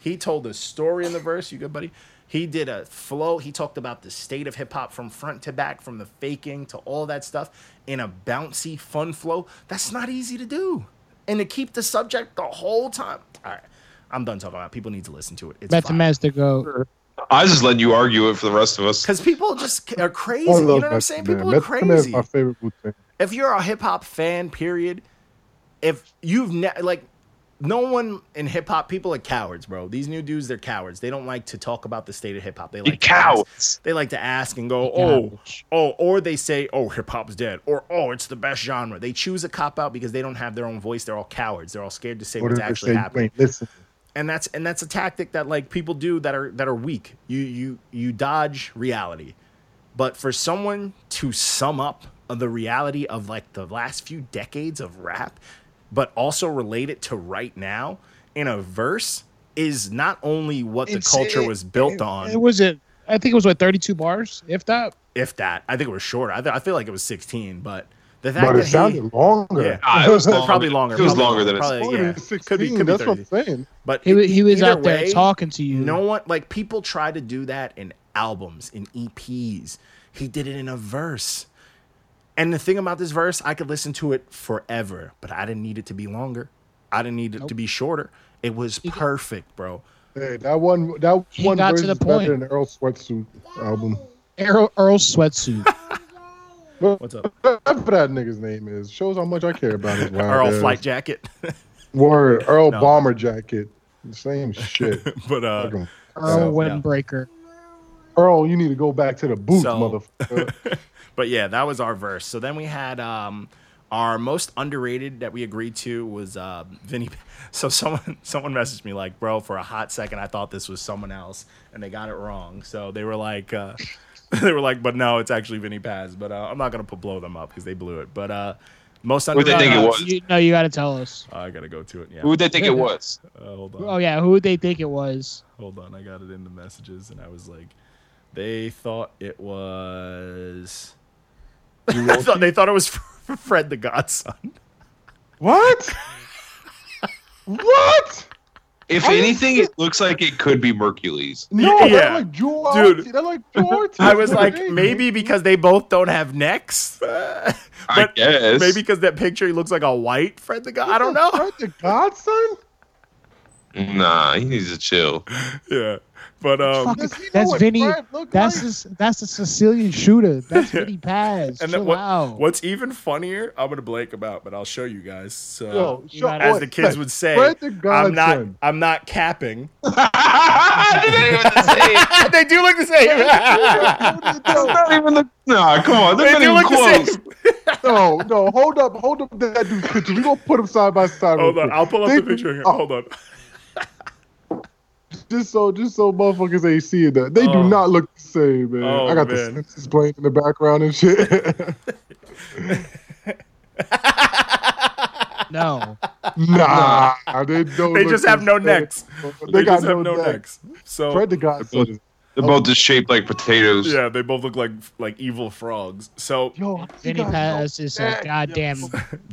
Speaker 2: he told a story in the verse. You good, buddy? He did a flow. He talked about the state of hip hop from front to back, from the faking to all that stuff in a bouncy, fun flow. That's not easy to do. And to keep the subject the whole time. All right. I'm done talking about it. People need to listen to it. It's
Speaker 5: Method
Speaker 2: fine.
Speaker 5: Man's the goat.
Speaker 4: I was just letting you argue it for the rest of us.
Speaker 2: Because people just c- are crazy.
Speaker 3: I
Speaker 2: You know
Speaker 3: love
Speaker 2: what I'm
Speaker 3: Method
Speaker 2: saying?
Speaker 3: Man.
Speaker 2: People are
Speaker 3: Method Man is
Speaker 2: crazy.
Speaker 3: my favorite Wu Tang.
Speaker 2: if you're a hip hop fan, period, if you've ne- like no one in hip hop, people are cowards, bro. These new dudes, they're cowards. They don't like to talk about the state of hip hop. They
Speaker 4: You
Speaker 2: like to ask-
Speaker 4: cowards.
Speaker 2: They like to ask and go, oh,
Speaker 5: Cowards.
Speaker 2: oh, or they say, oh, hip hop's dead, or oh, it's the best genre. They choose a cop out because they don't have their own voice. They're all cowards. They're all scared to say
Speaker 3: What
Speaker 2: what's
Speaker 3: did they say?
Speaker 2: actually
Speaker 3: You
Speaker 2: happening
Speaker 3: ain't listen.
Speaker 2: and that's and that's a tactic that like people do that are that are weak. You you you dodge reality, but for someone to sum up the reality of like the last few decades of rap, but also relate it to right now in a verse is not only what the
Speaker 4: It's-
Speaker 2: culture
Speaker 4: it-
Speaker 2: was built
Speaker 5: It
Speaker 2: on,
Speaker 5: was it. I think it was what 32 bars, if that.
Speaker 2: if that. I think it was shorter. I, th- I feel like it was sixteen, but the fact
Speaker 3: But
Speaker 2: that
Speaker 3: it
Speaker 2: he-
Speaker 3: sounded longer.
Speaker 2: Yeah.
Speaker 4: Ah, it was long.
Speaker 2: probably longer.
Speaker 4: It was
Speaker 2: probably
Speaker 4: longer than it's-
Speaker 2: probably,
Speaker 3: Longer
Speaker 2: yeah.
Speaker 3: than 16,
Speaker 2: Could be, could be
Speaker 3: that's what
Speaker 2: 30.
Speaker 3: I'm saying.
Speaker 2: But
Speaker 5: He, wa- he was
Speaker 2: E- either
Speaker 5: out there
Speaker 2: way,
Speaker 5: talking to you.
Speaker 2: No one like people try to do that in albums, in EPs. He did it in a verse. And the thing about this verse, I could listen to it forever, but I didn't need it to be longer. I didn't need it to be shorter. It was perfect, bro.
Speaker 3: Hey, that one, that
Speaker 5: He
Speaker 3: one
Speaker 5: got to
Speaker 3: verse
Speaker 5: the
Speaker 3: is better
Speaker 5: point.
Speaker 3: than Earl Sweatsuit album.
Speaker 5: Earl, Earl sweatsuit.
Speaker 2: What's up?
Speaker 3: Whatever that nigga's name is shows how much I care about his wild
Speaker 2: Earl
Speaker 3: ass.
Speaker 2: Flight Jacket.
Speaker 3: Word, Earl
Speaker 2: No.
Speaker 3: Bomber Jacket. Same shit.
Speaker 2: but uh
Speaker 3: Fucking-
Speaker 5: Earl
Speaker 2: So, yeah.
Speaker 5: windbreaker.
Speaker 3: Earl, you need to go back to the booth,
Speaker 2: So-
Speaker 3: motherfucker.
Speaker 2: but yeah, that was our verse. So then we had um, our most underrated that we agreed to was uh, Vinny. So someone someone messaged me like, bro, for a hot second I thought this was someone else, and they got it wrong. So they were like, uh, they were like, but no, it's actually Vinny Paz. But uh, I'm not gonna put, blow them up because they blew it. But uh, most
Speaker 4: they
Speaker 2: underrated.
Speaker 4: think it
Speaker 5: no,
Speaker 4: was?
Speaker 5: Uh, You, no, you got to tell us.
Speaker 2: I gotta go to it. Yeah,
Speaker 4: Who would they think it was?
Speaker 2: uh, hold on.
Speaker 5: Oh yeah, who they think it was?
Speaker 2: Hold on, I got it in the messages, and I was like, they thought it was. I thought they thought it was Fred the Godson.
Speaker 3: what? what?
Speaker 4: If
Speaker 3: I-
Speaker 4: anything, it looks like it could be Mercules.
Speaker 3: No,
Speaker 2: Y- yeah.
Speaker 3: they're like Jewel
Speaker 2: Dude.
Speaker 3: Dude. They're like George.
Speaker 2: I was like, maybe because they both don't have necks,
Speaker 4: I
Speaker 2: but
Speaker 4: guess.
Speaker 2: maybe because that picture he looks like a white Fred the God. I don't know.
Speaker 3: Fred the Godson?
Speaker 4: Nah, he needs to chill.
Speaker 2: Yeah, but um,
Speaker 3: Does he know
Speaker 7: That's
Speaker 3: what
Speaker 7: Vinny-
Speaker 3: Fred look
Speaker 7: That's
Speaker 3: like?
Speaker 7: this. That's a Sicilian shooter. That's Vinny Paz.
Speaker 2: and
Speaker 7: And
Speaker 2: then
Speaker 7: Chill
Speaker 2: what,
Speaker 7: out.
Speaker 2: what's even funnier, I'm gonna blank about, but I'll show you guys. So
Speaker 3: Yo,
Speaker 5: you
Speaker 3: show-
Speaker 5: might-
Speaker 2: as
Speaker 3: boy,
Speaker 2: the kids
Speaker 3: Fred-
Speaker 2: would say,
Speaker 3: Fred the
Speaker 2: I'm not.
Speaker 3: Godson.
Speaker 2: I'm not capping.
Speaker 4: That's
Speaker 2: they do look the same.
Speaker 4: not even the. Nah, come on. They're
Speaker 2: they
Speaker 4: not
Speaker 2: do look
Speaker 4: even
Speaker 2: the
Speaker 4: close.
Speaker 2: same.
Speaker 3: No, no, hold up, hold up that dude's picture. We gonna put him side by side.
Speaker 2: Hold
Speaker 3: real
Speaker 2: on,
Speaker 3: quick.
Speaker 2: I'll pull up
Speaker 3: They- oh,
Speaker 2: the picture here. Hold on.
Speaker 3: Just so, just so motherfuckers ain't seeing that. They
Speaker 2: Oh.
Speaker 3: do not look the same, man.
Speaker 2: Oh,
Speaker 3: I got
Speaker 2: man.
Speaker 3: the senses playing in the background and shit.
Speaker 5: No.
Speaker 3: nah, they don't.
Speaker 2: They
Speaker 3: look
Speaker 2: just
Speaker 3: the
Speaker 2: have no
Speaker 3: same.
Speaker 2: necks.
Speaker 3: They,
Speaker 2: They,
Speaker 3: got
Speaker 2: just
Speaker 3: no,
Speaker 2: have no
Speaker 3: neck.
Speaker 2: necks. So
Speaker 3: Fred the Godson.
Speaker 4: They're both just shaped like potatoes.
Speaker 2: yeah, they both look like like evil frogs. So
Speaker 3: Yo, how you
Speaker 5: Vinny
Speaker 3: got
Speaker 5: Paz is a
Speaker 3: neck, yo.
Speaker 5: goddamn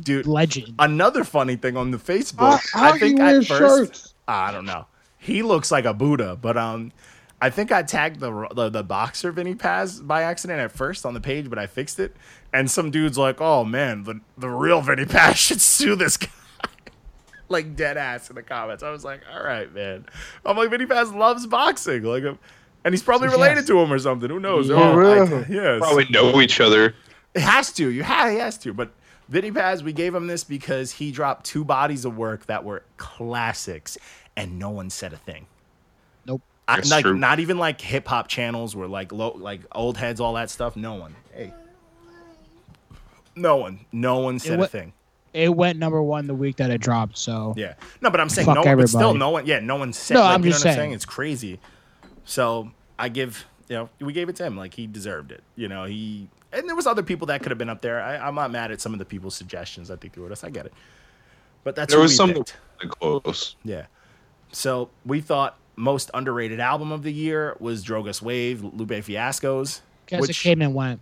Speaker 2: dude,
Speaker 5: legend.
Speaker 2: another funny thing on the
Speaker 3: no-
Speaker 2: Facebook.
Speaker 3: How, how
Speaker 2: I think
Speaker 3: you wear
Speaker 2: at first
Speaker 3: Uh, shirts?
Speaker 2: I don't know. He looks like a Buddha, but um, I think I tagged the the, the boxer Vinny Paz by accident at first on the page, but I fixed it. And some dude's like, "Oh man, the the real Vinny Paz should sue this guy." like dead ass in the comments. I was like, "All right, man." I'm like, Vinny Paz loves boxing, like, um, and he's probably related
Speaker 5: Yes.
Speaker 2: to him or something. Who knows?
Speaker 5: Yeah.
Speaker 2: Oh, I-
Speaker 3: Really?
Speaker 2: yes.
Speaker 4: Probably know each other.
Speaker 2: It has to. You ha he has to. But Vinny Paz, we gave him this because he dropped two bodies of work that were classics, and no one said a thing.
Speaker 5: Nope.
Speaker 2: I,
Speaker 4: That's
Speaker 2: like
Speaker 4: true.
Speaker 2: not even like hip hop channels were like low, like old heads, all that stuff. No one. Hey. No one. No one said a
Speaker 5: wa-
Speaker 2: thing.
Speaker 5: It went number one the week that it dropped. So
Speaker 2: Yeah. No, but I'm saying
Speaker 5: Fuck
Speaker 2: no one. But still,
Speaker 5: everybody.
Speaker 2: no one. Yeah, no one said.
Speaker 5: No,
Speaker 2: like,
Speaker 5: I'm
Speaker 2: you know
Speaker 5: just
Speaker 2: what I'm
Speaker 5: saying.
Speaker 2: saying. It's crazy. So I give. You know, we gave it to him. Like he deserved it. You know, he and there was other people that could have been up there. I, I'm not mad at some of the people's suggestions. I think they were us. I get it. But that's
Speaker 4: There
Speaker 2: who
Speaker 4: was
Speaker 2: we
Speaker 4: some
Speaker 2: picked.
Speaker 4: that were close.
Speaker 2: Yeah. So we thought most underrated album of the year was Drogas Wave, Lupe Fiasco's.
Speaker 5: guess
Speaker 2: which-
Speaker 5: it came and went.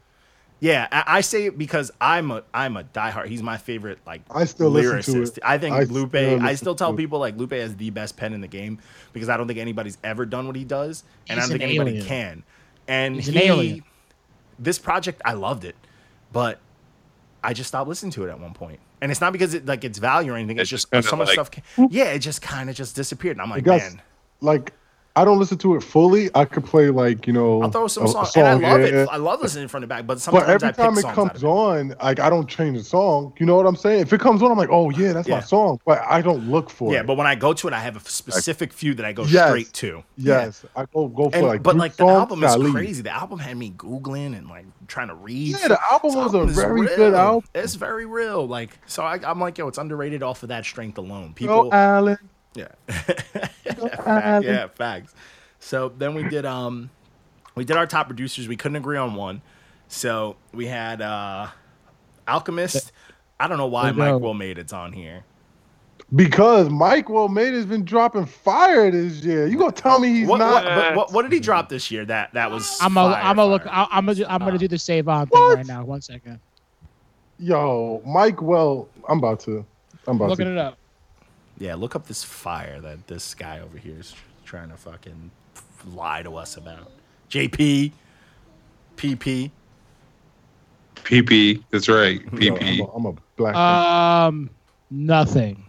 Speaker 2: Yeah, I, I say it because I'm a I'm a diehard. He's my favorite like
Speaker 3: I still listen to it.
Speaker 2: I think
Speaker 3: I
Speaker 2: Lupe.
Speaker 3: still
Speaker 2: I
Speaker 3: listen
Speaker 2: still tell
Speaker 3: to it.
Speaker 2: people like Lupe has the best pen in the game because I don't think anybody's ever done what he does, and I
Speaker 5: He's
Speaker 2: don't think
Speaker 5: an
Speaker 2: anybody
Speaker 5: alien.
Speaker 2: can. And
Speaker 5: He's an
Speaker 2: he,
Speaker 5: alien.
Speaker 2: this project, I loved it, but I just stopped listening to it at one point. And it's not because it like it's value or anything. It's,
Speaker 4: It's
Speaker 2: just
Speaker 4: just kinda
Speaker 2: so much
Speaker 4: like-
Speaker 2: stuff. ca- Yeah, it just kind of just disappeared, and I'm like,
Speaker 3: got s-
Speaker 2: man,
Speaker 3: Like, I don't listen to it fully. I could play like you know.
Speaker 2: I'll throw some
Speaker 3: a- a
Speaker 2: songs, and I love
Speaker 3: yeah.
Speaker 2: it. I love listening from the back, but sometimes
Speaker 3: But every
Speaker 2: I pick
Speaker 3: time it
Speaker 2: songs out of
Speaker 3: comes on, like I don't change the song. You know what I'm saying? If it comes on, I'm like, oh yeah, that's
Speaker 2: Yeah.
Speaker 3: my song. But I don't look for
Speaker 2: Yeah,
Speaker 3: it.
Speaker 2: but when I go to it, I have a specific few that I go
Speaker 3: Yes.
Speaker 2: straight to.
Speaker 3: yes, I go go for
Speaker 2: And,
Speaker 3: like.
Speaker 2: but
Speaker 3: group
Speaker 2: like the
Speaker 3: songs
Speaker 2: album
Speaker 3: that
Speaker 2: is
Speaker 3: I leave.
Speaker 2: crazy. The album had me googling and like trying to read.
Speaker 3: Yeah, the album
Speaker 2: This
Speaker 3: was a
Speaker 2: album is
Speaker 3: very
Speaker 2: real.
Speaker 3: good album.
Speaker 2: It's very real. Like so, I, I'm like, yo, it's underrated off of that strength alone. People,
Speaker 3: Yo, Allen.
Speaker 2: yeah, Fact,
Speaker 3: Allen.
Speaker 2: yeah, facts. So then we did um, we did our top producers. We couldn't agree on one, so we had uh, Alchemist. I don't know why
Speaker 5: There you
Speaker 2: Mike
Speaker 5: go.
Speaker 2: Will made it's on here.
Speaker 3: Because Mike Will made has been dropping fire this year. You gonna tell me he's
Speaker 2: What, what,
Speaker 3: not?
Speaker 2: but what, what did he drop this year? That that was.
Speaker 5: I'm a,
Speaker 2: fire,
Speaker 5: I'm a look.
Speaker 2: fire?
Speaker 5: I- I'm gonna. I'm gonna do the save on thing
Speaker 3: What?
Speaker 5: right now. One second.
Speaker 3: Yo, Mike Will. I'm about to. I'm about
Speaker 5: Looking
Speaker 3: to.
Speaker 5: it up.
Speaker 2: Yeah, look up this fire that this guy over here is trying to fucking lie to us about. JP, PP.
Speaker 4: PP. That's right.
Speaker 3: Yo, I'm,
Speaker 4: PP.
Speaker 3: a, I'm a black.
Speaker 5: Um, nothing.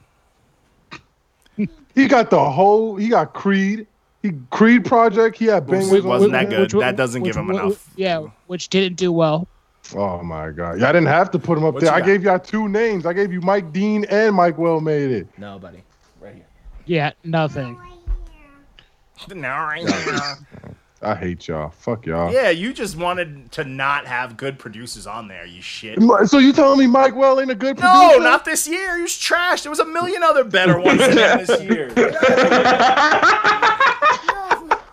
Speaker 3: he got the whole. He got Creed. He Creed project. He had bangers.
Speaker 2: Wasn't
Speaker 3: on
Speaker 2: that
Speaker 3: there.
Speaker 2: good?
Speaker 5: wa-
Speaker 2: That doesn't
Speaker 5: which
Speaker 2: give him
Speaker 5: wa-
Speaker 2: enough.
Speaker 5: Yeah, which didn't do well.
Speaker 3: Oh my god! Y'all didn't have to put him up
Speaker 2: What
Speaker 3: there.
Speaker 2: you
Speaker 3: I
Speaker 2: got?
Speaker 3: gave y'all two names. I gave you Mike Dean and Mike Well made it.
Speaker 2: No, buddy. Right here.
Speaker 5: Yeah, nothing.
Speaker 2: No, right here.
Speaker 3: I hate y'all. Fuck y'all.
Speaker 2: yeah, you just wanted to not have good producers on there, you shit.
Speaker 3: M- So you telling me Mike Well ain't a good
Speaker 2: No,
Speaker 3: producer?
Speaker 2: not this year. He was trash. There was a million other better ones than him this year.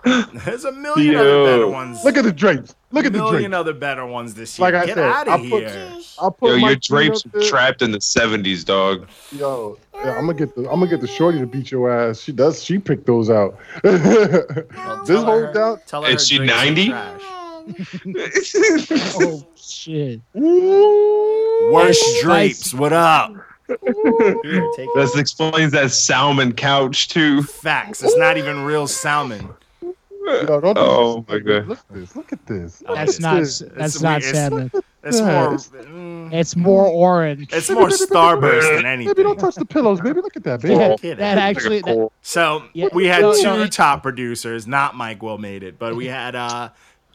Speaker 2: There's a million
Speaker 4: Yo.
Speaker 2: other better ones.
Speaker 3: Look at the drapes. Look at
Speaker 2: a
Speaker 3: the
Speaker 2: million
Speaker 3: drapes.
Speaker 2: other better ones this year.
Speaker 3: Like I
Speaker 2: Get
Speaker 3: said,
Speaker 2: out
Speaker 3: I
Speaker 2: of
Speaker 3: put-
Speaker 2: here.
Speaker 3: I'll put
Speaker 4: Yo, your
Speaker 3: Mike Dean
Speaker 4: drapes
Speaker 3: up
Speaker 4: are
Speaker 3: there.
Speaker 4: trapped in the 70s, dog.
Speaker 3: Yo, yeah, I'm gonna get the I'm gonna get the shorty to beat your ass. She does. She picked those out.
Speaker 2: Well,
Speaker 3: this
Speaker 2: tell her-
Speaker 3: whole down.
Speaker 2: tell
Speaker 4: Is she
Speaker 2: drinks are
Speaker 4: 90?
Speaker 2: trash.
Speaker 5: Oh shit.
Speaker 2: Worst
Speaker 5: Drapes,
Speaker 2: What up? Here, take it.
Speaker 4: That explains that salmon couch too.
Speaker 2: Facts. It's not even real salmon.
Speaker 3: Yo, don't do
Speaker 4: Oh
Speaker 3: this.
Speaker 4: my God.
Speaker 3: Look at this. Look at this.
Speaker 2: Oh,
Speaker 5: That's
Speaker 2: it's-
Speaker 5: not.
Speaker 3: it's-
Speaker 5: That's
Speaker 2: it's
Speaker 5: not
Speaker 2: weird. It's-
Speaker 5: salmon.
Speaker 2: It's
Speaker 3: Yeah,
Speaker 2: more.
Speaker 3: it's-
Speaker 2: mm,
Speaker 5: It's more orange.
Speaker 2: It's more Starburst than anything.
Speaker 3: Baby, don't touch the pillows, baby. Look at that, baby.
Speaker 5: Yeah,
Speaker 2: kidding.
Speaker 5: that actually, that,
Speaker 4: Cool.
Speaker 2: So
Speaker 5: Yeah,
Speaker 2: we had
Speaker 5: no,
Speaker 2: two
Speaker 5: no, it- Mm-hmm.
Speaker 2: top producers, not Mike Will made it, but we had uh,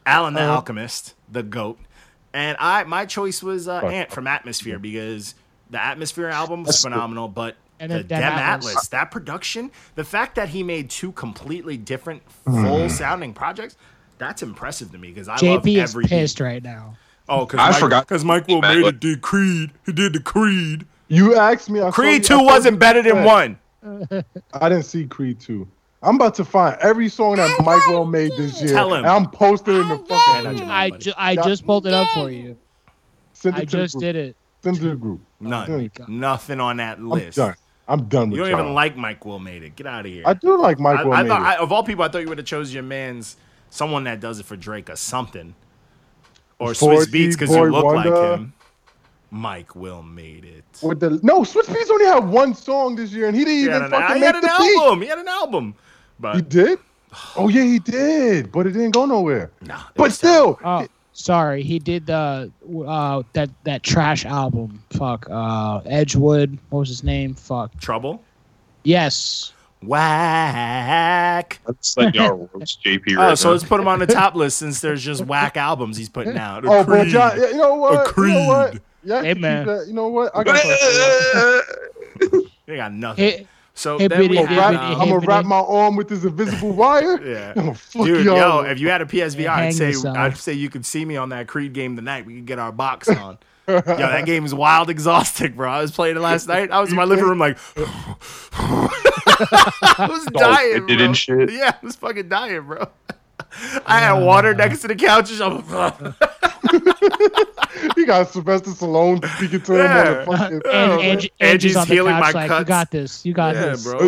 Speaker 2: Alan
Speaker 5: Uh-huh.
Speaker 2: the Alchemist, the goat, and I. My choice was uh, Ant from Atmosphere because the Atmosphere album was phenomenal, but
Speaker 5: And
Speaker 2: the
Speaker 5: then Dem
Speaker 2: Dem
Speaker 5: Atlas.
Speaker 2: Atlas, that production, the fact that he made two completely different, full
Speaker 4: Hmm.
Speaker 2: sounding projects. That's impressive to me because I love
Speaker 5: JP
Speaker 2: every
Speaker 5: is pissed right now.
Speaker 2: Oh, because
Speaker 4: I
Speaker 2: Mike,
Speaker 4: forgot-
Speaker 2: because Mike Will
Speaker 4: Matt,
Speaker 2: made
Speaker 4: what-
Speaker 2: it. Did Creed? He did the Creed.
Speaker 3: You asked me. I saw
Speaker 2: Creed
Speaker 3: you- I
Speaker 2: two
Speaker 3: saw
Speaker 2: wasn't
Speaker 3: you-
Speaker 2: better than one.
Speaker 3: I didn't see Creed two. I'm about to find every song that Mike Will made this year.
Speaker 2: Tell him.
Speaker 3: and I'm posting it in the
Speaker 6: I
Speaker 3: fucking
Speaker 6: know.
Speaker 2: Oh,
Speaker 3: group.
Speaker 5: I, ju- I just pulled it up for you.
Speaker 3: Send it
Speaker 5: I
Speaker 3: to the
Speaker 5: just
Speaker 3: group.
Speaker 5: did it.
Speaker 3: Send it to the group. There you
Speaker 2: None.
Speaker 3: go.
Speaker 2: Nothing on that
Speaker 3: I'm
Speaker 2: list.
Speaker 3: done. I'm done
Speaker 2: You don't
Speaker 3: with y'all.
Speaker 2: even like Mike Will made it. Get out of here.
Speaker 3: I do like Mike Will
Speaker 2: I, I
Speaker 3: made
Speaker 2: thought,
Speaker 3: it.
Speaker 2: I, of all people, I thought you would have chose your man's someone that does it for Drake or something, or Swiss
Speaker 3: 4D
Speaker 2: Beats because
Speaker 3: Boy
Speaker 2: you look
Speaker 3: Wonder.
Speaker 2: like him. Mike Will made it.
Speaker 3: With the no, Swiss Beats only had one song this year, and he didn't
Speaker 2: He had
Speaker 3: even
Speaker 2: an, I
Speaker 3: fucking
Speaker 2: had
Speaker 3: make
Speaker 2: an
Speaker 3: the beat.
Speaker 2: album. He had an album, but
Speaker 3: He did. Oh yeah, he did, but it didn't go nowhere.
Speaker 2: nah, it
Speaker 3: But
Speaker 2: was terrible.
Speaker 3: still,
Speaker 5: Oh, sorry. He did the uh that that trash album. Fuck. Uh, Edgewood. What was his name? Fuck.
Speaker 2: trouble.
Speaker 5: Yes.
Speaker 2: Whack.
Speaker 4: I'm just letting y'all roast JP right
Speaker 2: Oh, so
Speaker 4: now.
Speaker 2: let's put him on the top list since there's just whack albums he's putting out. Or
Speaker 3: oh, but
Speaker 2: Creed.
Speaker 3: y'all, you know what? You know what?
Speaker 2: Creed.
Speaker 3: Yeah,
Speaker 5: Hey, man.
Speaker 3: You know what? I got something.
Speaker 2: they got nothing.
Speaker 5: Hey,
Speaker 2: so
Speaker 5: hey,
Speaker 2: then we
Speaker 5: Biddy,
Speaker 2: had,
Speaker 5: Biddy,
Speaker 3: wrap,
Speaker 5: Hey,
Speaker 2: uh,
Speaker 3: I'm
Speaker 5: hey,
Speaker 3: gonna wrap
Speaker 5: Vinny.
Speaker 3: my arm with this invisible wire.
Speaker 2: Yeah.
Speaker 3: Oh, fuck
Speaker 2: Dude,
Speaker 3: y'all.
Speaker 2: yo, if you had a PSVR,
Speaker 5: hang
Speaker 2: I'd say
Speaker 5: yourself.
Speaker 2: I'd say you could see me on that Creed game tonight. We could get our box on. yo, that game is wild exhausting, bro. I was playing it last night. I was in my living room like I was dying.
Speaker 4: fidget
Speaker 2: bro.
Speaker 4: and shit.
Speaker 2: Yeah, I was fucking dying, bro. I had water next to the couch. And I'm
Speaker 3: you got Sylvester Stallone speaking to
Speaker 2: Yeah.
Speaker 3: him on the fucking.
Speaker 5: And Edge, Edge
Speaker 2: Edgy's
Speaker 5: is on the
Speaker 2: Oh, healing
Speaker 5: couch
Speaker 2: my
Speaker 5: like, you
Speaker 2: cuts."
Speaker 5: got this. You got
Speaker 2: yeah,
Speaker 5: this.
Speaker 2: bro.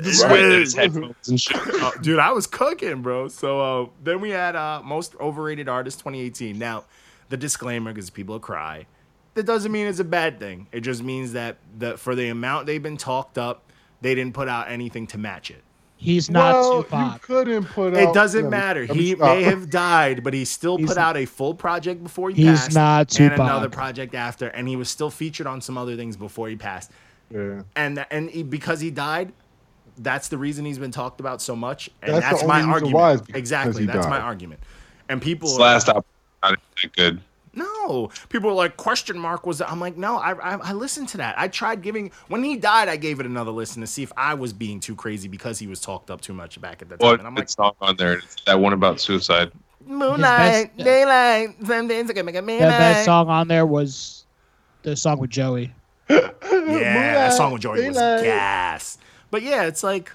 Speaker 4: Sweating his headphones and shit.
Speaker 2: Uh, dude, I was cooking, bro. So uh, then we had uh, most overrated artist 2018. Now, the disclaimer because people will cry. That doesn't mean it's a bad thing. It just means that the, for the amount they've been talked up, they didn't put out anything to match it.
Speaker 5: He's not
Speaker 3: well, you
Speaker 5: Tupac.
Speaker 3: couldn't put out.
Speaker 2: It doesn't
Speaker 3: Let me-
Speaker 2: matter.
Speaker 3: let me
Speaker 2: He
Speaker 3: stop.
Speaker 2: may have died, but he still
Speaker 5: He's
Speaker 2: put out a full project before he
Speaker 5: he's
Speaker 2: passed.
Speaker 5: not
Speaker 2: and
Speaker 5: Tupac.
Speaker 2: another project after, and he was still featured on some other things before he passed.
Speaker 3: Yeah.
Speaker 2: and and he, because he died, that's the reason he's been talked about so much, and
Speaker 3: That's
Speaker 2: that's,
Speaker 3: the only
Speaker 2: my
Speaker 3: reason
Speaker 2: argument.
Speaker 3: why is because
Speaker 2: exactly,
Speaker 3: he
Speaker 2: that's
Speaker 3: died.
Speaker 2: my argument. And people,
Speaker 4: His last album not that good.
Speaker 2: no, people were like, question mark was. I'm like, no, I, I I listened to that. I tried giving when he died, I gave it another listen to see if I was being too crazy because he was talked up too much back at the time.
Speaker 4: What
Speaker 2: and I'm like,
Speaker 4: it's not on there? It's that one about suicide.
Speaker 2: moonlight,
Speaker 5: best-
Speaker 2: daylight, some days I can make a
Speaker 5: The best
Speaker 2: midnight.
Speaker 5: song on there was the song with Joey.
Speaker 2: Yeah, that song with Joey was
Speaker 3: Moonlight.
Speaker 2: gas. But yeah, it's like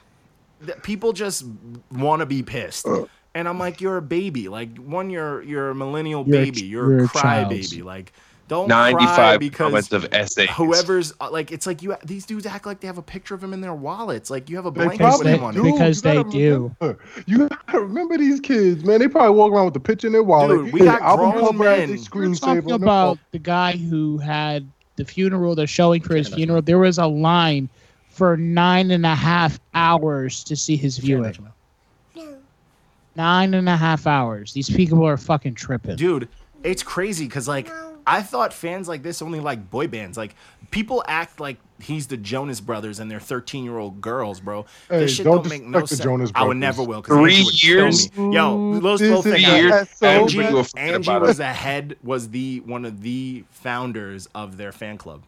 Speaker 2: th- people just want to be pissed. And I'm like, you're a baby. Like one, you're you're a millennial
Speaker 5: You're a
Speaker 2: baby.
Speaker 5: ch-
Speaker 2: You're,
Speaker 5: you're
Speaker 2: a
Speaker 5: a
Speaker 2: cry
Speaker 5: child.
Speaker 2: baby. Like don't cry
Speaker 4: 95
Speaker 2: because
Speaker 4: comments of essays.
Speaker 2: whoever's uh, like, it's like you. These dudes act like they have a picture of him in their wallets. Like you have a
Speaker 3: They
Speaker 2: blanket with
Speaker 3: probably
Speaker 2: him on
Speaker 5: Because
Speaker 2: it.
Speaker 3: do. You gotta
Speaker 5: because they do.
Speaker 3: remember- You gotta remember these kids, man. They probably walk around with a picture in their wallet.
Speaker 2: Dude, we
Speaker 3: their
Speaker 2: got
Speaker 3: album
Speaker 2: grown
Speaker 3: cover as
Speaker 2: men.
Speaker 3: a
Speaker 5: We're
Speaker 3: screensaver.
Speaker 5: talking
Speaker 3: on their phone.
Speaker 5: about the guy who had the funeral. They're showing for his funeral. There was a line for nine and a half hours to see his viewing. Nine and a half hours. These people are fucking tripping.
Speaker 2: dude it's crazy because like i thought fans like this only like boy bands like people act like he's the jonas brothers and they're 13 year old girls bro
Speaker 3: Hey,
Speaker 2: this shit
Speaker 3: don't
Speaker 2: don't, make no
Speaker 3: disrespect the
Speaker 2: sense
Speaker 3: Jonas
Speaker 2: i would
Speaker 3: Brothers.
Speaker 2: never will because
Speaker 4: Three years?
Speaker 2: yo little, little
Speaker 3: This
Speaker 2: thing
Speaker 3: is
Speaker 2: I-
Speaker 4: years.
Speaker 3: so
Speaker 2: angie,
Speaker 4: Angie
Speaker 3: bad.
Speaker 4: will forget
Speaker 2: angie
Speaker 4: about
Speaker 2: was
Speaker 4: it.
Speaker 2: the head was the one of the founders of their fan club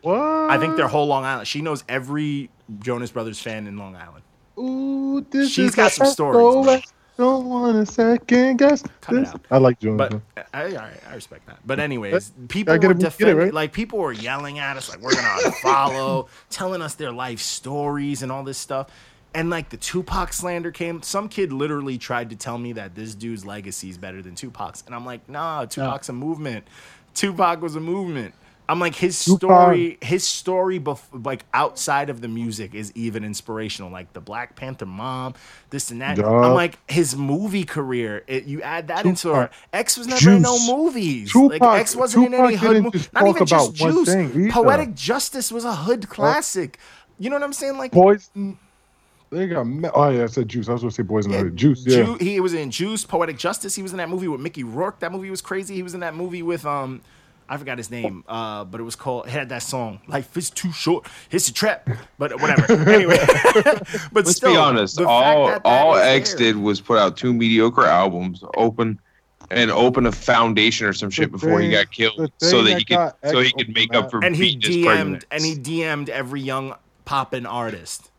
Speaker 3: What?
Speaker 2: i think their whole long island she knows every jonas brothers fan in long island
Speaker 3: Ooh, this
Speaker 2: She's
Speaker 3: is
Speaker 2: got some
Speaker 3: SOS.
Speaker 2: stories, man.
Speaker 3: Don't want to second guess.
Speaker 2: Cut it
Speaker 3: this.
Speaker 2: out.
Speaker 3: I like Jonas.
Speaker 2: But
Speaker 3: man.
Speaker 2: I, I, all right, I respect that. But anyways, people
Speaker 3: I get
Speaker 2: were
Speaker 3: it, get it,
Speaker 2: defending,
Speaker 3: right?
Speaker 2: like people were yelling at us, like we're gonna follow, telling us their life stories and all this stuff. And like the Tupac slander came, some kid literally tried to tell me that this dude's legacy is better than Tupac's, and I'm like, nah, Tupac's a movement. Tupac was a movement. I'm like his
Speaker 3: Tupac.
Speaker 2: story, his story, bef- like outside of the music, is even inspirational. Like the Black Panther mom, this and that.
Speaker 3: Dog.
Speaker 2: I'm like his movie career. It, you add that into our
Speaker 3: Tupac.
Speaker 2: X was never in no
Speaker 3: Juice.
Speaker 2: movies.
Speaker 3: Tupac-
Speaker 2: like X wasn't in
Speaker 3: Tupac
Speaker 2: any hood
Speaker 3: didn't
Speaker 2: movie.
Speaker 3: just
Speaker 2: Not
Speaker 3: talk
Speaker 2: even just
Speaker 3: about one
Speaker 2: Juice.
Speaker 3: thing either.
Speaker 2: Poetic Justice was a hood classic. You know what I'm saying? Like
Speaker 3: Poison. They got. Me- oh yeah, I said juice. I was gonna say boys in the hood. Juice. Yeah.
Speaker 2: Ju- he was in Juice, Poetic Justice. He was in that movie with Mickey Rourke. That movie was crazy. He was in that movie with um, I forgot his name, uh, but it was called. It had that song. Life is too short. It's a trap. But whatever. anyway, but
Speaker 4: Let's
Speaker 2: still,
Speaker 4: be honest.
Speaker 2: the fact
Speaker 4: All
Speaker 2: that that
Speaker 4: all
Speaker 2: is
Speaker 4: X
Speaker 2: there-
Speaker 4: did was put out two mediocre albums, open and open a foundation or some shit
Speaker 3: The
Speaker 4: before he
Speaker 3: thing-
Speaker 4: got killed,
Speaker 3: the thing
Speaker 4: so that
Speaker 3: that
Speaker 4: he could
Speaker 3: got
Speaker 4: so he
Speaker 3: X
Speaker 4: could
Speaker 3: open
Speaker 4: make
Speaker 3: up-
Speaker 4: up for
Speaker 2: And he
Speaker 4: beating his
Speaker 2: DM'd
Speaker 4: pregnancy.
Speaker 2: and he DM'd every young poppin' artist.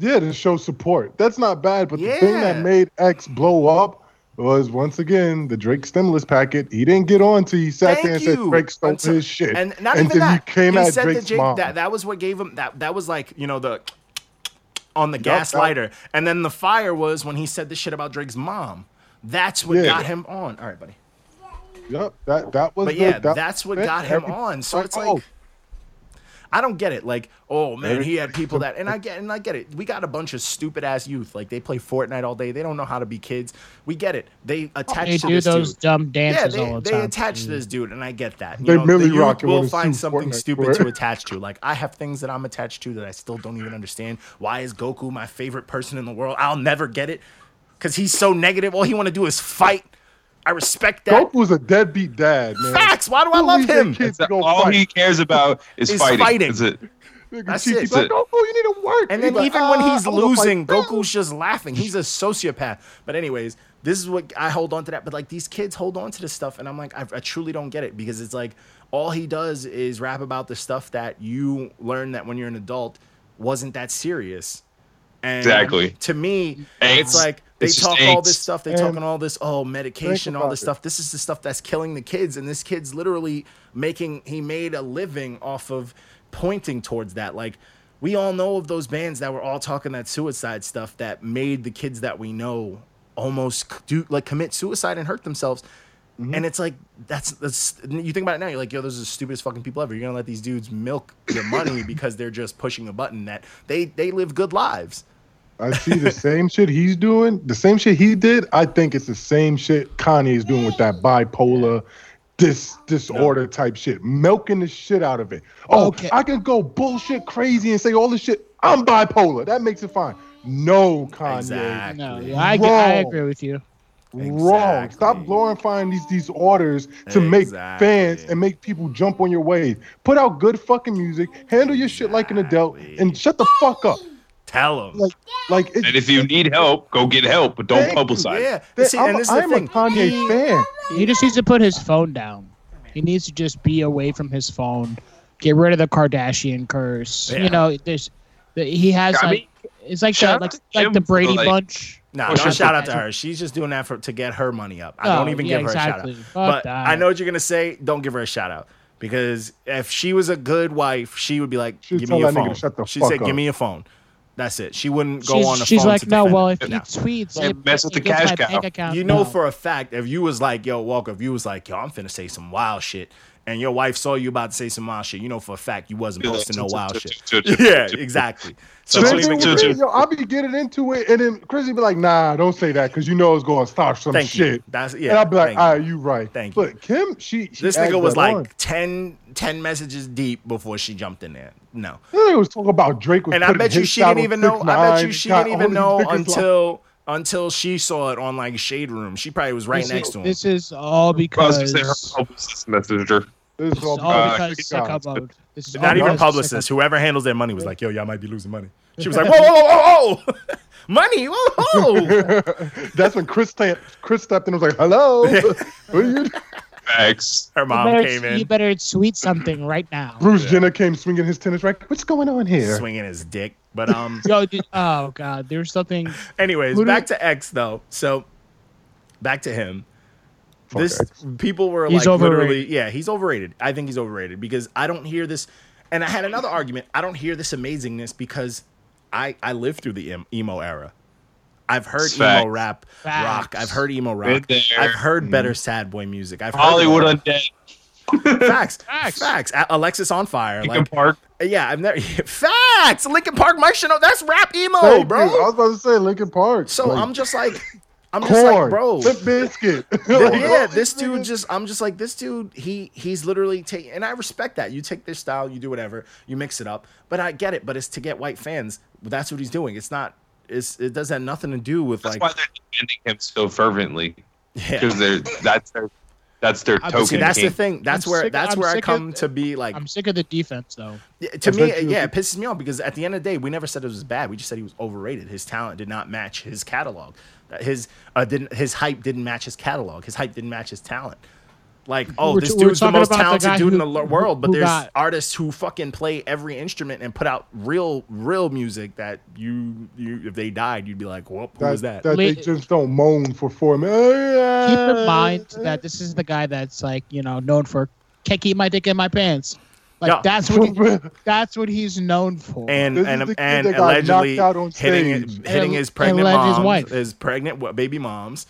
Speaker 3: Yeah, to show support. That's not bad, but the thing
Speaker 2: Yeah.
Speaker 3: that made X blow up was once again the Drake stimulus packet. He didn't get on till he sat
Speaker 2: Thank
Speaker 3: there and
Speaker 2: you.
Speaker 3: said Drake stole
Speaker 2: And so-
Speaker 3: his shit.
Speaker 2: And not even
Speaker 3: then
Speaker 2: that.
Speaker 3: he came
Speaker 2: he
Speaker 3: at
Speaker 2: said
Speaker 3: Drake's
Speaker 2: that, Jake,
Speaker 3: mom.
Speaker 2: that that was what gave him that that was like, you know, the on the
Speaker 3: Yup,
Speaker 2: gas
Speaker 3: that-
Speaker 2: lighter. And then the fire was when he said the shit about Drake's mom. That's what
Speaker 3: Yeah.
Speaker 2: got him on. All right, buddy.
Speaker 3: Yep, that that was.
Speaker 2: But
Speaker 3: the-
Speaker 2: yeah,
Speaker 3: that-
Speaker 2: that's what
Speaker 3: that-
Speaker 2: got him
Speaker 3: every-
Speaker 2: on. So it's
Speaker 3: oh,
Speaker 2: like I don't get it. Like, oh man, he had people that, and I get, and I get it. We got a bunch of stupid ass youth. Like they play Fortnite all day. They don't know how to be kids. We get it. They attach
Speaker 5: They
Speaker 2: to
Speaker 5: do
Speaker 2: this
Speaker 5: those
Speaker 2: dude.
Speaker 5: dumb
Speaker 2: Yeah,
Speaker 5: dances
Speaker 2: they,
Speaker 5: all the
Speaker 2: they
Speaker 5: time.
Speaker 2: attach to this dude, and I get that. You
Speaker 3: Mm. They
Speaker 2: know,
Speaker 3: Millie
Speaker 2: the youth
Speaker 3: Rock it
Speaker 2: will
Speaker 3: with a
Speaker 2: find
Speaker 3: suit
Speaker 2: something
Speaker 3: Fortnite
Speaker 2: stupid
Speaker 3: for
Speaker 2: to
Speaker 3: it.
Speaker 2: attach to. Like I have things that I'm attached to that I still don't even understand. Why is Goku my favorite person in the world? I'll never get it because he's so negative. All he want to do is fight. I respect that.
Speaker 3: Dope was a deadbeat dad, man.
Speaker 2: Facts. Why do I
Speaker 3: Who
Speaker 2: love
Speaker 3: leaves their
Speaker 2: him?
Speaker 3: kids
Speaker 4: So
Speaker 3: to go
Speaker 4: all
Speaker 3: fight?
Speaker 4: he cares about is,
Speaker 2: Is
Speaker 4: fighting.
Speaker 2: fighting.
Speaker 4: That's it.
Speaker 3: Nigga,
Speaker 2: That's
Speaker 3: Chief,
Speaker 2: it.
Speaker 3: he's like, Goku, you need to work.
Speaker 2: And
Speaker 3: He's
Speaker 2: then
Speaker 3: like,
Speaker 2: even
Speaker 3: "Ah,
Speaker 2: when he's
Speaker 3: I'm gonna fight
Speaker 2: losing,
Speaker 3: them."
Speaker 2: Goku's just laughing. He's a sociopath. But anyways, this is what I hold on to that. But like these kids hold on to this stuff, and I'm like, I, I truly don't get it because it's like all he does is rap about the stuff that you learn that when you're an adult wasn't that serious. And
Speaker 4: Exactly.
Speaker 2: To me, it's
Speaker 4: Angst.
Speaker 2: like they
Speaker 4: It's just
Speaker 2: talk all
Speaker 4: angst.
Speaker 2: this stuff. They
Speaker 3: And-
Speaker 2: talking all this oh medication, all
Speaker 3: about
Speaker 2: this
Speaker 3: it.
Speaker 2: stuff. This is the stuff that's killing the kids, and this kid's literally making he made a living off of pointing towards that. Like we all know of those bands that were all talking that suicide stuff that made the kids that we know almost c- do like commit suicide and hurt themselves.
Speaker 3: Mm-hmm.
Speaker 2: And it's like that's that's you think about it now. You're like, yo, those are the stupidest fucking people ever. You're gonna let these dudes milk your money because they're just pushing a button that they they live good lives.
Speaker 3: I see the same shit he's doing, the same shit he did. I think it's the same shit Kanye's doing with that bipolar dis disorder type shit, milking the shit out of it. Oh,
Speaker 5: Okay.
Speaker 3: I can go bullshit crazy and say all this shit. I'm bipolar. That makes it fine. No, Kanye.
Speaker 2: Exactly.
Speaker 5: No, yeah, I, get- I
Speaker 3: Wrong.
Speaker 5: agree with you.
Speaker 3: Wrong.
Speaker 2: Exactly.
Speaker 3: Stop glorifying these these orders to make
Speaker 2: Exactly.
Speaker 3: fans and make people jump on your wave. Put out good fucking music. Handle your shit like an adult
Speaker 2: Exactly.
Speaker 3: and shut the fuck up.
Speaker 2: Tell them.
Speaker 3: Like, like it's
Speaker 4: And if you need help, go get help, but don't
Speaker 3: Thank you,
Speaker 4: publicize. it.
Speaker 2: yeah.
Speaker 3: that-
Speaker 2: See,
Speaker 3: I'm,
Speaker 2: and this is the
Speaker 3: I'm a
Speaker 2: thing.
Speaker 3: Kanye
Speaker 2: He-
Speaker 3: fan.
Speaker 5: He just needs to put his phone down. He needs to just be away from his phone. Get rid of the Kardashian curse.
Speaker 2: Yeah.
Speaker 5: You know, there's the, he has
Speaker 4: I
Speaker 5: like it's like the,
Speaker 4: shout
Speaker 5: like,
Speaker 4: out to
Speaker 5: like
Speaker 4: him
Speaker 5: the
Speaker 4: for,
Speaker 5: Brady
Speaker 4: like-
Speaker 5: Bunch.
Speaker 2: Nah,
Speaker 4: Oh,
Speaker 2: don't
Speaker 4: sure.
Speaker 2: shout out to her. She's just doing that for to get her money up. I don't
Speaker 5: No,
Speaker 2: even
Speaker 5: Oh, yeah,
Speaker 2: give her
Speaker 5: exactly.
Speaker 2: a shout out.
Speaker 5: Fuck
Speaker 2: But
Speaker 5: that.
Speaker 2: I know what you're gonna say. Don't give her a shout out because if she was a good wife, she would be like,
Speaker 3: She'd
Speaker 2: "Give
Speaker 3: tell
Speaker 2: me your
Speaker 3: that
Speaker 2: phone."
Speaker 3: nigga to shut the
Speaker 2: she
Speaker 3: fuck
Speaker 2: said, "Give
Speaker 3: up."
Speaker 2: me your phone." That's it. She wouldn't go
Speaker 5: she's
Speaker 2: on a
Speaker 5: she's
Speaker 2: phone.
Speaker 5: like,
Speaker 2: to
Speaker 5: no,
Speaker 2: defend
Speaker 5: well,
Speaker 2: it.
Speaker 5: if he
Speaker 2: No.
Speaker 5: tweets,
Speaker 4: Don't
Speaker 5: it-
Speaker 4: mess with
Speaker 5: it
Speaker 4: the
Speaker 5: gets
Speaker 4: cash
Speaker 5: my
Speaker 4: cow.
Speaker 5: bank account.
Speaker 2: You know
Speaker 5: No.
Speaker 2: for a fact if you was like, yo, Walker, if you was like, yo, I'm finna say some wild shit, and your wife saw you about to say some wild shit, you know for a fact you wasn't
Speaker 4: Be like,
Speaker 2: posting no
Speaker 4: "Tut,
Speaker 2: wild
Speaker 4: tut,
Speaker 2: shit.
Speaker 4: tut, tut, tut,
Speaker 2: Yeah,
Speaker 4: tut, tut."
Speaker 2: exactly. So
Speaker 4: Tut,
Speaker 2: don't
Speaker 4: too, tut,
Speaker 2: even
Speaker 3: Same
Speaker 2: give
Speaker 3: thing
Speaker 4: too,
Speaker 3: with
Speaker 2: her-
Speaker 4: too.
Speaker 3: me, yo, I'll be getting into it, and then Chris would be like, "Nah, don't say that, because you know it's gonna start some
Speaker 2: Thank you.
Speaker 3: shit."
Speaker 2: That's yeah.
Speaker 3: and I'll be like,
Speaker 2: thank you.
Speaker 3: "Ah, you right."
Speaker 2: Thank you.
Speaker 3: but Kim, she, she
Speaker 2: This
Speaker 3: adds
Speaker 2: nigga was
Speaker 3: that
Speaker 2: like
Speaker 3: on.
Speaker 2: 10, 10 messages deep before she jumped in there. No.
Speaker 3: This nigga was talking about Drake was
Speaker 2: And I
Speaker 3: putting
Speaker 2: bet you
Speaker 3: his
Speaker 2: she
Speaker 3: shot
Speaker 2: didn't
Speaker 3: on
Speaker 2: even know. I bet you
Speaker 3: 6ix9ine,
Speaker 2: she
Speaker 3: got
Speaker 2: didn't
Speaker 3: all
Speaker 2: even
Speaker 3: these
Speaker 2: know
Speaker 3: niggas like-
Speaker 2: until until she saw it on like Shade Room. She probably was right
Speaker 5: this
Speaker 2: next
Speaker 5: is,
Speaker 2: to him.
Speaker 5: This is all
Speaker 4: I was
Speaker 5: because
Speaker 4: gonna say her publicist messaged her.
Speaker 3: This
Speaker 5: this
Speaker 3: is
Speaker 5: is
Speaker 3: all
Speaker 5: all
Speaker 3: bad.
Speaker 4: uh,
Speaker 5: because sicko mode. This is all
Speaker 2: Oh, Not even
Speaker 5: because of sicko
Speaker 2: publicists. Whoever handles their money was like, "Yo, y'all might be losing money." She was like, "Whoa, whoa, whoa, whoa, whoa. money, whoa, whoa."
Speaker 3: That's when Chris sta- Chris stepped in and was like, "Hello, What are you-
Speaker 4: Facts.
Speaker 2: Her
Speaker 5: You
Speaker 2: mom
Speaker 5: better,
Speaker 2: came
Speaker 5: you
Speaker 2: in,
Speaker 5: better tweet something right now.
Speaker 3: Bruce Jenner came swinging his tennis racket. What's going on here?
Speaker 2: swinging his dick. But um,
Speaker 5: Yo, did, oh god, there's something.
Speaker 2: anyways,
Speaker 5: Who do-
Speaker 2: back to X though. So back to him.
Speaker 3: Fuck
Speaker 2: this
Speaker 3: X.
Speaker 2: people were
Speaker 5: He's
Speaker 2: like literally,
Speaker 5: overrated.
Speaker 2: yeah, he's overrated. I think he's overrated because I don't hear this. And I had another argument. I don't hear this amazingness because I I lived through the em- emo era. I've heard
Speaker 4: Facts.
Speaker 2: emo rap
Speaker 5: Facts.
Speaker 2: rock. I've heard emo rock.
Speaker 4: Been there. Mm-hmm.
Speaker 2: I've heard better sad boy music. I've heard
Speaker 4: Hollywood
Speaker 2: on
Speaker 4: Undead.
Speaker 2: facts, facts,
Speaker 5: Facts.
Speaker 2: A- Alexis on fire.
Speaker 4: Lincoln
Speaker 2: Like,
Speaker 4: Park.
Speaker 2: yeah, I've never facts. Lincoln Park, Mike Shinoda. That's rap emo,
Speaker 3: Thank you.
Speaker 2: Oh, bro.
Speaker 3: I was about to say Lincoln Park.
Speaker 2: So
Speaker 3: Like,
Speaker 2: I'm just like, I'm just like,
Speaker 3: corn,
Speaker 2: bro.
Speaker 3: Limp biscuit.
Speaker 2: th-
Speaker 3: Like,
Speaker 2: yeah,
Speaker 3: all
Speaker 2: this
Speaker 3: these
Speaker 2: dude
Speaker 3: niggas-
Speaker 2: just I'm just like this dude, he he's literally taking and I respect that. You take their style, you do whatever, you mix it up. But I get it, but it's to get white fans. That's what he's doing. It's not It's, it doesn't have nothing to do with
Speaker 4: That's
Speaker 2: like.
Speaker 4: why they're defending him so fervently
Speaker 2: Yeah.
Speaker 4: because they're that's their that's their
Speaker 5: I'm-
Speaker 4: token.
Speaker 2: See, that's
Speaker 4: king.
Speaker 2: the thing. That's
Speaker 5: I'm
Speaker 2: where
Speaker 5: sick-
Speaker 2: that's
Speaker 5: I'm
Speaker 2: where I
Speaker 5: sick of-
Speaker 2: come to be like.
Speaker 5: I'm sick of the defense though.
Speaker 2: Yeah, to
Speaker 3: I
Speaker 2: me,
Speaker 3: bet you-
Speaker 2: yeah, it pisses me off because at the end of the day, we never said it was bad. We just said he was overrated. His talent did not match his catalog. That His uh, didn't his hype didn't match his catalog. His hype didn't match his talent. Like, oh,
Speaker 5: were-
Speaker 2: this
Speaker 5: we were
Speaker 2: dude's the
Speaker 5: talking
Speaker 2: most
Speaker 5: about the
Speaker 2: talented
Speaker 5: guy
Speaker 2: dude in the
Speaker 5: who-
Speaker 2: lo- world, but
Speaker 5: who
Speaker 2: there's
Speaker 5: got-
Speaker 2: artists who fucking play every instrument and put out real, real music that you, you if they died, you'd be like, whoop, who was that?
Speaker 3: That they
Speaker 5: Late-
Speaker 3: just don't moan for four Oh, minutes.
Speaker 5: Keep in mind that this is the guy that's like you know known for can't keep my dick in my pants. Like
Speaker 2: Yeah.
Speaker 5: that's what he, that's what he's known for.
Speaker 2: and
Speaker 3: This is
Speaker 2: and
Speaker 3: the kid
Speaker 2: and
Speaker 3: that got
Speaker 2: allegedly
Speaker 3: knocked out on
Speaker 2: hitting
Speaker 3: stage.
Speaker 2: hitting
Speaker 5: And-
Speaker 2: his pregnant
Speaker 5: and alleged
Speaker 2: mom,
Speaker 5: wife.
Speaker 2: his pregnant wa- baby moms.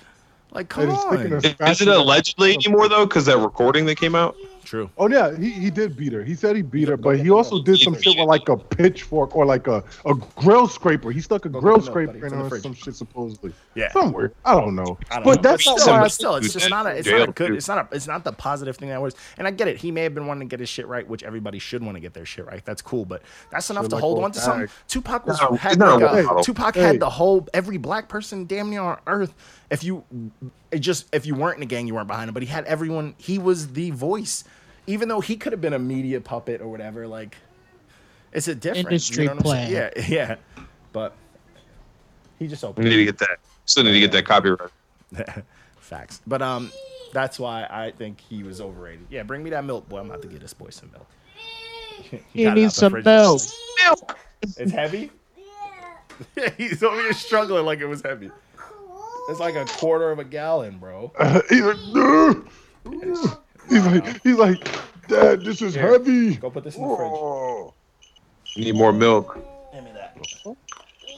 Speaker 2: Like, come
Speaker 3: And he's
Speaker 2: on,
Speaker 3: sticking a
Speaker 4: Is it
Speaker 3: spatula-
Speaker 4: allegedly anymore though? Because that recording that came out.
Speaker 2: true.
Speaker 3: Oh yeah, he, he did beat her. He said he beat her, but he also did some shit with like a pitchfork or like a, a grill scraper. He stuck a
Speaker 2: Don't
Speaker 3: grill
Speaker 2: open it up, buddy. It's
Speaker 3: scraper in
Speaker 2: in the
Speaker 3: her or
Speaker 2: fridge.
Speaker 3: some shit supposedly.
Speaker 2: Yeah.
Speaker 3: Somewhere. I don't know.
Speaker 2: I don't
Speaker 3: but
Speaker 2: know.
Speaker 3: that's not
Speaker 2: still,
Speaker 3: why I
Speaker 2: but still, it's just not a, it's
Speaker 4: Jail,
Speaker 2: not a good,
Speaker 4: dude.
Speaker 2: it's not a, it's not the positive thing that was. And I get it. He may have been wanting to get his shit right, which everybody should want to get their shit right. That's cool, but that's enough to
Speaker 3: like
Speaker 2: hold
Speaker 3: old
Speaker 2: on to something.
Speaker 3: bag.
Speaker 2: Tupac was
Speaker 4: No,
Speaker 2: had
Speaker 4: no,
Speaker 2: like a,
Speaker 4: hey,
Speaker 2: Tupac
Speaker 3: hey.
Speaker 2: had the whole every black person damn near on earth. If you, it just if you weren't in a gang, you weren't behind him. But he had everyone. He was the voice, even though he could have been a media puppet or whatever. Like, it's a different
Speaker 5: Industry
Speaker 2: you know what I'm saying?
Speaker 5: player.
Speaker 2: Yeah, yeah. But he just opened.
Speaker 4: We need to get that. Still need to get that copyright.
Speaker 2: Facts. But um, that's why I think he was overrated. Yeah, bring me that milk, boy. I'm about to get this boy some milk.
Speaker 5: He
Speaker 2: got it out
Speaker 5: needs
Speaker 2: the
Speaker 5: some
Speaker 2: fridge.
Speaker 5: milk.
Speaker 2: It's heavy.
Speaker 6: Yeah.
Speaker 2: He's over here struggling like it was heavy. It's like a quarter of a gallon, bro.
Speaker 3: he's like, "No." he's like, he's like, Dad, this is
Speaker 2: Here.
Speaker 3: heavy.
Speaker 2: Go put this in the fridge.
Speaker 4: We need more milk.
Speaker 2: Hand me that. Go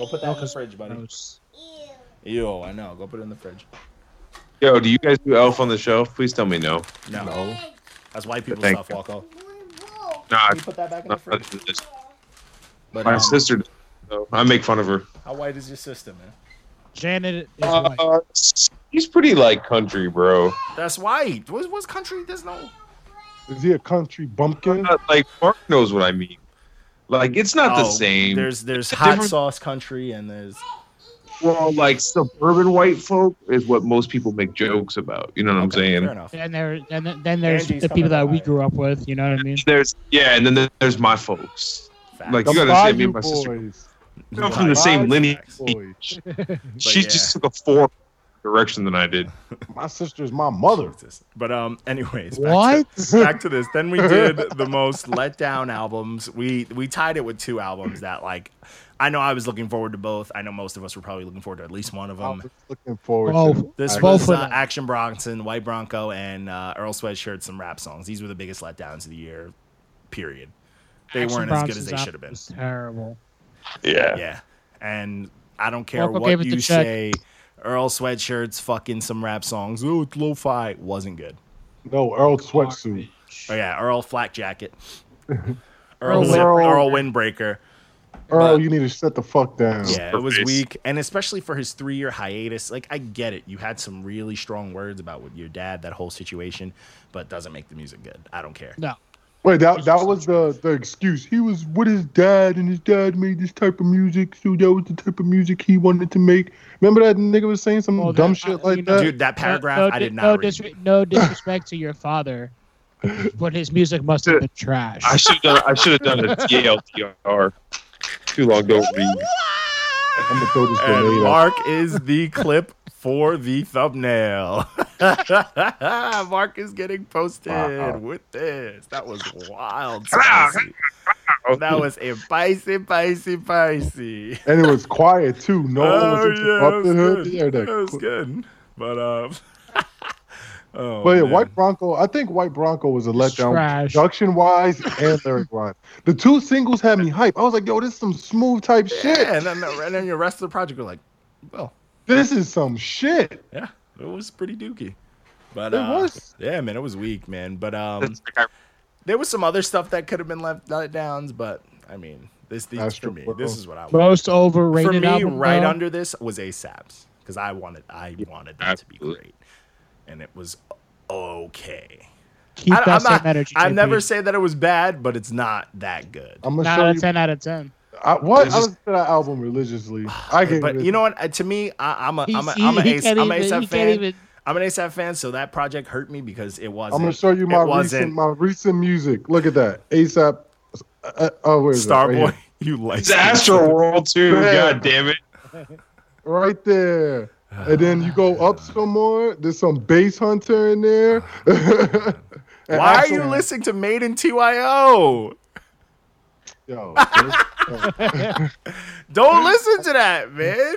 Speaker 2: put that in the fridge, buddy.
Speaker 5: Gross.
Speaker 3: Oh.
Speaker 2: Yo, I know. Go put it in the fridge.
Speaker 4: Yo, do you guys do Elf on the Shelf? Please tell me no.
Speaker 2: No, that's white people
Speaker 4: Thank
Speaker 2: stuff,
Speaker 4: you.
Speaker 2: Walko.
Speaker 4: Nah,
Speaker 2: Can you put that back in the
Speaker 4: not,
Speaker 2: fridge? But
Speaker 4: my
Speaker 2: um,
Speaker 4: sister. does, so I make fun of her.
Speaker 2: how white is your sister, man?
Speaker 5: Janet is white.
Speaker 4: Uh, he's pretty like country, bro.
Speaker 2: That's white. What's, what's country? There's no.
Speaker 3: Is he a country bumpkin?
Speaker 4: Not- like Mark knows what I mean. Like it's not the
Speaker 2: Oh,
Speaker 4: same.
Speaker 2: There's there's
Speaker 4: a
Speaker 2: hot
Speaker 4: different-
Speaker 2: sauce country and there's
Speaker 4: well, like suburban white folk is what most people make jokes about. You know what
Speaker 2: Okay,
Speaker 4: I'm
Speaker 2: Fair
Speaker 4: saying?
Speaker 2: enough.
Speaker 5: And there, and then, then there's
Speaker 2: Angie's
Speaker 5: the
Speaker 2: coming
Speaker 5: people that we
Speaker 2: by.
Speaker 5: grew up with. You know what I mean?
Speaker 4: There's yeah, and then there- there's my folks.
Speaker 2: Facts.
Speaker 4: Like,
Speaker 3: The
Speaker 4: you gotta say me
Speaker 3: Bayou
Speaker 4: and my sister-
Speaker 3: Boys.
Speaker 4: We're from the same lineage.
Speaker 2: Facts.
Speaker 3: Boy,
Speaker 4: she
Speaker 2: yeah.
Speaker 4: just took a four direction than I did.
Speaker 3: my sister's my mother.
Speaker 2: Jesus. But um, anyways, back
Speaker 5: What?
Speaker 2: To, back to this. Then we did the most letdown albums. We we tied it with two albums that like, I know I was looking forward to both. I know most of us were probably looking forward to at least one of
Speaker 3: I
Speaker 2: them.
Speaker 3: was looking forward to
Speaker 5: Oh,
Speaker 3: it.
Speaker 2: This
Speaker 3: I-
Speaker 5: both
Speaker 2: was
Speaker 5: of
Speaker 2: uh,
Speaker 5: them.
Speaker 2: Action Bronson, White Bronco, and uh, Earl Sweatshirt. Some rap songs. These were the biggest letdowns of the year. Period. They
Speaker 5: Action
Speaker 2: weren't as
Speaker 5: Bronson's
Speaker 2: good as they
Speaker 5: album
Speaker 2: should have been.
Speaker 5: was Terrible.
Speaker 4: Yeah.
Speaker 2: Yeah. And I don't care
Speaker 5: Marco gave
Speaker 2: what
Speaker 5: it the
Speaker 2: you
Speaker 5: check.
Speaker 2: say. Earl Sweatshirt's fucking some rap songs. Oh, it's lo-fi. Wasn't good.
Speaker 3: No, Earl Sweatsuit.
Speaker 2: Oh yeah, Earl Flat Jacket. Earl,
Speaker 3: Earl-
Speaker 2: Zip,
Speaker 3: Earl-
Speaker 2: Earl Windbreaker.
Speaker 3: Earl,
Speaker 2: But-
Speaker 3: you need to shut the fuck down.
Speaker 2: Yeah, it was
Speaker 4: Perfect.
Speaker 2: weak, and especially for his three-year hiatus. Like, I get it. You had some really strong words about with your dad, that whole situation, but doesn't make the music good. I don't care.
Speaker 5: No,
Speaker 3: Wait, that that was the the excuse. He was with his dad, and his dad made this type of music, so that was the type of music he wanted to make. Remember that nigga was saying some
Speaker 2: Oh,
Speaker 5: Well,
Speaker 3: dumb
Speaker 5: that-
Speaker 3: shit
Speaker 5: I-
Speaker 3: like
Speaker 5: you know-
Speaker 3: that.
Speaker 2: Dude, that paragraph
Speaker 5: Uh, No, no
Speaker 2: I
Speaker 5: di-
Speaker 2: did
Speaker 5: no,
Speaker 2: not read.
Speaker 5: disre- no disrespect to your father, but his music must have been trash.
Speaker 4: I should have done. I should have done a TLDR. Too long don't read.
Speaker 3: I'm gonna throw this
Speaker 2: And
Speaker 3: grenade out.
Speaker 2: Mark is the clip for the thumbnail. Mark is getting posted
Speaker 3: Wow.
Speaker 2: with this. That was wild. Spicy. That was a spicy, spicy, spicy.
Speaker 3: and it was quiet too. No
Speaker 2: oh,
Speaker 3: one was interrupting
Speaker 2: yeah, it
Speaker 3: her.
Speaker 2: was
Speaker 3: Yeah,
Speaker 2: good.
Speaker 3: that-
Speaker 2: It was good. But um, oh,
Speaker 3: But yeah,
Speaker 2: man.
Speaker 3: White Bronco. I think White Bronco was a letdown,
Speaker 5: Trash.
Speaker 3: production wise and lyric wise. The two singles had me hype. I was like, "Yo, this is some smooth type
Speaker 2: Yeah,
Speaker 3: shit.
Speaker 2: and then, the, and then your rest of the project were like, well,
Speaker 3: This is some shit."
Speaker 2: yeah, it was pretty dookie. But
Speaker 3: It
Speaker 2: uh,
Speaker 3: was.
Speaker 2: yeah, man, it was weak, man. But um,
Speaker 4: That's like
Speaker 2: there was some other stuff that could have been left let downs, but I mean, this these
Speaker 3: That's
Speaker 2: for
Speaker 3: true.
Speaker 2: me. This is what I want.
Speaker 5: Most overrated
Speaker 2: For me,
Speaker 5: album.
Speaker 2: right
Speaker 5: though.
Speaker 2: under this was ASAPs because I wanted I wanted that to be
Speaker 4: absolutely.
Speaker 2: great, and it was okay.
Speaker 5: Keep
Speaker 2: I-
Speaker 5: that
Speaker 2: I'm
Speaker 5: same
Speaker 2: not-
Speaker 5: energy.
Speaker 2: I
Speaker 5: JP.
Speaker 2: never say that it was bad, but it's not that good.
Speaker 3: I'm gonna
Speaker 5: Not
Speaker 3: show
Speaker 5: a
Speaker 3: you.
Speaker 5: ten out of ten.
Speaker 3: I, what?
Speaker 4: It's
Speaker 3: I
Speaker 4: just-
Speaker 3: listened to that album religiously. I get
Speaker 2: But you know what? Uh, To me, I, I'm a I'm a,
Speaker 5: He's-
Speaker 2: I'm a
Speaker 5: he
Speaker 2: Ace,
Speaker 5: can't
Speaker 2: I'm a
Speaker 5: even-
Speaker 2: ASAP
Speaker 5: he
Speaker 2: fan.
Speaker 5: can't even-
Speaker 2: I'm an ASAP fan, so that project hurt me because it wasn't.
Speaker 3: I'm gonna show you my
Speaker 2: it
Speaker 3: recent
Speaker 2: wasn't
Speaker 3: my recent music. Look at that. ASAP. Uh, oh, where is it? Right
Speaker 2: Starboy.
Speaker 3: here.
Speaker 2: you like
Speaker 4: It's Astro World too.
Speaker 3: Yeah.
Speaker 4: God damn it.
Speaker 3: right there. And then you go up some more. There's some bass hunter in there. And
Speaker 2: Why are
Speaker 3: Axl-
Speaker 2: you listening to Maiden TYO?
Speaker 3: Yo,
Speaker 2: Don't listen to that, man.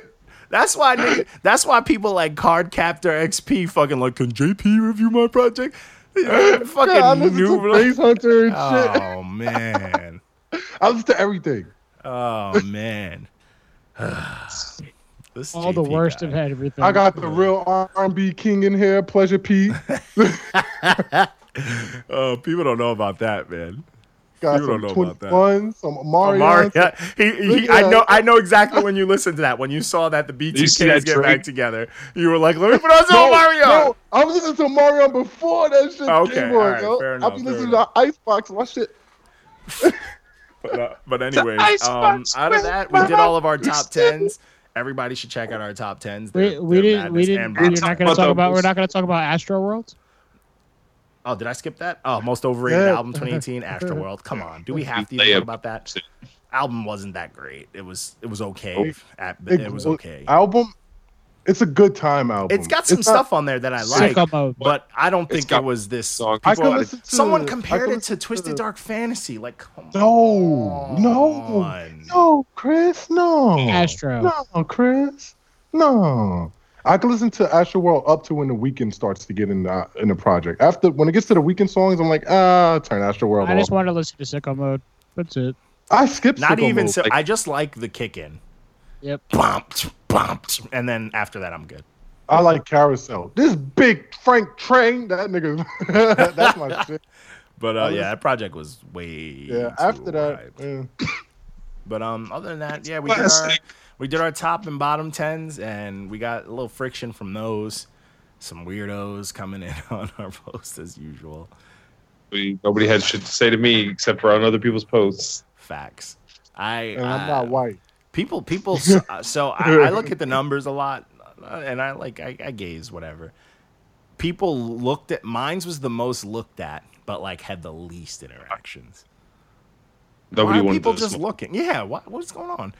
Speaker 2: That's why nigga, that's why people like Card Captor XP fucking like can JP review my project? fucking
Speaker 3: I listen
Speaker 2: new
Speaker 3: to bass hunter and shit.
Speaker 2: Oh man.
Speaker 3: I listen to everything.
Speaker 2: Oh man. This
Speaker 5: All the
Speaker 2: JP
Speaker 5: worst
Speaker 2: guy.
Speaker 5: of everything.
Speaker 3: I got the real R&B king in here, Pleasure Pete.
Speaker 2: Oh, people don't know about that, man.
Speaker 3: Got
Speaker 2: You don't
Speaker 3: some
Speaker 2: know about that.
Speaker 3: 21, some Mario.
Speaker 2: Omari, he, he,
Speaker 3: Look
Speaker 2: I
Speaker 3: at
Speaker 2: know,
Speaker 3: that.
Speaker 2: I know exactly when you listened to that. When you saw that the
Speaker 4: You
Speaker 2: BTKs
Speaker 4: see
Speaker 2: get
Speaker 4: that Drake?
Speaker 2: back together, you were like, "Let me put on some
Speaker 3: No,
Speaker 2: Mario."
Speaker 3: no, I was listening to Mario before that shit
Speaker 2: Okay,
Speaker 3: came on,
Speaker 2: alright,
Speaker 3: yo.
Speaker 2: fair
Speaker 3: I
Speaker 2: enough,
Speaker 3: be
Speaker 2: fair
Speaker 3: listening
Speaker 2: enough.
Speaker 3: to Icebox. My shit.
Speaker 2: But, uh, but anyways,
Speaker 4: Icebox
Speaker 2: um, out of
Speaker 4: with
Speaker 2: that, we did all of our top tens. Everybody should check out our top tens.
Speaker 5: We,
Speaker 2: They're-
Speaker 5: we
Speaker 2: they're
Speaker 5: didn't. We
Speaker 2: madness
Speaker 5: didn't.
Speaker 2: and
Speaker 5: We're
Speaker 2: bops.
Speaker 5: not gonna
Speaker 4: What
Speaker 5: talk
Speaker 4: the-
Speaker 5: about. We're not gonna talk about Astro World.
Speaker 2: Oh, did I skip that? Oh, most overrated
Speaker 3: Yeah.
Speaker 2: album 2018, Astroworld. Come on, do we have to
Speaker 4: They
Speaker 2: even talk
Speaker 4: have-
Speaker 2: about that? Album wasn't that great. It was. It was okay.
Speaker 3: Oh,
Speaker 2: At,
Speaker 3: It-
Speaker 2: it was okay.
Speaker 3: Album. It's a good time album.
Speaker 2: It's got some
Speaker 3: not-
Speaker 2: stuff on there that I like,
Speaker 5: Sicko mode.
Speaker 2: but I don't
Speaker 4: It's
Speaker 2: think
Speaker 4: got
Speaker 2: it was this.
Speaker 4: Song.
Speaker 3: I
Speaker 4: People
Speaker 3: could
Speaker 4: oughta-
Speaker 3: listen to.
Speaker 2: Someone
Speaker 3: I
Speaker 2: compared
Speaker 3: could
Speaker 2: it to
Speaker 3: listen
Speaker 2: Twisted Dark Fantasy. Like, come
Speaker 3: No, no,
Speaker 2: on.
Speaker 3: no, Chris, no.
Speaker 5: Astro.
Speaker 3: No, Chris, no. I can listen to Astro World up to when the weekend starts to get in the in the project. After when it gets to the weekend songs, I'm like, ah, turn Astro World
Speaker 5: I
Speaker 3: off.
Speaker 5: just want to listen to Sicko Mode. That's it.
Speaker 3: I skip.
Speaker 2: Not
Speaker 3: Sicko
Speaker 2: even
Speaker 3: Mode.
Speaker 2: so. I just like the kick in.
Speaker 5: Yep.
Speaker 2: Bumped, bumped, and then after that, I'm good.
Speaker 3: I like Carousel. This big Frank Train, that nigga, that's my shit.
Speaker 2: But
Speaker 3: I
Speaker 2: uh,
Speaker 3: was-
Speaker 2: yeah, that project was way.
Speaker 3: Yeah.
Speaker 2: too
Speaker 3: After that,
Speaker 2: hyped.
Speaker 3: yeah.
Speaker 2: But um, other than that, yeah, we did our
Speaker 4: Classic.
Speaker 2: we did our top and bottom tens, and we got a little friction from those. Some weirdos coming in on our post as usual.
Speaker 4: We- Nobody had shit to say to me except for on other people's posts.
Speaker 2: Facts. I
Speaker 3: and
Speaker 2: uh,
Speaker 3: I'm not white.
Speaker 2: people people so, so I, I look at the numbers a lot uh, and i like I, I gaze whatever people looked at mine's was the most looked at but like had the least interactions why
Speaker 4: Nobody
Speaker 2: are
Speaker 4: wanted
Speaker 2: people
Speaker 4: to
Speaker 2: just
Speaker 4: smoke.
Speaker 2: looking yeah what, what's going on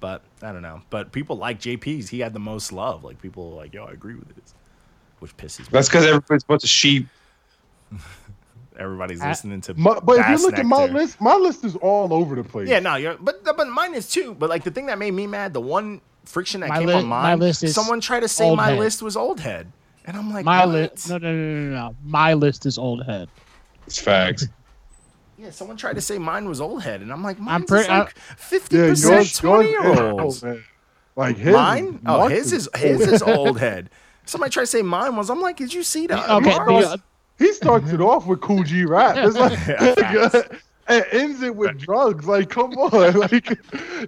Speaker 2: but i don't know but people like jp's he had the most love like people were like yo i agree with this which pisses me
Speaker 4: That's because everybody's a bunch of sheep.
Speaker 2: off. everybody's
Speaker 5: I-
Speaker 2: listening to
Speaker 3: My, but if
Speaker 2: Das
Speaker 3: you look at my
Speaker 2: Nectar.
Speaker 3: list, my list is all over the place.
Speaker 2: Yeah, no, you're but but mine is too. But like the thing that made me mad, the one friction that
Speaker 5: My
Speaker 2: came
Speaker 5: li-
Speaker 2: on mine,
Speaker 5: my list is
Speaker 2: someone tried to say
Speaker 5: old
Speaker 2: my
Speaker 5: head.
Speaker 2: list was old head, and I'm like,
Speaker 5: My
Speaker 2: what?
Speaker 5: list. No, no, no, no, no. My list is old head.
Speaker 4: It's facts.
Speaker 2: Yeah, someone tried to say mine was old head, and I'm like, mine's
Speaker 5: pretty-
Speaker 2: is,
Speaker 5: I-
Speaker 2: like fifty
Speaker 3: Yeah, yours,
Speaker 2: percent
Speaker 3: yours
Speaker 2: twenty year
Speaker 3: is
Speaker 2: olds.
Speaker 3: oh, man. Like his,
Speaker 2: Mine? Oh,
Speaker 3: Mark
Speaker 2: his is his
Speaker 3: old.
Speaker 2: is old head. Somebody tried to say mine was. I'm like, did you see that?
Speaker 5: Okay.
Speaker 2: Mine
Speaker 5: the- uh,
Speaker 2: was-
Speaker 3: He starts it off with Cool G rap. It's like, and ends it with drugs. Like, come on, like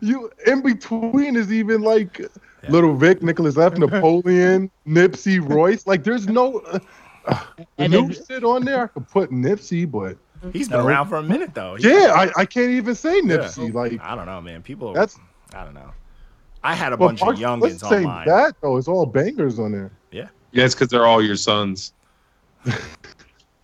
Speaker 3: you. In between is even like Little Vic, Nicholas F, Napoleon, Nipsey, Royce. Like, there's no uh,
Speaker 5: And
Speaker 3: new
Speaker 5: then-
Speaker 3: shit on there. I could put Nipsey, but
Speaker 2: He's been
Speaker 3: No.
Speaker 2: around for a minute though. He-
Speaker 3: yeah, I, I can't even say Nipsey. Like,
Speaker 2: I don't know, man. People,
Speaker 3: that's
Speaker 2: I don't know. I had a
Speaker 3: but
Speaker 2: bunch of
Speaker 3: Mark- let's
Speaker 2: youngins on
Speaker 3: say
Speaker 2: mine.
Speaker 3: that though. It's all bangers on there.
Speaker 4: Yeah, it's because they're all your sons.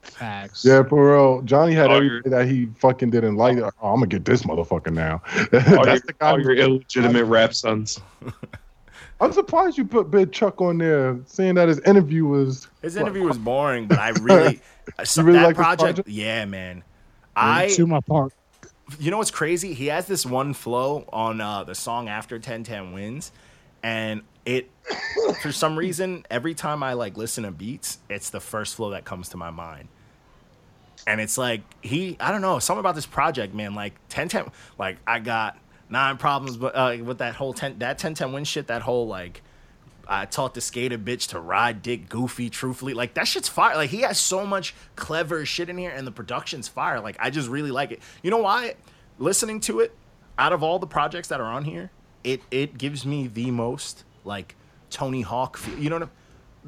Speaker 5: Facts.
Speaker 3: Yeah, for real. Johnny had
Speaker 4: All
Speaker 3: everything that he fucking didn't like. Oh, I'm gonna get this motherfucker now.
Speaker 2: Oh,
Speaker 4: All, your,
Speaker 3: That's the guy
Speaker 4: all your illegitimate rap sons.
Speaker 3: I'm surprised you put Big Chuck on there, saying that his interview was.
Speaker 2: His interview was boring, but I really, uh, so
Speaker 3: really
Speaker 2: that
Speaker 3: like this
Speaker 2: project,
Speaker 3: project?
Speaker 2: Yeah, man. I,
Speaker 5: to my park.
Speaker 2: you know what's crazy? He has this one flow on uh, the song after 1010 wins, and it, for some reason, every time I like listen to beats, it's the first flow that comes to my mind. And it's like he, I don't know, something about this project, man. Like 1010, like I got nine problems, but uh, with that whole 10, that 1010 win shit, that whole like I taught the skater bitch to ride dick goofy, truthfully. Like that shit's fire. Like he has so much clever shit in here and the production's fire. Like I just really like it. You know why? Listening to it, out of all the projects that are on here, it it gives me the most like Tony Hawk feel. You know what I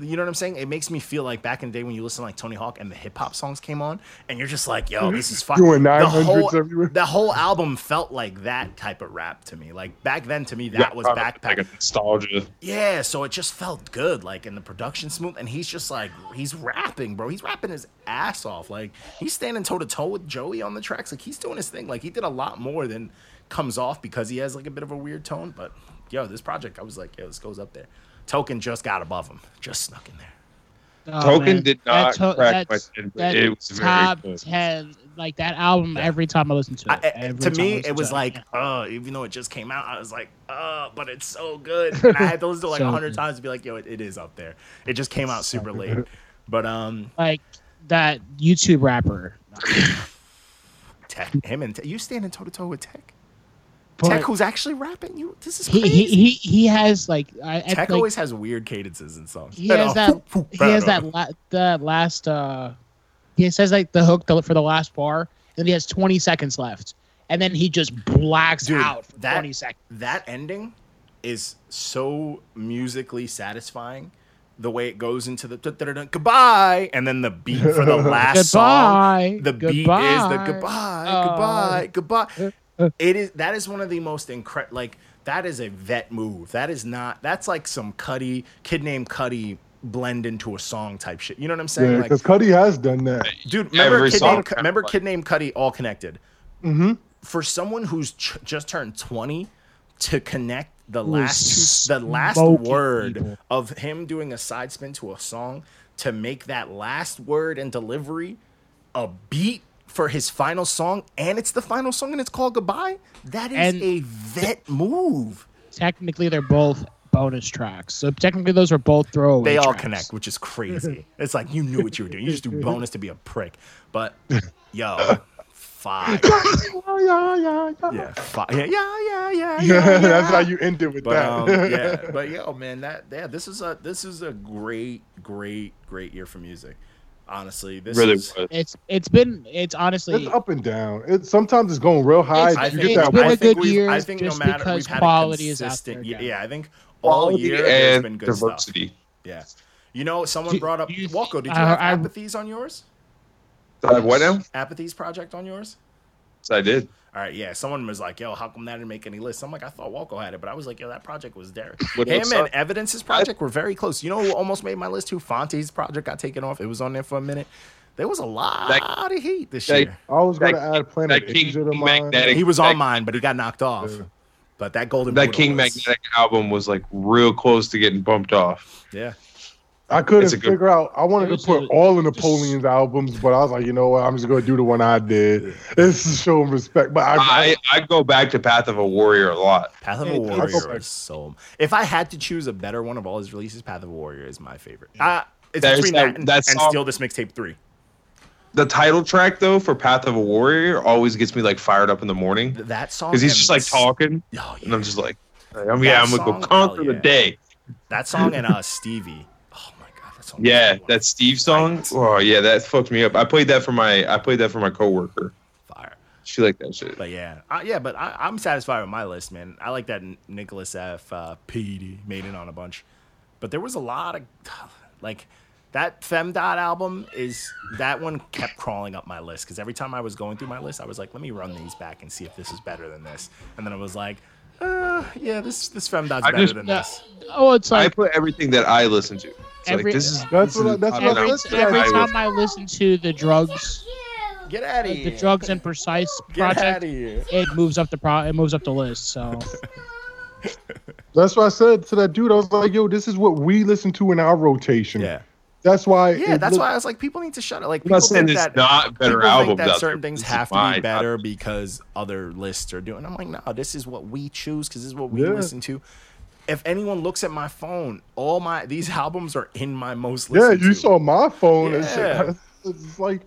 Speaker 2: you know what I'm saying? It makes me feel like back in the day when you listen to like Tony Hawk and the hip hop songs came on, and you're just like, yo, this is fucking.
Speaker 3: Doing 900s
Speaker 2: the whole,
Speaker 3: everywhere.
Speaker 2: The whole album felt like that type of rap to me. Like back then, to me, that was
Speaker 4: probably Like a
Speaker 2: backpack.
Speaker 4: nostalgia.
Speaker 2: Yeah, so it just felt good. Like in the production smooth, and he's just like he's rapping, bro. He's rapping his ass off. Like he's standing toe to toe with Joey on the tracks. Like he's doing his thing. Like he did a lot more than comes off because he has like a bit of a weird tone. But yo, this project, I was like, yo, this goes up there. Token just got above him. Just snuck in there.
Speaker 5: Oh,
Speaker 4: Token
Speaker 5: man.
Speaker 4: did not
Speaker 5: that to-
Speaker 4: crack my
Speaker 5: that's-
Speaker 4: chin, but
Speaker 5: that
Speaker 4: it was very
Speaker 5: top
Speaker 4: good.
Speaker 5: ten, like that album. Every time I listen to
Speaker 2: I,
Speaker 5: it,
Speaker 2: I-
Speaker 5: every
Speaker 2: to
Speaker 5: time I
Speaker 2: me,
Speaker 5: listen
Speaker 2: it was
Speaker 5: to
Speaker 2: like, uh, even though it just came out, I was like, uh, but it's so good. And I had to listen to it like a
Speaker 5: So
Speaker 2: hundred
Speaker 5: good.
Speaker 2: times to be like, yo, it, it is up there. It just came out super late. But um,
Speaker 5: like that YouTube rapper.
Speaker 2: Tech, him and Tech, you standing toe to toe with Tech. Tech,
Speaker 7: But
Speaker 2: who's actually rapping you? This is
Speaker 5: He
Speaker 2: crazy.
Speaker 5: he he, he has like I, I
Speaker 2: Tech
Speaker 5: like,
Speaker 2: always has weird cadences in songs.
Speaker 5: he has that he has that la- that last uh he says like the hook to- for the last bar and then he has 20 seconds left and then he just blacks
Speaker 2: Dude,
Speaker 5: out for
Speaker 2: that-
Speaker 5: 20 seconds
Speaker 2: that ending is so musically satisfying. The way it goes into the da-da-da-da, goodbye, and then the beat for the last song.
Speaker 5: goodbye
Speaker 2: The beat is the goodbye, goodbye, goodbye. It is that is one of the most incredible. Like that is a vet move. That is not. That's like some Cuddy kid named Cuddy blend into a song type shit. You know what I'm saying?
Speaker 3: Yeah,
Speaker 2: like,
Speaker 3: because Cuddy has done that.
Speaker 2: dude, remember
Speaker 4: Every
Speaker 2: kid
Speaker 4: song
Speaker 2: named,
Speaker 4: kinda
Speaker 2: remember
Speaker 4: like-
Speaker 2: kid named Cuddy? All connected
Speaker 3: Mm-hmm.
Speaker 2: for someone who's ch- just turned 20 to connect the
Speaker 5: was
Speaker 2: last two, the last
Speaker 5: smoking
Speaker 2: word
Speaker 5: people.
Speaker 2: of him doing a side spin to a song to make that last word and delivery a beat for his final song and it's the final song and it's called goodbye that is
Speaker 5: And-
Speaker 2: a vet move
Speaker 5: technically they're both bonus tracks so technically those are both throwaway
Speaker 2: they all
Speaker 5: tracks.
Speaker 2: connect which is crazy it's like you knew what you were doing you just do bonus to be a prick but yo fire
Speaker 3: Oh, yeah, yeah, yeah.
Speaker 2: yeah fire yeah yeah yeah yeah,
Speaker 3: Yeah,
Speaker 2: yeah.
Speaker 3: that's how you end it with
Speaker 2: But um,
Speaker 3: that.
Speaker 2: yeah, but yo, man, that yeah, this is a this is a great, great, great year for music. Honestly, this
Speaker 4: Really
Speaker 2: is.
Speaker 4: was.
Speaker 5: it's it's been it's honestly
Speaker 3: It's up and down. It sometimes it's going real high.
Speaker 2: I
Speaker 5: It's-
Speaker 3: you
Speaker 2: think,
Speaker 3: get
Speaker 5: it's
Speaker 3: that
Speaker 5: been
Speaker 2: I
Speaker 5: a
Speaker 2: think
Speaker 5: good
Speaker 2: we've,
Speaker 5: year
Speaker 2: I think no
Speaker 5: just
Speaker 2: matter
Speaker 5: because
Speaker 2: we've had
Speaker 5: quality
Speaker 2: a
Speaker 5: is out
Speaker 2: consistent.
Speaker 5: there
Speaker 2: yeah,
Speaker 5: now.
Speaker 2: I think all
Speaker 4: Quality
Speaker 2: year there's been
Speaker 4: and
Speaker 2: good stuff.
Speaker 4: diversity.
Speaker 2: Yeah, you know, someone
Speaker 5: Do-
Speaker 2: brought up
Speaker 5: do you th-
Speaker 2: Walco. Did you
Speaker 5: I-
Speaker 2: have
Speaker 5: I-
Speaker 2: apathies on yours?
Speaker 4: Did I have what now?
Speaker 2: Apathies project on yours?
Speaker 4: So I did.
Speaker 2: All right, yeah. Someone was like, "Yo, how come that didn't make any lists?" I'm like, "I thought Walco had it," but I was like, "Yo, that project was there."
Speaker 4: What
Speaker 2: Him
Speaker 4: else?
Speaker 2: and Evidence's project were very close. You know who almost made my list? Who Fonte's project got taken off? It was on there for a minute. There was a lot
Speaker 4: That-
Speaker 2: of heat this
Speaker 4: that-
Speaker 2: year.
Speaker 3: I was going to
Speaker 4: That-
Speaker 3: add Planet
Speaker 4: that King
Speaker 3: Asia to mine.
Speaker 4: Magnetic-
Speaker 2: He was on
Speaker 4: that-
Speaker 2: mine, but he got knocked off. But that golden
Speaker 4: That
Speaker 2: Buddha
Speaker 4: King
Speaker 2: was-
Speaker 4: Magnetic album was like real close to getting bumped off.
Speaker 2: yeah.
Speaker 3: I couldn't
Speaker 4: It's a good-
Speaker 3: figure out. I wanted
Speaker 5: It
Speaker 3: to
Speaker 5: was
Speaker 3: put
Speaker 5: a-
Speaker 3: all of Napoleon's albums, but I was like, you know what? I'm just going to do the one I did. This is showing respect. But I,
Speaker 4: I, I go back to Path of a Warrior a lot.
Speaker 2: Path of
Speaker 3: Yeah,
Speaker 2: a
Speaker 3: I'll go
Speaker 2: Warrior
Speaker 3: back.
Speaker 2: is so. If I had to choose a better one of all his releases, Path of a Warrior is my favorite. Uh, it's
Speaker 4: There's
Speaker 2: between
Speaker 4: that-
Speaker 2: that, and,
Speaker 4: that
Speaker 2: and
Speaker 4: song-
Speaker 2: Steal This Mixtape 3.
Speaker 4: The title track though for Path of a Warrior always gets me like fired up in the morning
Speaker 2: Th- That song.
Speaker 4: because he's
Speaker 2: and
Speaker 4: just like
Speaker 2: this-
Speaker 4: talking,
Speaker 2: Oh, yeah.
Speaker 4: and I'm just like, I'm, yeah, I'm gonna go
Speaker 2: song?
Speaker 4: conquer
Speaker 2: Hell
Speaker 4: the
Speaker 2: yeah.
Speaker 4: day.
Speaker 2: That song and uh, Stevie. Oh my god, that song. is
Speaker 4: Yeah,
Speaker 2: so
Speaker 4: that Steve song. Oh yeah, that fucked me up. I played that for my I played that for my coworker.
Speaker 2: fire.
Speaker 4: She liked that shit.
Speaker 2: But yeah, uh, yeah, but I, I'm satisfied with my list, man. I like that N- Nicholas F. Uh, P.D. made it on a bunch, but there was a lot of like that Femdot album is that one kept crawling up my list because every time I was going through my list, I was like, let me run these back and see if this is better than this, and then I was like, uh, yeah, this this Femdot's
Speaker 4: I
Speaker 2: better
Speaker 4: just-
Speaker 2: than
Speaker 5: Yeah.
Speaker 2: this.
Speaker 5: oh it's
Speaker 4: I
Speaker 5: like
Speaker 4: put everything that I listen to. It's
Speaker 5: Every-
Speaker 4: like this is
Speaker 3: That's
Speaker 4: this is
Speaker 3: what I- that's what I
Speaker 5: every,
Speaker 4: popular.
Speaker 3: listen
Speaker 5: every
Speaker 4: I
Speaker 5: time
Speaker 4: was-
Speaker 5: I listen to the drugs
Speaker 2: Get out of
Speaker 5: the
Speaker 2: here!
Speaker 5: drugs and precise
Speaker 2: Get out
Speaker 5: project
Speaker 2: of here!
Speaker 5: it moves up the pro it moves up the list so
Speaker 3: that's what I said to that dude. I was like, yo, this is what we listen to in our rotation.
Speaker 2: Yeah.
Speaker 3: That's why.
Speaker 2: Yeah,
Speaker 3: it
Speaker 2: that's
Speaker 3: look-
Speaker 2: why I was like, people need to shut up. Like,
Speaker 4: I'm not
Speaker 2: people
Speaker 4: saying
Speaker 2: think
Speaker 4: there's
Speaker 2: that
Speaker 4: not better
Speaker 2: people
Speaker 4: albums
Speaker 2: think that
Speaker 4: out
Speaker 2: certain
Speaker 4: there.
Speaker 2: things
Speaker 4: This is
Speaker 2: have to
Speaker 4: mine.
Speaker 2: be
Speaker 4: I-
Speaker 2: better because other lists are doing. I'm like, no, this is what we choose because this is what we
Speaker 3: Yeah.
Speaker 2: listen to. If anyone looks at my phone, all my these albums are in my most.
Speaker 3: Yeah,
Speaker 2: listened
Speaker 3: you
Speaker 2: to.
Speaker 3: saw my phone and
Speaker 2: Yeah.
Speaker 3: shit. It's like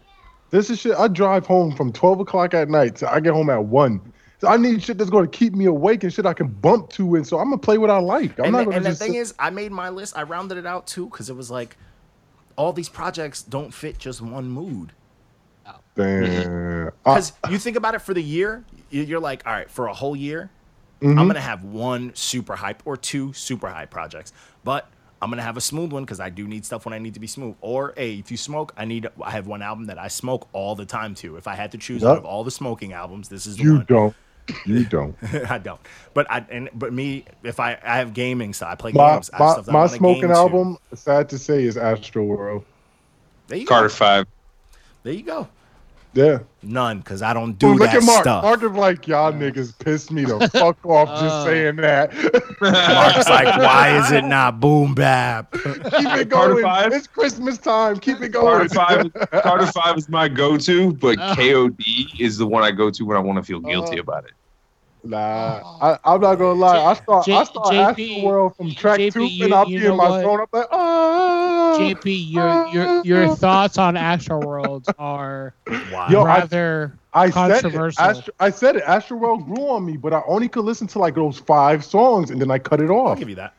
Speaker 3: this is shit. I drive home from twelve o'clock at night. So I get home at one. So I need shit that's going to keep me awake and shit I can bump to. And so I'm gonna play what I like. I'm
Speaker 2: and
Speaker 3: not
Speaker 2: the,
Speaker 3: gonna
Speaker 2: and the
Speaker 3: just.
Speaker 2: thing
Speaker 3: sit-
Speaker 2: is, I made my list. I rounded it out too because it was like, all these projects don't fit just one mood.
Speaker 3: Damn. I-
Speaker 2: Because you think about it for the year, you- you're like, all right, for a
Speaker 3: Mm-hmm.
Speaker 2: whole year, I'm gonna have one super hype or two super hype projects, but I'm gonna have a smooth one because I do need stuff when I need to be smooth. Or hey, if you smoke, I need. I have one album that I smoke all the time too. If I had to choose
Speaker 3: Yep.
Speaker 2: out of all the smoking albums, this is the
Speaker 3: You
Speaker 2: one.
Speaker 3: don't. You don't.
Speaker 2: I don't. But I and but me, if I I have gaming, so I play
Speaker 3: My
Speaker 2: games. I have
Speaker 3: my,
Speaker 2: stuff that I
Speaker 3: my
Speaker 2: wanna game
Speaker 3: smoking
Speaker 2: to.
Speaker 3: album, sad to say, is Astro World.
Speaker 2: There you
Speaker 4: Carter
Speaker 2: go.
Speaker 4: Five.
Speaker 2: There you go.
Speaker 3: Yeah.
Speaker 2: None, because I don't do
Speaker 3: Ooh, look
Speaker 2: that
Speaker 3: at Mark.
Speaker 2: stuff.
Speaker 3: Mark is like, y'all niggas pissed me the fuck off just
Speaker 5: Oh.
Speaker 2: Uh.
Speaker 3: saying that.
Speaker 2: Mark's like, why is it not boom bap?
Speaker 3: Keep it
Speaker 4: Carter
Speaker 3: going.
Speaker 4: Five?
Speaker 3: It's Christmas time. Keep it
Speaker 4: Carter
Speaker 3: going.
Speaker 4: Five. Carter Five is my go-to, but
Speaker 5: Oh.
Speaker 4: KOD is the one I go to when I want to feel guilty
Speaker 3: Oh.
Speaker 4: about it.
Speaker 3: Nah, I, I'm not gonna lie. I start, I
Speaker 5: Oh, J-
Speaker 3: start
Speaker 5: JP,
Speaker 3: Astro World from track
Speaker 5: JP,
Speaker 3: two,
Speaker 5: you-
Speaker 3: and I'm
Speaker 5: you
Speaker 3: getting
Speaker 5: know
Speaker 3: my
Speaker 5: what?
Speaker 3: phone. I'm like, oh.
Speaker 5: JP, your your your thoughts on Astro World are
Speaker 2: Wow.
Speaker 3: Yo, I-
Speaker 5: rather
Speaker 3: I said it.
Speaker 5: controversial.
Speaker 3: Astro, I said it. Astro World grew on me, but I only could listen to like those five songs, and then I cut it
Speaker 2: I'll
Speaker 3: off.
Speaker 2: give you that.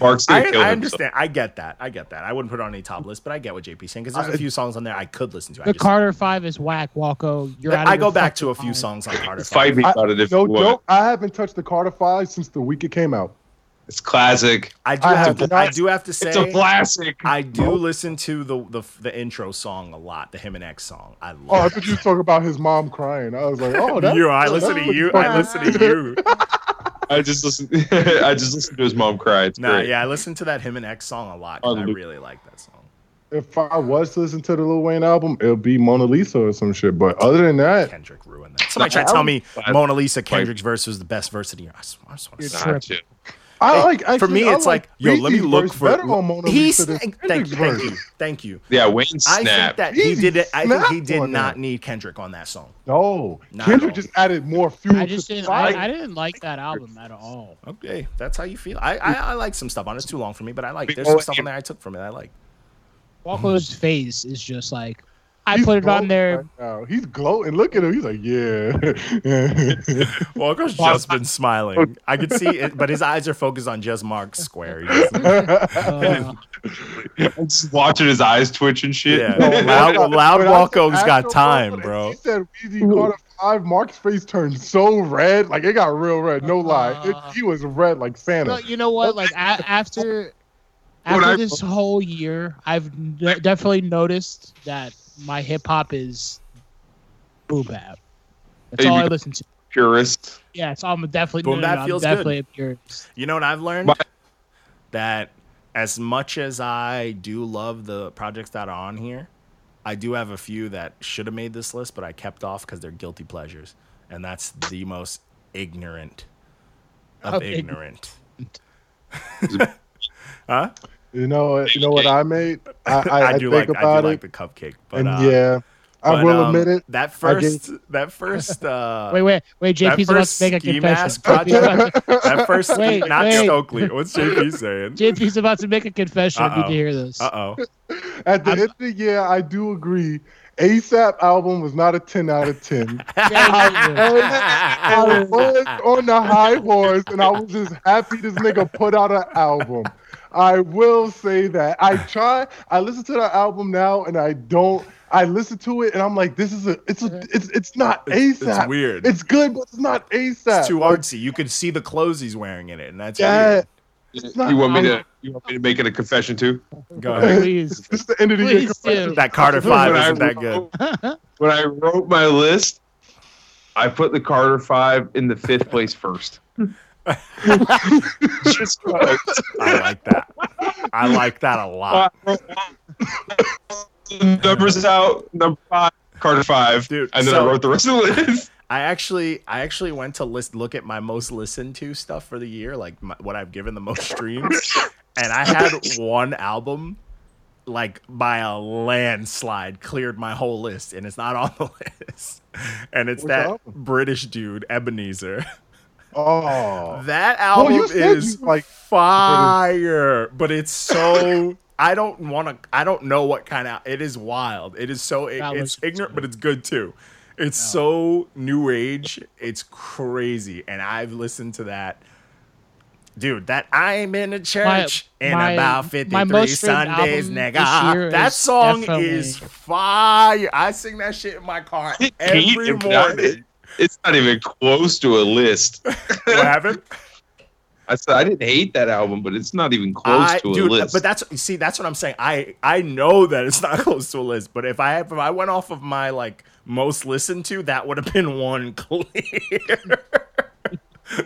Speaker 4: Mark's gonna
Speaker 2: I,
Speaker 4: kill
Speaker 2: I
Speaker 4: himself.
Speaker 2: understand. I get that. I get that. I wouldn't put it on any top list, but I get what JP's saying because there's a
Speaker 3: I-
Speaker 2: few songs on there I could listen to. I,
Speaker 5: the
Speaker 2: just-
Speaker 5: Carter Five is whack, Walco. You're out of
Speaker 2: I
Speaker 5: your
Speaker 2: go back to a
Speaker 5: fucking
Speaker 2: few
Speaker 5: mind.
Speaker 2: songs on Carter.
Speaker 4: Fight me
Speaker 3: I-
Speaker 4: about it if
Speaker 3: no
Speaker 4: you want.
Speaker 3: joke. I haven't touched the Carter Five since the week it came out.
Speaker 4: It's classic.
Speaker 2: I do
Speaker 3: I
Speaker 2: have.
Speaker 3: have
Speaker 2: To, I
Speaker 3: not-
Speaker 2: do have to say.
Speaker 4: It's a classic.
Speaker 2: I do listen to the, the the intro song a lot, the him and X song. I love.
Speaker 3: Oh, I thought you were talking about his mom crying. I was like, oh, that's,
Speaker 2: you, I listen to
Speaker 3: that's
Speaker 2: you.
Speaker 3: fucking-
Speaker 2: I listen to you.
Speaker 4: I just listen. I just listened to his mom cry. It's
Speaker 2: Nah,
Speaker 4: great.
Speaker 2: yeah, I listen to that him and X song a lot. 'cause I
Speaker 4: Unbelievable.
Speaker 2: really like that song.
Speaker 3: If I was to listen to the Lil Wayne album, it would be Mona Lisa or some shit. But other than that,
Speaker 2: Kendrick ruined that. Somebody
Speaker 4: Nah,
Speaker 2: tried to
Speaker 4: that
Speaker 2: tell
Speaker 4: was-
Speaker 2: me
Speaker 4: that-
Speaker 2: Mona Lisa Kendrick's verse was the best verse of the year. I just, I just want to
Speaker 5: You're
Speaker 2: say.
Speaker 5: tripping.
Speaker 4: Nah, too.
Speaker 3: I like actually,
Speaker 2: For me,
Speaker 3: I
Speaker 2: it's like, yo, let me
Speaker 3: Breezy's
Speaker 2: look
Speaker 3: verse
Speaker 2: for.
Speaker 3: better on Mona
Speaker 2: He
Speaker 3: Lisa than
Speaker 2: sang- thank,
Speaker 3: Kendrick's
Speaker 2: you, thank
Speaker 3: verse.
Speaker 2: you, thank you.
Speaker 4: Yeah, Wayne
Speaker 2: I
Speaker 4: snap.
Speaker 2: think that he
Speaker 3: Easy
Speaker 2: did it. I think he
Speaker 3: snap
Speaker 2: did
Speaker 3: on
Speaker 2: not
Speaker 3: that.
Speaker 2: need Kendrick on that song.
Speaker 3: No,
Speaker 2: Not
Speaker 3: Kendrick
Speaker 2: at all.
Speaker 3: just added more fuel.
Speaker 5: I just
Speaker 3: to the
Speaker 5: didn't. I, I
Speaker 3: fire.
Speaker 5: didn't like that album at all.
Speaker 2: Okay, that's how you feel. I, I, I like some stuff on. it. It's too long for me, but I like.
Speaker 4: Big
Speaker 2: There's some
Speaker 4: old
Speaker 2: stuff
Speaker 4: hand.
Speaker 2: on there I took from it. I like.
Speaker 5: Walco's
Speaker 2: Hmm.
Speaker 5: face is just like I
Speaker 3: He's
Speaker 5: put it on
Speaker 3: gloating
Speaker 5: there.
Speaker 3: right now. He's gloating. Look at him. He's like, yeah.
Speaker 2: Walker's just been smiling. I could see it, but his eyes are focused on just Mark's square. He just-
Speaker 5: Uh,
Speaker 4: I'm just watching his eyes twitch and shit.
Speaker 2: Yeah. Loud- loud
Speaker 3: When I said
Speaker 2: Walko's got
Speaker 3: Astro
Speaker 2: time,
Speaker 3: World,
Speaker 2: bro.
Speaker 3: He said Weezy caught a five. Mark's face turned so red, like it got real red. No lie,
Speaker 5: Uh.
Speaker 3: it, he was red like Santa.
Speaker 5: but you know what? Like a- after
Speaker 4: When
Speaker 5: after
Speaker 4: I-
Speaker 5: this whole year, I've n- definitely noticed that my hip hop is boom bap. That's
Speaker 4: Hey,
Speaker 5: all
Speaker 4: you
Speaker 5: I
Speaker 4: got-
Speaker 5: listen to.
Speaker 4: Purist.
Speaker 5: Yeah, it's I'm definitely
Speaker 2: Boom
Speaker 5: no, no,
Speaker 2: bap
Speaker 5: no, I'm
Speaker 2: feels good.
Speaker 5: definitely a purist.
Speaker 2: You know what I've learned?
Speaker 4: But-
Speaker 2: that as much as I do love the projects that are on here, I do have a few that should have made this list, but I kept off because they're guilty pleasures. And that's the most ignorant of,
Speaker 5: Of ign-
Speaker 2: ignorant. huh?
Speaker 3: You know, uh, you know what I made? I, I, I
Speaker 2: do
Speaker 3: think
Speaker 2: like I
Speaker 3: about
Speaker 2: do
Speaker 3: it,
Speaker 2: like the cupcake, but
Speaker 3: and
Speaker 2: uh,
Speaker 3: yeah, I
Speaker 2: but,
Speaker 3: will
Speaker 2: um,
Speaker 3: admit it.
Speaker 2: That
Speaker 3: I did-
Speaker 2: first, that first, uh,
Speaker 5: Wait, wait, wait.
Speaker 2: that
Speaker 5: JP's about
Speaker 2: first
Speaker 5: to make a
Speaker 2: scheme
Speaker 5: confession.
Speaker 2: ass project-
Speaker 5: JP's about
Speaker 2: that first,
Speaker 5: Wait,
Speaker 2: not
Speaker 5: wait.
Speaker 2: Stokely. What's JP saying?
Speaker 5: to- JP's about to make a confession. I need
Speaker 2: Uh-oh.
Speaker 5: to hear this.
Speaker 2: uh oh.
Speaker 3: At the
Speaker 5: I'm-
Speaker 3: end of the year, I do agree. ASAP album was not a ten out of ten. Oh, I was on the high horse, and I was just happy this nigga put out an album. I will say that I try. I listen to the album now, and I don't. I listen to it, and I'm like, this is a. It's a. It's it's not
Speaker 2: It's, it's
Speaker 3: ASAP. It's,
Speaker 2: weird.
Speaker 3: good, but it's not ASAP.
Speaker 2: It's too artsy. You could see the clothes he's wearing in it, and that's
Speaker 3: Yeah, not-
Speaker 4: You want me to? You want me to make it a confession too?
Speaker 2: weird. Go ahead.
Speaker 5: Please.
Speaker 3: This is the end of the year.
Speaker 5: Please do.
Speaker 2: That Carter Five isn't that good.
Speaker 4: wrote- when I wrote my list, I put the Carter Five in the fifth place first. Just
Speaker 2: I like that. I like that a lot,
Speaker 4: numbers out. Number five, Carter Five,
Speaker 2: dude.
Speaker 4: and then
Speaker 2: so
Speaker 4: I wrote the rest of the list.
Speaker 2: I actually, I actually went to list look at my most listened to stuff for the year, like my, what I've given the most streams, and I had one album, like by a landslide, cleared my whole list, and it's not on the list, and it's
Speaker 3: Which
Speaker 2: that
Speaker 3: album?
Speaker 2: British dude Ebenezer.
Speaker 3: Oh,
Speaker 2: That
Speaker 3: Well,
Speaker 2: album
Speaker 3: you said
Speaker 2: is
Speaker 3: you like-
Speaker 2: fire, but it's so I don't want to. I don't know what kind of. It is wild. It is so. It,
Speaker 5: That
Speaker 2: it's
Speaker 5: was-
Speaker 2: ignorant, but it's good too. It's so new age. It's crazy, and I've listened to that. Dude, that I'm in a church in
Speaker 5: my-
Speaker 2: about
Speaker 5: my
Speaker 2: 53
Speaker 5: most streamed
Speaker 2: Sundays,
Speaker 5: album
Speaker 2: nigga.
Speaker 5: this year
Speaker 2: That
Speaker 5: is
Speaker 2: song
Speaker 5: definitely-
Speaker 2: is fire. I sing that shit in my car every
Speaker 4: It's not-
Speaker 2: morning.
Speaker 4: It's not even close to a list.
Speaker 2: What happened?
Speaker 4: I said I didn't hate that album, but it's not even close
Speaker 2: I-
Speaker 4: to a
Speaker 2: dude,
Speaker 4: list.
Speaker 2: But that's you see, that's what I'm saying. I I know that it's not close to a list, but if I if I went off of my like most listened to, that would have been one clear.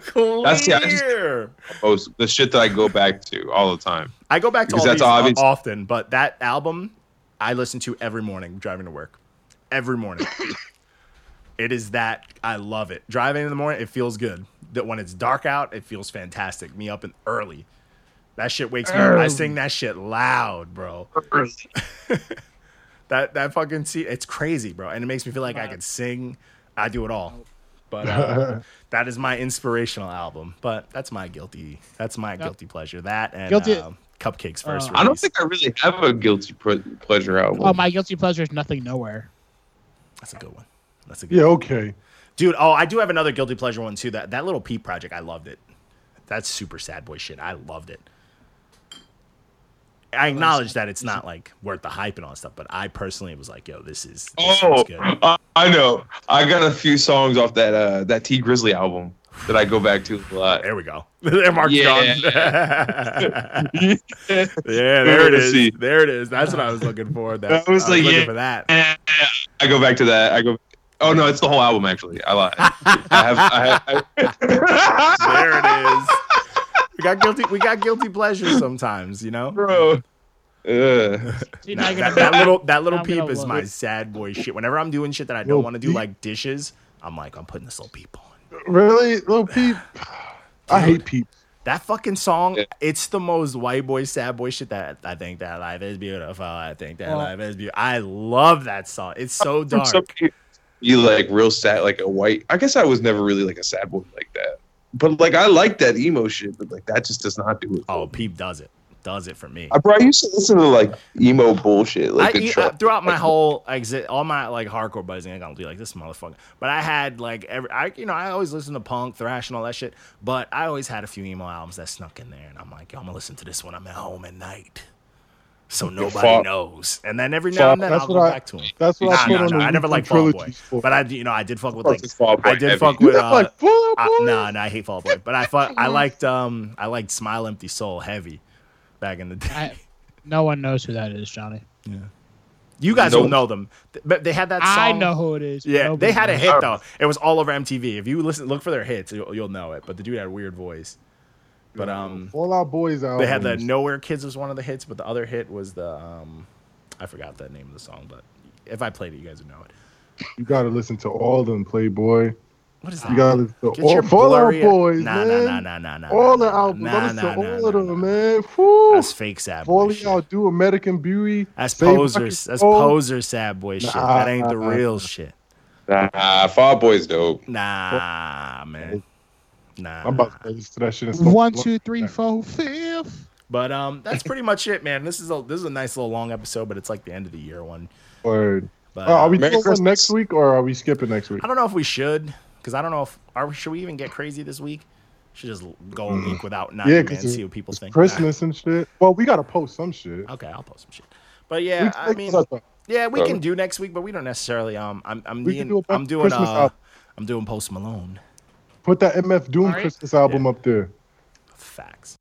Speaker 2: clear.
Speaker 4: That's- yeah, I just- most the shit that I go back to all the time.
Speaker 2: I go back to all
Speaker 4: Because
Speaker 2: these
Speaker 4: that's obvious.
Speaker 2: o- often, but that album I listen to every morning driving to work. Every morning. it is that I love it. Driving in the morning, it feels good. That when it's dark out, it feels fantastic. Me up in early. That shit wakes me up. I sing that shit loud, bro. that that fucking see it's crazy, bro. And it makes me feel like I could sing. I do it all. But uh, that is my inspirational album. But that's my guilty. That's my guilty pleasure. That and
Speaker 5: Guilty-
Speaker 2: uh, Cupcakes first.
Speaker 5: Uh,
Speaker 4: I don't
Speaker 2: release.
Speaker 4: think I really have a guilty pre- pleasure album.
Speaker 5: Oh, my guilty pleasure is nothing nowhere.
Speaker 2: that's a good one. That's a good
Speaker 3: Yeah,
Speaker 2: one.
Speaker 3: okay.
Speaker 2: dude. Oh, I do have another guilty pleasure one too. That that little pea project, I loved it. That's super sad boy shit. I loved it. I acknowledge that it's not like worth the hype and all that stuff, but I personally was like, yo, this is this
Speaker 4: Oh,
Speaker 2: sounds good.
Speaker 4: I, I know. I got a few songs off that uh, that T Grizzly album that I go back to a lot.
Speaker 2: There we go. there, Mark
Speaker 4: Yeah.
Speaker 2: John. yeah, there it is.
Speaker 4: See.
Speaker 2: There it is. That's what I was looking for. That
Speaker 4: I was like,
Speaker 2: looking
Speaker 4: yeah.
Speaker 2: for that.
Speaker 4: I go back to that. I go. Oh no, it's the whole album actually. I lied. I have. I have I,
Speaker 2: There it is. We got guilty. We got guilty pleasures sometimes, you know.
Speaker 4: bro. Ugh.
Speaker 5: See, now
Speaker 2: That,
Speaker 5: you're gonna-
Speaker 2: that- that little that little
Speaker 5: Now I'm gonna
Speaker 2: peep is
Speaker 5: love
Speaker 2: my
Speaker 5: it.
Speaker 2: sad boy shit. Whenever I'm doing shit that I
Speaker 3: Little
Speaker 2: don't want to do,
Speaker 3: peep.
Speaker 2: like dishes, I'm like, I'm putting this little peep on.
Speaker 3: Really, little Peep? I hate Peep.
Speaker 2: That fucking song,
Speaker 4: Yeah.
Speaker 2: it's the most white boy sad boy shit that I think that life is beautiful. I think that
Speaker 5: Well-
Speaker 2: life is beautiful. I love that song. It's so dark.
Speaker 4: So cute. you like real sad, like a white. I guess I was never really like a sad boy like that. But like I like that emo shit, but like that just does not do it.
Speaker 2: oh, Peep does it. Does it for me.
Speaker 4: I, bro, I used to listen to like emo bullshit. Like
Speaker 2: I,
Speaker 4: a
Speaker 2: e-
Speaker 4: truck.
Speaker 2: uh, throughout my whole exit, all my like hardcore buddies, I gonna be like this motherfucker. But I had like every, I you know, I always listened to punk, thrash, and all that shit. But I always had a few emo albums that snuck in there, and I'm like, yo, I'm gonna listen to this when I'm at home at night, so nobody
Speaker 4: Fall-
Speaker 2: knows. And then every now
Speaker 3: Fall-
Speaker 2: and then
Speaker 3: that's
Speaker 2: I'll
Speaker 3: what
Speaker 2: go
Speaker 3: I-
Speaker 2: back to him.
Speaker 3: That's what
Speaker 2: Nah,
Speaker 3: I put
Speaker 2: nah,
Speaker 3: on
Speaker 2: nah,
Speaker 3: the
Speaker 2: I never
Speaker 3: weekly
Speaker 2: liked Fall Boy,
Speaker 3: trilogies for.
Speaker 2: but I, you know, I did fuck with
Speaker 4: Fuck
Speaker 2: like,
Speaker 4: this Fall Boy
Speaker 2: I did
Speaker 4: heavy.
Speaker 2: fuck
Speaker 3: you
Speaker 2: with.
Speaker 3: never
Speaker 2: Uh,
Speaker 3: like Fall
Speaker 2: I,
Speaker 3: Out Boy?
Speaker 2: nah, nah, I hate Fall Out Boy, but I fuck, I liked, um, I liked Smile Empty Soul heavy, back in the day.
Speaker 5: I- no one knows who that is, Johnny.
Speaker 2: you guys will
Speaker 4: Nope.
Speaker 2: know them, Th- but they had that. Song.
Speaker 5: I know who it is.
Speaker 2: Yeah,
Speaker 5: Nobody
Speaker 2: they had a
Speaker 5: knows.
Speaker 2: hit though. It was all over MTV. If you listen, look for their hits, you'll, you'll know it. But the dude had a weird voice. But um,
Speaker 3: All our boys out.
Speaker 2: they had the Nowhere Kids was one of the hits, but the other hit was the um, I forgot the name of the song, but if I played it, you guys would know it.
Speaker 3: You gotta listen to all of them, Playboy.
Speaker 2: What is that?
Speaker 3: You gotta listen to
Speaker 2: Get
Speaker 3: all
Speaker 2: your
Speaker 3: Fall Out
Speaker 2: blurry-
Speaker 3: Boys,
Speaker 2: nah,
Speaker 3: man.
Speaker 2: nah, nah, nah, nah, nah.
Speaker 3: All
Speaker 2: nah,
Speaker 3: the
Speaker 2: nah,
Speaker 3: albums.
Speaker 2: Nah,
Speaker 3: I listen
Speaker 2: nah,
Speaker 3: to all
Speaker 2: nah,
Speaker 3: of
Speaker 2: nah,
Speaker 3: them,
Speaker 2: nah.
Speaker 3: man. Whew.
Speaker 2: That's fake sad boy
Speaker 3: Falling
Speaker 2: shit.
Speaker 3: out, do American Beauty.
Speaker 2: That's
Speaker 3: Save
Speaker 2: posers.
Speaker 3: Rocket's
Speaker 2: That's
Speaker 3: Soul.
Speaker 2: poser sad boy shit. That ain't the
Speaker 3: Nah.
Speaker 2: real shit.
Speaker 4: Nah, Fall Out Boy's dope.
Speaker 2: Nah, man. Nah.
Speaker 3: I'm about to listen to that shit. and start
Speaker 7: One,
Speaker 3: blowing
Speaker 7: two, three,
Speaker 3: that.
Speaker 7: four, fifth.
Speaker 2: But um, that's pretty much it, man. This is a this is a nice little long episode, but it's like the end of the year one.
Speaker 3: Word.
Speaker 2: But
Speaker 3: Uh, are we
Speaker 2: uh,
Speaker 4: Merry
Speaker 3: doing one
Speaker 4: Christmas.
Speaker 3: next week or are we skipping next week?
Speaker 2: I don't know if we should, because I don't know if are we, should we even get crazy this week. Should just go a week without not
Speaker 3: Mm. Yeah,
Speaker 2: and
Speaker 3: 'cause
Speaker 2: see what people
Speaker 3: It's
Speaker 2: think.
Speaker 3: Christmas and shit. Well, we gotta post some shit.
Speaker 2: Nah. Okay, I'll post some shit. But yeah,
Speaker 3: We-
Speaker 2: I mean, yeah, we can do next week, but we don't necessarily. Um, I'm I'm
Speaker 3: We
Speaker 2: being,
Speaker 3: can do a
Speaker 2: I'm
Speaker 3: bunch of
Speaker 2: doing
Speaker 3: Christmas
Speaker 2: uh,
Speaker 3: albums.
Speaker 2: I'm doing Post Malone
Speaker 3: put that MF Doom
Speaker 5: Alright.
Speaker 3: Christmas album up there.
Speaker 2: facts.